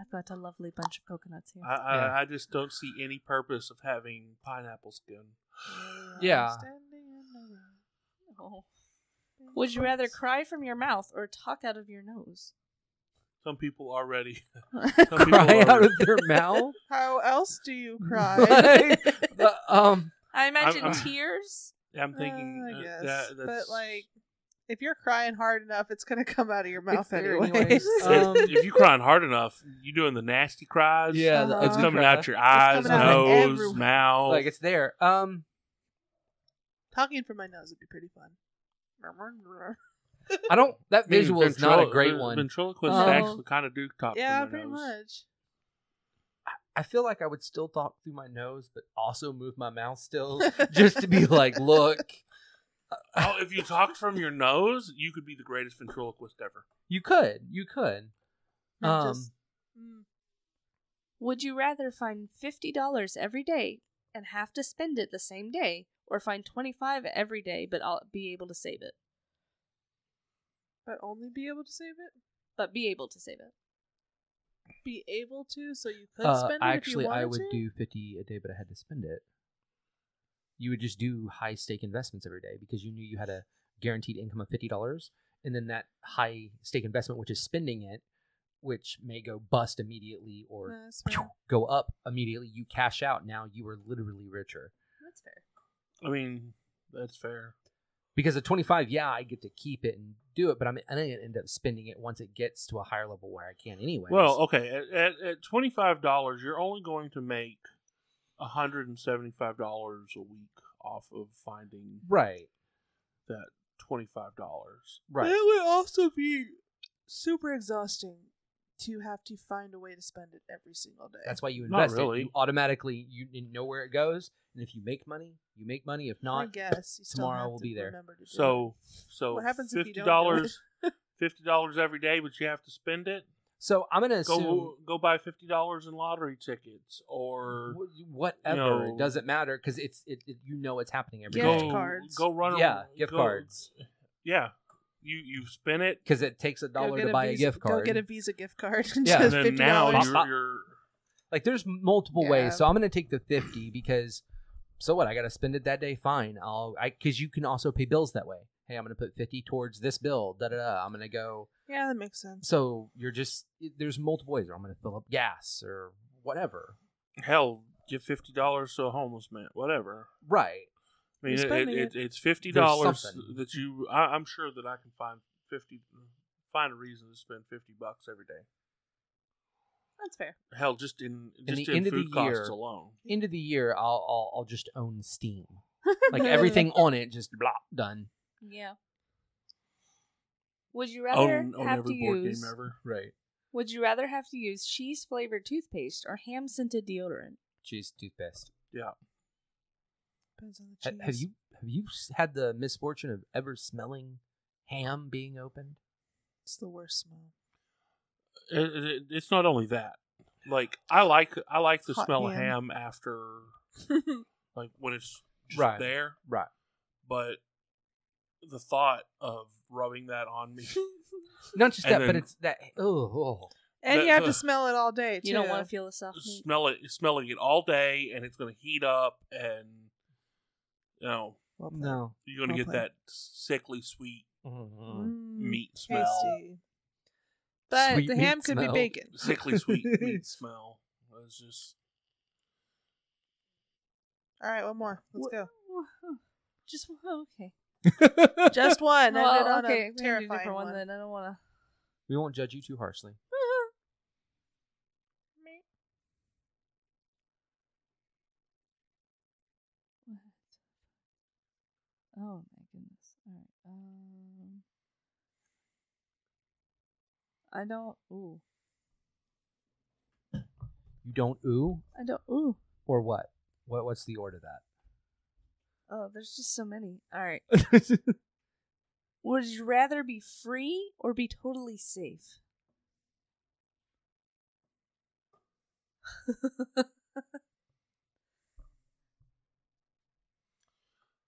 S4: I've got a lovely bunch of coconuts here.
S2: I, I,
S3: Yeah.
S2: I just don't see any purpose of having pineapple skin.
S3: Yeah.
S4: Oh. Would you rather cry from your mouth or talk out of your nose?
S2: Some people already some people
S3: Cry out
S2: already-
S3: of their mouth.
S1: How else do you cry?
S3: Like, uh, um,
S4: I imagine
S2: I'm- uh,
S4: tears.
S2: I'm thinking
S1: Uh, I
S2: uh,
S1: guess.
S2: that, that's,
S1: But like, if you're crying hard enough, it's gonna come out of your
S3: It's
S1: mouth
S3: there
S1: anyway.
S3: anyways.
S2: if,
S3: Um,
S2: if you crying hard enough, you doing the nasty cries.
S3: yeah, the
S1: Uh-huh.
S2: it's
S3: ugly
S2: coming
S3: cry.
S2: out your eyes,
S1: coming out of
S2: nose,
S1: everywhere.
S2: mouth.
S3: like it's there. Um,
S1: Talking from my nose would be pretty fun.
S3: I don't. That
S2: I mean,
S3: visual is not a
S2: ventrilo-
S3: great
S2: ven-
S3: one.
S2: Ventriloquist
S3: Um,
S2: actually kind of do talk.
S1: Oh. yeah,
S2: from their
S1: pretty
S2: nose.
S1: much.
S3: I feel like I would still talk through my nose, but also move my mouth still, just to be like, look,
S2: Oh, if you talked from your nose, you could be the greatest ventriloquist ever.
S3: you could, you could.
S1: Not
S3: Um,
S1: just- Mm.
S4: Would you rather find fifty dollars every day and have to spend it the same day, or find twenty five every day but I'll be able to save it?
S1: but only be able to save it.
S4: But be able to save it.
S1: Be able to, so you could
S3: uh,
S1: spend it if
S3: actually,
S1: you wanted
S3: I would
S1: to.
S3: do fifty a day, but I had to spend it. You would just do high stake investments every day because you knew you had a guaranteed income of fifty dollars, and then that high stake investment, which is spending it, which may go bust immediately or
S1: No, that's fair.
S3: go up immediately. You cash out. Now you are literally richer.
S4: That's fair.
S2: I mean, that's fair.
S3: Because at 25, yeah, I get to keep it and do it, but I'm, I'm going to end up spending it once it gets to a higher level where I can anyway.
S2: Well, oh, okay. At, at, at twenty five dollars, you're only going to make hundred and seventy five dollars a week off of finding
S3: right,
S2: that twenty five dollars.
S1: But
S3: right.
S1: It would also be super exhausting to have to find a way to spend it every single day.
S3: That's why you
S2: Not
S3: invest
S2: really.
S3: it. You automatically you didn't know where it goes, and if you make money, you make money. If
S1: I
S3: not,
S1: guess you still
S3: tomorrow
S1: have
S3: will
S1: to
S3: be there.
S1: remember to do
S2: So so
S1: What happens if you
S2: fifty
S1: don't
S2: dollars fifty dollars every day, but you have to spend it.
S3: so I'm going to
S2: Go
S3: assume
S2: go buy fifty dollars in lottery tickets or
S3: wh- whatever
S2: No.
S3: it doesn't matter because it's it, it- you know it's happening every day.
S1: Gift
S2: go,
S1: cards.
S2: Go run a-
S3: yeah, gift
S2: go-
S3: cards
S2: Yeah. You you spin it
S3: because it takes a
S1: Go
S3: dollar
S1: get
S3: to buy a,
S1: Visa-
S3: gift card.
S1: Go get a Visa gift card. And
S2: and
S3: Yeah.
S1: just
S2: then
S1: $50.
S2: now
S3: $50.
S2: you're, you're
S3: like there's multiple
S1: Yeah.
S3: ways so i'm gonna take the 50 because so what i gotta spend it that day fine i'll i because you can also pay bills that way hey i'm gonna put 50 towards this bill da da da i'm gonna go
S1: yeah, that makes sense.
S3: so you're just it- there's multiple ways or i'm gonna fill up gas or whatever
S2: hell give fifty dollars to a homeless man, whatever.
S3: right
S2: I mean,
S1: You're
S2: it,
S1: spending
S2: it,
S1: it.
S2: it's fifty dollars
S3: something.
S2: that you. I, I'm sure that I can find fifty, find a reason to spend fifty bucks every day.
S4: That's fair.
S2: Hell, just in
S3: In
S2: just
S3: the
S2: in,
S3: end of the
S2: food costs
S3: year-
S2: alone.
S3: end of the year i'll i'll, I'll just own steam like everything on it just blah done
S4: Yeah. Would you rather
S2: own, own
S4: have
S2: every
S4: to
S2: board
S4: use?
S2: game ever.
S3: right
S4: Would you rather have to use cheese flavored toothpaste or ham scented deodorant?
S3: cheese toothpaste
S1: Depends on the
S3: Ha-
S1: cheese.
S3: have you have you s- had the misfortune of ever smelling ham being opened
S1: It's the worst smell.
S2: It, it, it's not only that. Like I like I like the
S1: Hot
S2: smell of ham
S1: ham.
S2: after like when it's just
S3: Right.
S2: there,
S3: right
S2: but the thought of rubbing that on me.
S3: not just
S2: And
S3: that but
S2: then-
S3: it's that oh, oh.
S1: and
S2: The-
S1: you have
S2: the-
S1: to smell it all day.
S4: You don't
S1: too.
S4: want to feel the soft meat.
S2: smell it smelling it all day and it's going to heat up and you know
S1: Well played.
S3: oh, no
S2: you're going to get
S1: Well played.
S2: that sickly sweet
S3: Mm.
S1: Mm,
S2: meat smell
S1: Tasty. But
S3: Sweet
S1: the
S3: meat
S1: ham could
S3: smell.
S1: be bacon.
S2: sickly sweet meat smell it's just
S1: All right, one more. Let's
S4: Wh-
S1: go.
S4: Just okay.
S3: Mm-hmm.
S1: Just one.
S4: Well,
S1: Ended on
S4: okay, we
S1: a
S4: can do a
S1: terrifying
S4: different
S1: one.
S4: one, then. I don't want to.
S3: we won't judge you too harshly.
S4: Oh my goodness! All right. Um, I don't. Ooh,
S3: You don't ooh
S4: I don't. Ooh.
S3: or what? What what's the order of
S4: Oh, there's just so many. All right.
S3: that?
S4: Would you rather be free or be totally safe?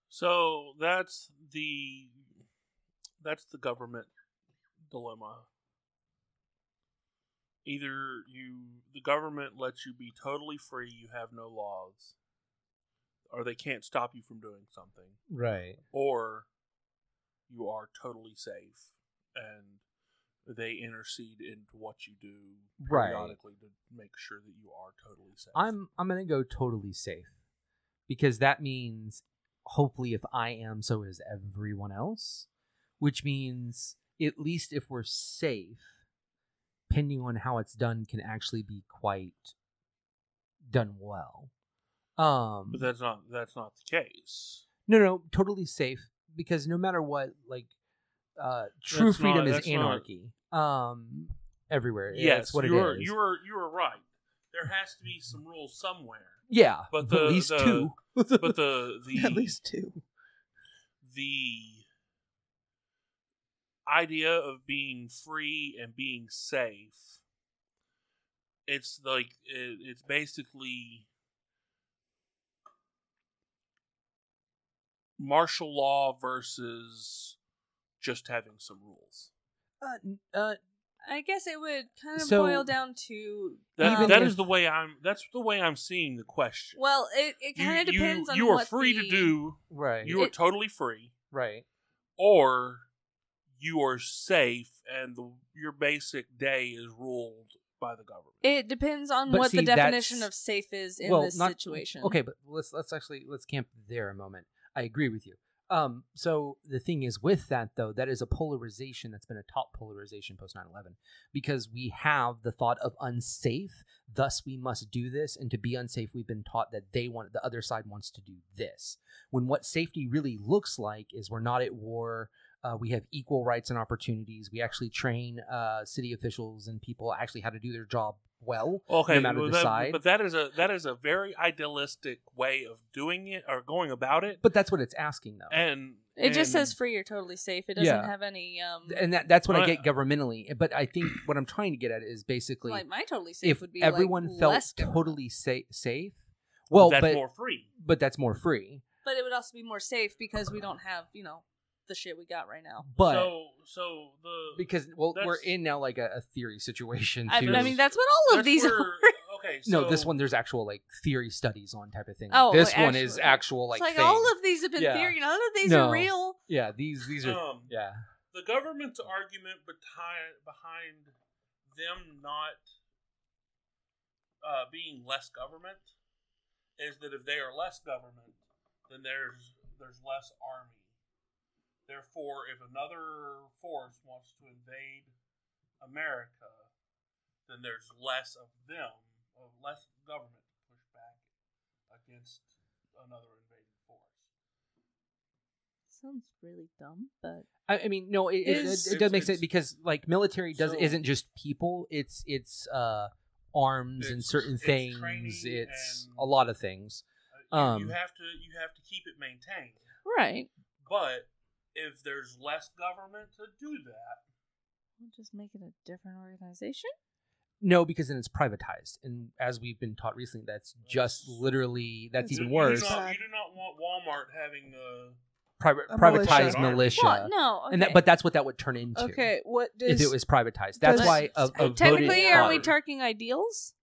S2: so that's the that's the government dilemma either you the government lets you be totally free you have no laws or they can't stop you from doing something
S3: right.
S2: or you are totally safe and they intercede into what you do
S3: Right.
S2: periodically to make sure that you are totally safe.
S3: I'm I'm gonna go totally safe. Because that means hopefully if I am, so is everyone else. Which means at least if we're safe, depending on how it's done, can actually be quite done well. Um
S2: but that's not that's not the case.
S3: No, no, totally safe because no matter what, like uh true
S2: That's
S3: freedom
S2: not-
S3: is
S2: that's not-
S3: anarchy. Um everywhere. Yeah,
S2: yes,
S3: that's what it
S2: you are
S3: is.
S2: you are you are right. There has to be some rules somewhere.
S3: yeah,
S2: but
S3: at
S2: the-
S3: least
S2: the-
S3: two.
S2: But the the
S1: At least two.
S2: the idea of being free and being safe it's like it, it's basically martial law versus just having some rules
S3: Uh, n- uh,
S4: I guess it would kind of
S3: So-
S4: boil down to
S2: that,
S3: Even
S2: that
S3: if-
S2: is the way i'm that's the way i'm seeing the question
S4: Well, it, it
S2: You-
S4: kind of
S2: you-
S4: depends on
S2: you are
S4: what
S2: free
S4: the-
S2: to do
S3: right,
S2: you are
S4: It-
S2: totally free
S3: right,
S2: or you are safe and the, your basic day is ruled by the government
S4: It depends on
S3: But
S4: what
S3: see,
S4: the definition
S3: that's-
S4: of safe is in
S3: well,
S4: this
S3: not-
S4: situation.
S3: Okay, but let's let's actually let's camp there a moment. I agree with you. Um, so the thing is with that though, that is a polarization that's been a top polarization post 9/11 because we have the thought of unsafe, thus we must do this and to be unsafe we've been taught that they want the other side wants to do this. When what safety really looks like is we're not at war, uh, we have equal rights and opportunities. We actually train uh, city officials and people actually how to do their job well.
S2: Okay,
S3: matter
S2: well,
S3: the
S2: that-
S3: side.
S2: but that is a that is a very idealistic way of doing it or going about it.
S3: But that's what it's asking though.
S2: and
S4: It just
S2: and-
S4: says free, you're totally safe. It doesn't
S3: Yeah.
S4: have any um
S3: and that, that's what I
S2: Well,
S3: get governmentally. eh, But I think what I'm trying to get at is basically
S4: like my totally safe
S3: if
S4: would be
S3: everyone
S4: like,
S3: felt
S4: less government.
S3: totally sa- safe, well,
S2: that's
S3: but
S2: more free.
S3: but that's more free.
S4: but it would also be more safe because we don't have, you know, the shit we got right now.
S3: But
S2: so so the
S3: because well, we're
S2: that's-
S3: in now like a, a theory situation.
S4: I,
S3: too.
S4: I mean, that's what all of
S2: that's
S4: these
S2: where-
S4: are.
S2: okay,
S3: no,
S2: so-
S3: this one there's actual like theory studies on type of thing.
S4: Oh,
S3: this
S4: like,
S3: one is
S4: actual-
S3: actual like,
S4: It's like
S3: thing.
S4: all of these have been
S3: Yeah.
S4: theory. None of these
S3: No.
S4: are real.
S3: yeah. These these are
S2: Um,
S3: yeah.
S2: the government's argument behind behind them not uh, being less government is that if they are less government, then there's there's less army. Therefore, if another force wants to invade America, then there's less of them, or less government to push back against another invading force.
S4: Sounds really dumb, but
S3: I, I mean, no, it, it,
S4: Is-
S3: it, it
S2: It's-
S3: does make sense
S2: it's-
S3: because like military does
S2: So-
S3: not isn't just people. It's it's uh arms and
S2: It's-
S3: certain
S2: it's
S3: things.
S2: training
S3: It's
S2: and-
S3: a lot of things.
S2: Uh, you-
S3: Um,
S2: you have to you have to keep it maintained.
S4: right.
S2: But if there's less government to do that,
S4: We'll just make it a different organization.
S3: No, because then it's privatized, and as we've been taught recently, that's just literally that's
S1: It's
S3: even
S2: you-
S3: worse.
S2: You do, not, you do not want Walmart having uh,
S3: Private,
S1: A
S2: militia.
S3: privatized militia,
S4: What? No.
S3: and that,
S4: okay.
S3: but that's what that would turn into
S1: Okay, what does
S3: if it was privatized. That's
S1: does-
S3: why a, a voted
S4: technically, are we
S3: body-
S4: talking ideals?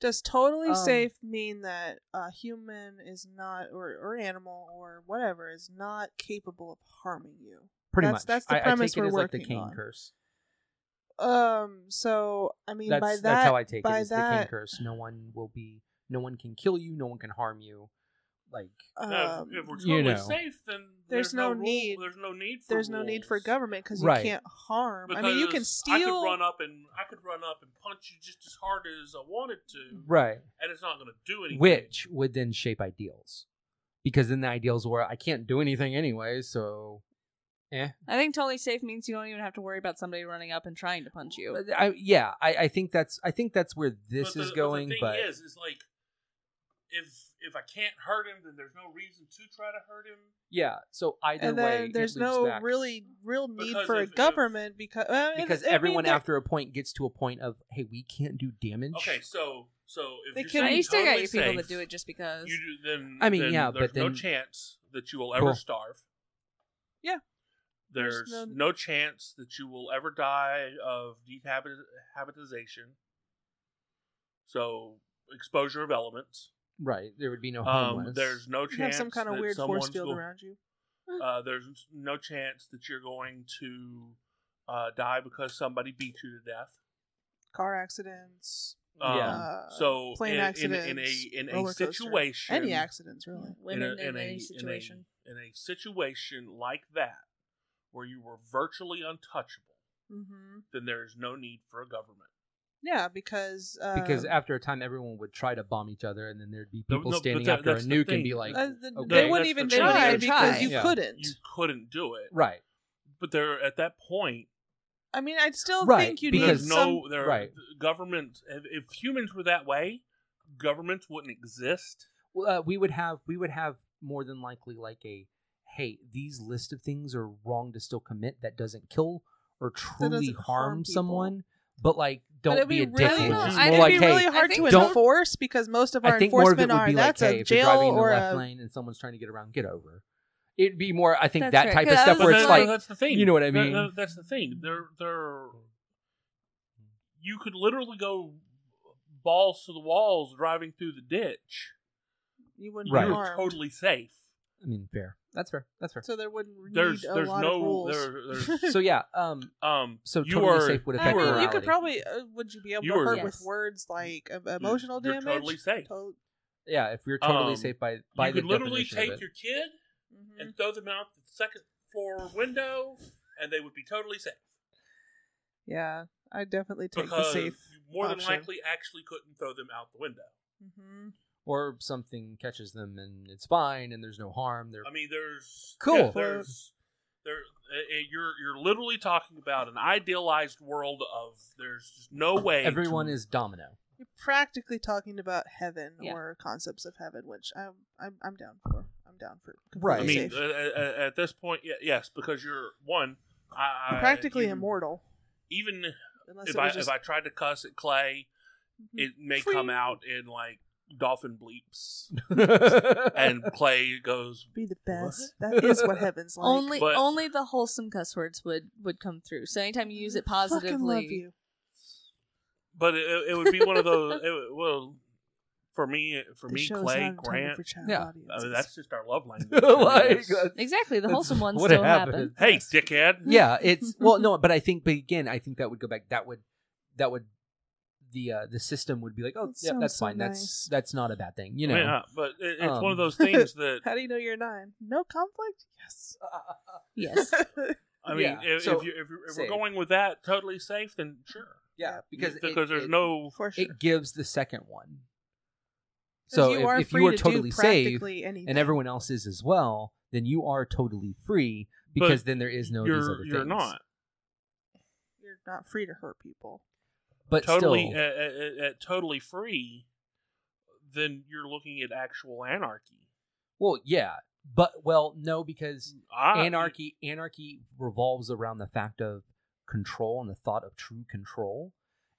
S1: does totally
S3: Um,
S1: safe mean that a human is not or or animal or whatever is not capable of harming you?
S3: pretty
S1: that's-
S3: much.
S1: that's the
S3: I- I
S1: premise
S3: take it
S1: we're
S3: as like the
S1: working
S3: Cain
S1: on.
S3: curse.
S1: Um, so I mean
S3: That's
S1: by that
S3: that's how I take it.
S1: by
S3: Is the Cain
S1: that,
S3: curse? No one will be. No one can kill you. No one can harm you. Like
S2: now,
S1: um,
S2: if, if we're totally
S3: you know.
S2: safe, then
S1: There's no
S2: rule-
S1: need-
S2: There's no need. For
S1: there's no need for
S2: rules.
S1: government because
S3: Right.
S1: you can't harm.
S2: Because
S1: I mean, you can steal.
S2: I could run up and I could run up and punch you just as hard as I wanted
S1: Mm.
S2: to,
S3: right,
S2: and it's not going to do anything.
S3: which would then shape ideals, because then the ideals were I can't do anything anyway. So, eh.
S4: I think totally safe means you don't even have to worry about somebody running up and trying to punch you.
S3: I, yeah, I, I think that's I think that's where this
S2: But the-
S3: is
S2: But
S3: going.
S2: the thing
S3: But
S2: is, is like if if I can't hurt him, then there's no reason to try to hurt him.
S3: yeah, so either
S1: and
S3: way,
S1: then
S3: it
S1: there's
S3: loops
S1: no
S3: back.
S1: really real need
S2: Because
S1: for
S2: if-
S1: a
S2: if-
S1: government because well, it-
S3: because
S1: I mean,
S3: everyone
S1: they're-
S3: after a point gets to a point of hey, we can't do damage.
S2: Okay, so so if
S1: They
S2: you're
S1: can-
S4: Now,
S2: saying
S4: you still got
S2: totally
S4: your people
S2: safe,
S4: that do it just because.
S2: You do then.
S3: I mean,
S2: then
S3: yeah,
S2: there's
S3: but
S2: no
S3: then-
S2: chance that you will
S3: Cool.
S2: ever starve.
S1: Yeah.
S2: There's,
S1: There's no-
S2: no... chance that you will ever die of dehabitation. So exposure of elements.
S3: Right, there would be no homeless.
S2: Um, there's no
S1: you
S2: chance
S1: have some kind of
S2: that
S1: weird
S2: someone's
S1: force field
S2: go-
S1: around you.
S2: Uh, there's no chance that you're going to uh, die because somebody beat you to death.
S1: Car accidents,
S2: Um,
S3: Yeah.
S1: uh,
S2: So
S1: plane
S2: in, in,
S1: accidents,
S2: in a in a
S1: roller coaster.
S2: situation
S1: any accidents really.
S4: Women in,
S2: a-
S4: any situation.
S2: In a, in a situation like that, where you were virtually untouchable,
S1: hmm
S2: then there is no need for a government.
S1: Yeah, because um,
S3: because after a time, everyone would try to bomb each other, and then there'd be
S2: No,
S3: people
S2: no, but
S3: standing
S2: that-
S3: after a
S2: that's the
S3: nuke and be
S2: thing.
S3: like,
S1: uh, the,
S3: okay.
S1: they
S2: That's
S1: wouldn't
S2: the
S1: even
S2: thing.
S1: try
S2: They
S1: because
S4: wouldn't try.
S1: you
S3: Yeah.
S1: couldn't.
S2: You couldn't do it,
S3: right,
S2: but there at that point,
S1: I mean, I still
S3: Right,
S1: think you need
S3: because-
S2: there's
S1: some.
S2: no there
S3: right.
S2: government. If, if humans were that way, governments wouldn't exist.
S3: well, uh, we would have we would have more than likely like a hey, these list of things are wrong to still commit that doesn't kill or truly
S1: doesn't
S3: harm,
S1: harm people.
S3: someone, but like don't
S1: it'd
S3: be, a
S1: really,
S3: dickhead.
S4: No,
S3: It's
S4: I
S3: more
S4: think
S3: like
S1: it'd be
S3: hey,
S1: really
S4: I
S1: hard to
S4: think-
S3: Don't-
S1: enforce because most of
S3: I
S1: our
S3: think more of it
S1: enforcement
S3: would
S1: are
S3: be like,
S1: that's
S3: hey,
S1: a
S3: if you're
S1: jail
S3: driving in the
S1: or
S3: left
S1: a
S3: lane and someone's trying to get around, get over. It'd be more, I think,
S4: That's
S3: that
S4: right,
S3: type of
S4: 'cause I
S3: stuff
S4: was
S3: where it's
S4: just
S3: like,
S4: like-
S2: that's the thing.
S3: you know what I
S2: That- that-
S3: mean?
S2: that's the thing. They're they're you could literally go balls to the walls driving through the ditch.
S1: you wouldn't
S3: Right.
S1: be
S2: You're
S1: harmed.
S2: totally safe.
S3: I mean, fair. That's fair. That's fair.
S1: So there wouldn't
S2: There's
S1: need a
S2: there's
S1: lot of
S2: no
S1: rules.
S2: there, there's
S3: so yeah, um,
S2: um
S3: So
S2: you
S3: totally
S2: are
S3: safe would
S1: I
S3: affect
S2: you
S1: mean,
S2: are,
S1: you could
S3: morality.
S1: probably uh, would you be able
S2: You
S1: to
S2: are-
S1: hurt
S4: Yes.
S1: with words like uh,
S2: you're-
S1: emotional
S2: you're
S1: damage?
S2: Totally safe.
S1: To-
S3: yeah, if you're totally
S2: Um,
S3: safe by by
S2: you
S3: the
S2: could literally
S3: definition of
S2: take
S3: it.
S2: your kid
S4: Mm-hmm.
S2: and throw them out the second floor window, and they would be totally safe.
S1: Yeah, I definitely take
S2: because
S1: the safe.
S2: you more than
S1: option.
S2: likely actually couldn't throw them out the window.
S1: Mm-hmm.
S3: Or something catches them and it's fine and there's no harm. They're
S2: I mean, there's
S3: Cool.
S2: yeah, there's there. uh, uh, You're you're literally talking about an idealized world of there's just no way
S3: everyone
S2: to-
S3: is domino.
S1: You're practically talking about heaven
S4: Yeah.
S1: or concepts of heaven, which I'm I'm, I'm down for. I'm down for.
S3: Right.
S2: I
S1: completely
S2: mean,
S1: safe.
S2: uh, uh, uh, at this point, ye- yes, because you're one. I, I-
S1: practically
S2: you-
S1: immortal.
S2: Even
S3: Uh,
S1: Unless
S2: if
S1: it
S2: I
S1: was just,
S2: if I tried to cuss at Clay,
S3: Mm-hmm.
S2: it may
S1: Tweet.
S2: come out in like dolphin bleeps, and Clay goes,
S1: be the best. That is what heaven's like.
S4: only
S2: but-
S4: only the wholesome cuss words would would come through. So anytime you use it positively,
S1: Fucking love you.
S2: but it, it would be one of those. It, would- well, for me, for
S1: The
S2: me,
S1: show's not
S2: Clay
S1: intended
S2: Grant.
S1: for child
S3: Yeah.
S2: I
S1: audiences.
S2: mean, that's just our love language. I mean,
S3: Like,
S2: it's-
S4: exactly the
S3: That's
S4: wholesome ones
S3: what
S4: still
S3: happened.
S4: happen.
S2: hey, dickhead.
S3: yeah it's well no but i think but again i think that would go back that would that would the uh the system would be like oh
S1: That
S3: yeah
S1: sounds
S3: that's
S1: so
S3: fine that's
S1: nice.
S3: that's not a bad thing you know
S2: Yeah, uh, but it, it's one
S3: Um.
S2: of those things that
S1: How do you know you're nine? No conflict. Yes.
S4: Yes,
S2: I mean,
S3: Yeah,
S2: if,
S3: so
S2: if, you, if, you're, if we're
S3: safe.
S2: going with that, totally safe, then sure.
S3: yeah because it-
S2: because there's
S3: it-
S2: no
S1: for sure.
S3: it gives the second one
S1: 'Cause
S3: so
S1: you
S3: if,
S1: are
S3: if
S1: free
S3: you are
S1: to do
S3: totally safe
S1: practically anything.
S3: and everyone else is as well then you are totally free
S2: But
S3: because then there is no these
S2: you're
S3: other
S2: you're
S3: things.
S2: not
S1: you're not free to hurt people.
S3: but
S2: totally
S3: still,
S2: uh, uh, uh, uh, totally free. Then you're looking at actual anarchy.
S3: well yeah but well no because
S2: I,
S3: anarchy anarchy revolves around the fact of control and the thought of true control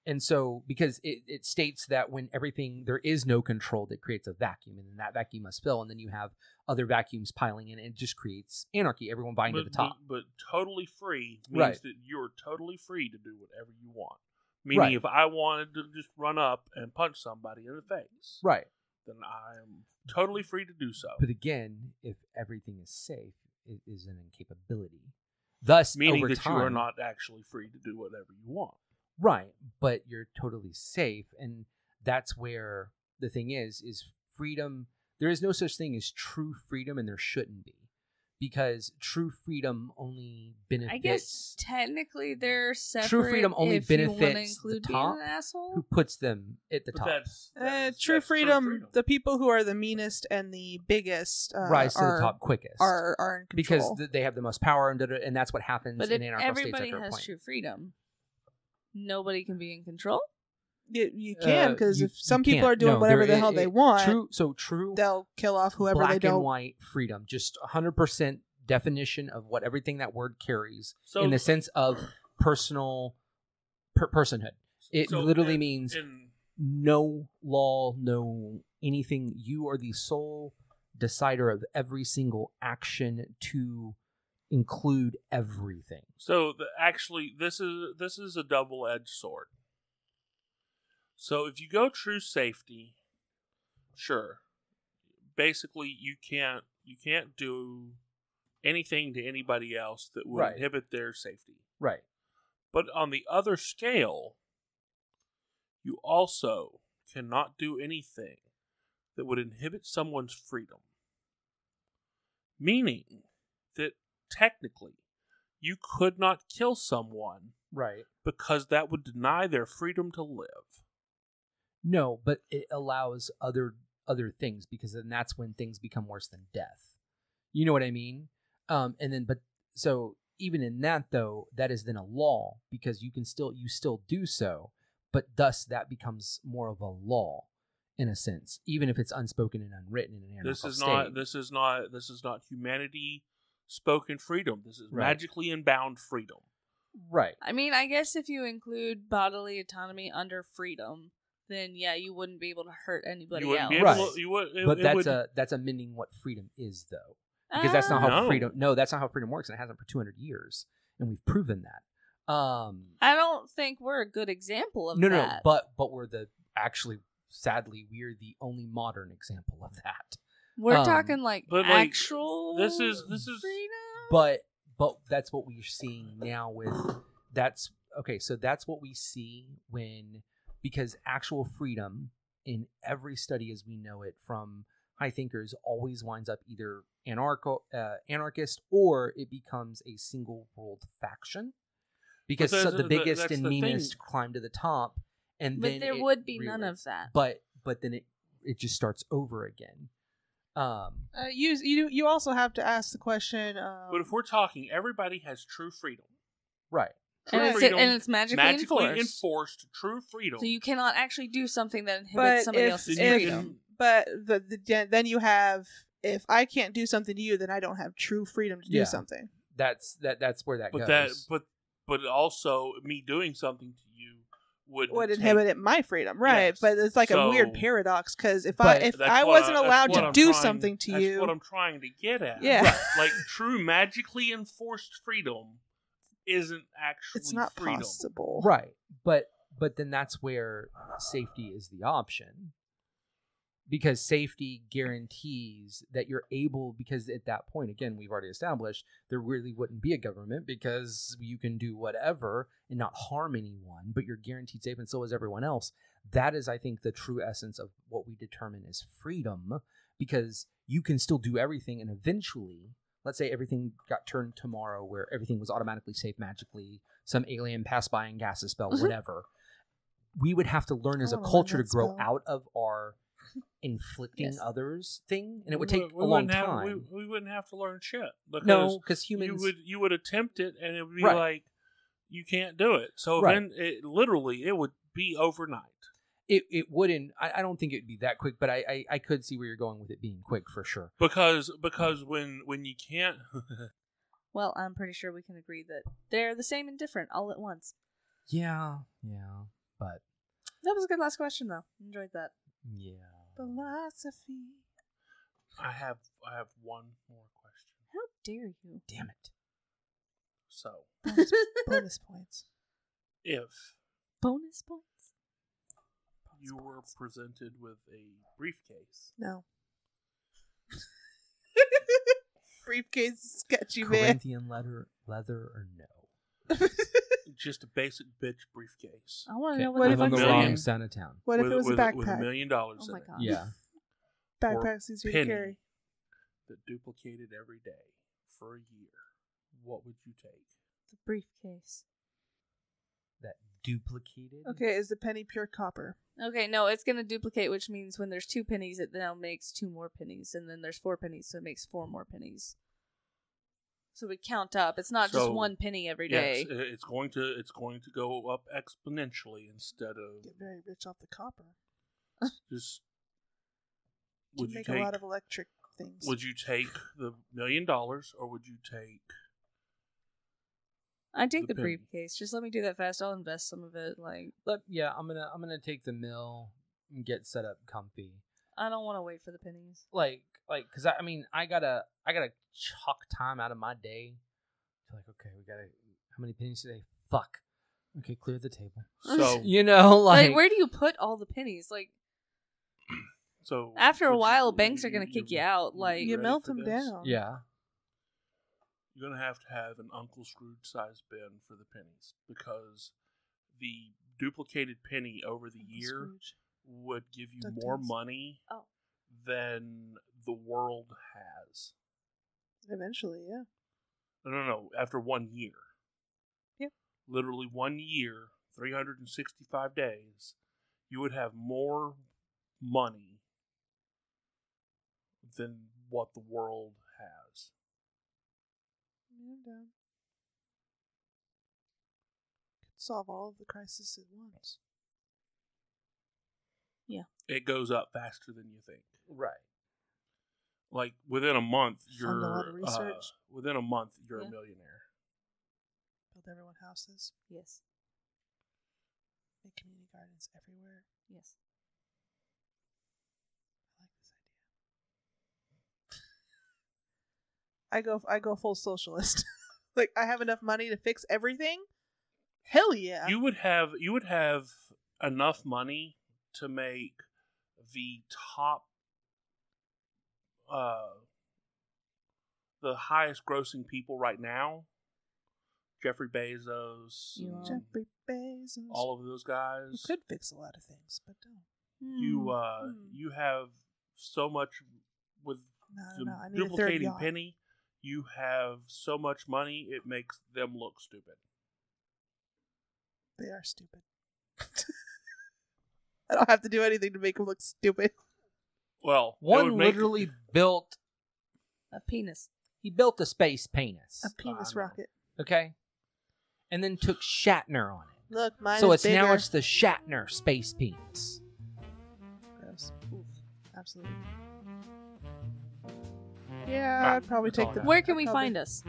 S3: and so because it, it states that when everything there is no control that creates a vacuum and then that vacuum must fill and then you have other vacuums piling in and it just creates anarchy everyone buying to
S2: but,
S3: the top
S2: But, but totally free means
S3: Right.
S2: that you're totally free to do whatever you want. Meaning,
S3: Right.
S2: if I wanted to just run up and punch somebody in the face,
S3: right
S2: then I am totally free to do so.
S3: but again if everything is safe it is an incapability thus
S2: Meaning
S3: over
S2: that
S3: time,
S2: you are not actually free to do whatever you want.
S3: Right, but you're totally safe and that's where the thing is is freedom there is no such thing as true freedom and there shouldn't be because true freedom only benefits
S4: I guess technically they're separate.
S3: freedom only
S4: if you wanna
S3: benefits the
S4: include
S3: top
S4: Being an asshole.
S3: who puts them at the
S2: But
S3: top.
S2: that's, that
S1: Uh,
S2: is-
S1: true
S2: that's
S1: freedom, The people who are the meanest and the biggest uh,
S3: rise to
S1: are,
S3: the top quickest
S1: Are are in
S3: because
S1: control.
S3: th- they have the most power and, da- da- and that's what happens
S4: But
S3: in
S4: if
S3: anarcho states
S4: everybody
S3: after a
S4: has
S3: point.
S4: true freedom, nobody can be in control.
S1: you, you can
S3: Uh,
S1: because
S3: you-
S1: if some
S3: you
S1: people
S3: can't.
S1: are doing
S3: No,
S1: whatever
S3: there-
S1: the hell
S3: it-
S1: they
S3: it-
S1: want,
S3: True, so true
S1: they'll kill off whoever
S3: black
S1: they don't.
S3: and white freedom just 100% definition of what everything that word carries
S2: So-
S3: in the sense of personal per- personhood it literally means-
S2: in-
S3: no law no anything you are the sole decider of every single action to include everything
S2: so the, actually this is this is a double edged sword. So if you go true safety, sure. Basically you can't you can't do anything to anybody else that would
S3: Right.
S2: inhibit their safety.
S3: right
S2: But on the other scale, you also cannot do anything that would inhibit someone's freedom. Meaning that technically, you could not kill someone
S3: right
S2: because that would deny their freedom to live.
S3: no but it allows other other things because then that's when things become worse than death you know what i mean um and then but so even in that though that is then a law because you can still you still do so but thus that becomes more of a law in a sense even if it's unspoken and unwritten in an
S2: this
S3: anarchal
S2: is not
S3: state.
S2: this is not this is not humanity spoken freedom. This is
S3: Right.
S2: magically inbound freedom.
S3: right
S4: I mean, I guess if you include bodily autonomy under freedom, then yeah, you wouldn't be able to hurt anybody
S2: you wouldn't
S4: else.
S2: be able
S3: Right.
S2: to, you would, it,
S3: but
S2: it
S3: that's
S2: would-
S3: a that's amending what freedom is though because that's not
S4: Ah.
S3: how
S2: No.
S3: freedom no that's not how freedom works and it hasn't for 200 years and we've proven that um
S4: I don't think we're a good example of
S3: no,
S4: that.
S3: no, but but we're the actually sadly we're the only modern example of that.
S4: We're
S3: Um,
S4: talking like,
S2: but, like,
S4: actual.
S2: this is- this is-
S4: freedom.
S3: But but that's what we're seeing now with that's okay. So that's what we see when because actual freedom in every study as we know it from high thinkers always winds up either anarcho- uh, anarchist or it becomes a single world faction because
S2: that's
S3: so-
S2: the-
S3: the
S2: that-
S3: biggest
S2: that's
S3: and
S2: the thing.
S3: meanest climb to the top, and
S4: But
S3: then
S4: there
S3: it
S4: would be none
S3: rears.
S4: of that.
S3: But but then it it just starts over again. Um,
S1: Uh, you you you also have to ask the question. Um,
S2: But if we're talking, everybody has true freedom.
S3: right.
S2: True
S4: and, it's,
S2: freedom,
S4: and it's magically,
S2: magically enforced.
S4: enforced.
S2: true freedom.
S4: So you cannot actually do something that inhibits
S1: but
S4: somebody
S1: if,
S4: else's
S2: Then you
S1: if
S4: freedom.
S2: can-
S1: but the, the yeah, then you have if I can't do something to you, then I don't have true freedom to
S3: Yeah.
S1: do something.
S3: That's that. That's where that
S2: but
S3: goes.
S2: that, but but also me doing something to you would
S1: Would
S2: take-
S1: inhibit it my freedom, right?
S2: Yes.
S1: But it's like a
S2: So-
S1: weird paradox because if I
S3: But-
S1: if
S2: That's
S1: I
S2: what
S1: wasn't
S2: that's
S1: allowed
S2: what
S1: to
S2: I'm
S1: do
S2: trying-
S1: something to
S2: That's what
S1: you,
S2: I'm trying to get at.
S1: yeah,
S2: like true magically enforced freedom isn't actually
S1: it's not
S2: freedom.
S1: possible,
S3: right but but then that's where safety is the option because safety guarantees that you're able because at that point again we've already established there really wouldn't be a government because you can do whatever and not harm anyone but you're guaranteed safe and so is everyone else that is i think the true essence of what we determine as freedom because you can still do everything and eventually let's say everything got turned tomorrow where everything was automatically safe magically some alien passed by and cast a spell
S2: Mm-hmm.
S4: Mhm.
S3: whatever we would have to learn as
S1: I
S3: a
S2: Oh,
S1: wanna learn
S3: culture to
S1: that
S3: grow
S1: spell.
S3: out of our inflicting
S4: Yes.
S3: others thing and it would
S2: We
S3: take
S2: wou- we
S3: a long
S2: wouldn't have-
S3: time
S2: we, we wouldn't have to learn shit because
S3: no because
S2: you
S3: humans
S2: would you would attempt it and it would be
S3: Right.
S2: like you can't do it. So
S3: Right.
S2: then it literally it would be overnight.
S3: it, it wouldn't I, I don't think it'd be that quick but I, I i could see where you're going with it being quick for sure
S2: Because because when when you can't
S4: Well, I'm pretty sure we can agree that they're the same and different all at once.
S3: yeah yeah but
S4: That was a good last question, though. Enjoyed that.
S3: yeah
S1: Philosophy.
S2: I have I have one more question.
S4: How dare you?
S3: damn it
S2: So
S1: Bonus, bonus points.
S2: if
S4: Bonus points.
S2: you were presented with a briefcase
S1: No. Briefcase is sketchy man.
S3: corinthian leather leather or no
S2: just a basic bitch briefcase.
S4: I want to
S3: Okay,
S4: know
S1: What
S4: what
S1: if
S3: I'm
S4: the
S3: on
S1: I'm
S3: the
S2: a
S3: wrong
S2: million?
S3: side of town.
S1: Oh, What if
S2: with-
S1: it was a
S2: with, with a
S1: backpack?
S2: million dollars
S4: Oh my
S2: in it?
S4: God.
S3: Yeah.
S1: Backpacks easier to
S2: penny
S1: carry.
S2: that duplicated every day for a year, what would you take?
S4: The briefcase.
S3: That duplicated.
S1: Okay, is the penny pure copper?
S4: Okay, no, it's going to duplicate, which means when there's two pennies, it now makes two more pennies, and then there's four pennies, so it makes four more pennies. So we count up. It's not just
S2: So-
S4: one penny every day.
S2: Yes, i- it's going to it's going to go up exponentially instead of
S1: Get very rich off the copper.
S2: just.
S1: To
S2: Would you
S1: make
S2: take?
S1: a lot of electric things.
S2: would you take the million dollars or would you take?
S4: I take
S2: The
S4: the,
S2: penny.
S4: briefcase. Just let me do that fast. I'll invest some of it. Like
S3: Look, yeah, I'm gonna I'm gonna take the mill and get set up comfy.
S4: I don't want to wait for the pennies.
S3: Like like because I, I mean I gotta I gotta chalk time out of my day. To like okay, we gotta how many pennies today? Fuck. Okay, clear the table.
S2: So
S3: You know,
S4: Like,
S3: like,
S4: where do you put all the pennies? Like
S2: so
S4: after a
S2: would you-
S4: while,
S2: you-
S4: banks are gonna kick you out, like-
S1: You
S2: ready
S1: melt
S2: for
S1: them
S2: this?
S1: down.
S3: yeah.
S2: You're gonna have to have an Uncle Scrooge size bin for the pennies because the duplicated penny over the
S1: Uncle
S2: year
S1: Scrooge.
S2: would give you
S1: DuckTales.
S2: more money
S4: Oh.
S2: than the world has.
S1: Eventually, yeah.
S2: No, no, no. After one year.
S4: Yep.
S2: Literally one year, 365 days, you would have more money than what the world has.
S1: Yeah, I'm down. Could solve all of the crises at once.
S2: It goes up faster than you think.
S3: Right.
S2: Like within a month,
S1: Fund a
S2: you're
S1: lot of
S2: uh,
S1: research.
S2: within a month you're
S4: Yeah.
S2: a millionaire.
S1: Build everyone houses.
S4: yes,
S1: Make community gardens everywhere.
S4: yes.
S1: I like this idea. I go I go full socialist. like I have enough money to fix everything. Hell yeah.
S2: You would have you would have enough money to make the top uh the highest grossing people right now. Jeffrey Bezos,
S4: You
S2: and
S1: Jeffrey Bezos.
S2: um, all of those
S1: you
S2: guys.
S1: Hmm. could fix a lot of things, but don't.
S2: You uh
S1: Hmm.
S2: you have so much with
S1: No, no,
S2: the
S1: no. I need a third
S2: duplicating
S1: yacht.
S2: penny, you have so much money it makes them look stupid.
S1: They are stupid. I don't have to do anything to make them look stupid.
S2: Well, it would
S3: One
S2: make-
S3: literally built
S4: A penis.
S3: he built a space penis.
S1: A
S2: don't
S1: penis
S2: know.
S1: rocket.
S3: Okay. And then took Shatner on it.
S1: Look, mine
S3: so
S1: is
S3: it's now
S1: bigger.
S3: it's the Shatner space penis.
S1: Gross. Oof. Absolutely.
S3: Ah,
S1: Yeah,
S2: Ah,
S1: I'd Uh, probably
S2: that's all
S1: take
S2: I
S1: the.
S2: got.
S4: Where can we find us?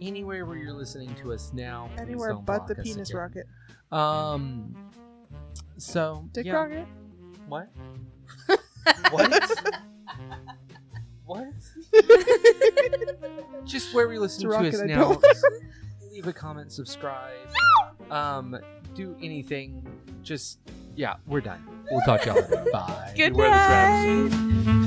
S3: Anywhere where you're listening to us now. please
S1: Anywhere
S3: don't
S1: but
S3: block
S1: the
S3: us
S1: penis
S3: again.
S1: rocket.
S3: Um. So
S1: Dick
S3: yeah.
S1: rocket?
S3: What? what? what? Just where we listen
S1: It's a
S3: to us
S1: rocket, I
S3: now.
S1: don't-
S3: leave a comment, subscribe, um, do anything. Just yeah, we're done. We'll talk to y'all later. Bye.
S4: Good
S2: Beware the
S4: night.
S2: Travises.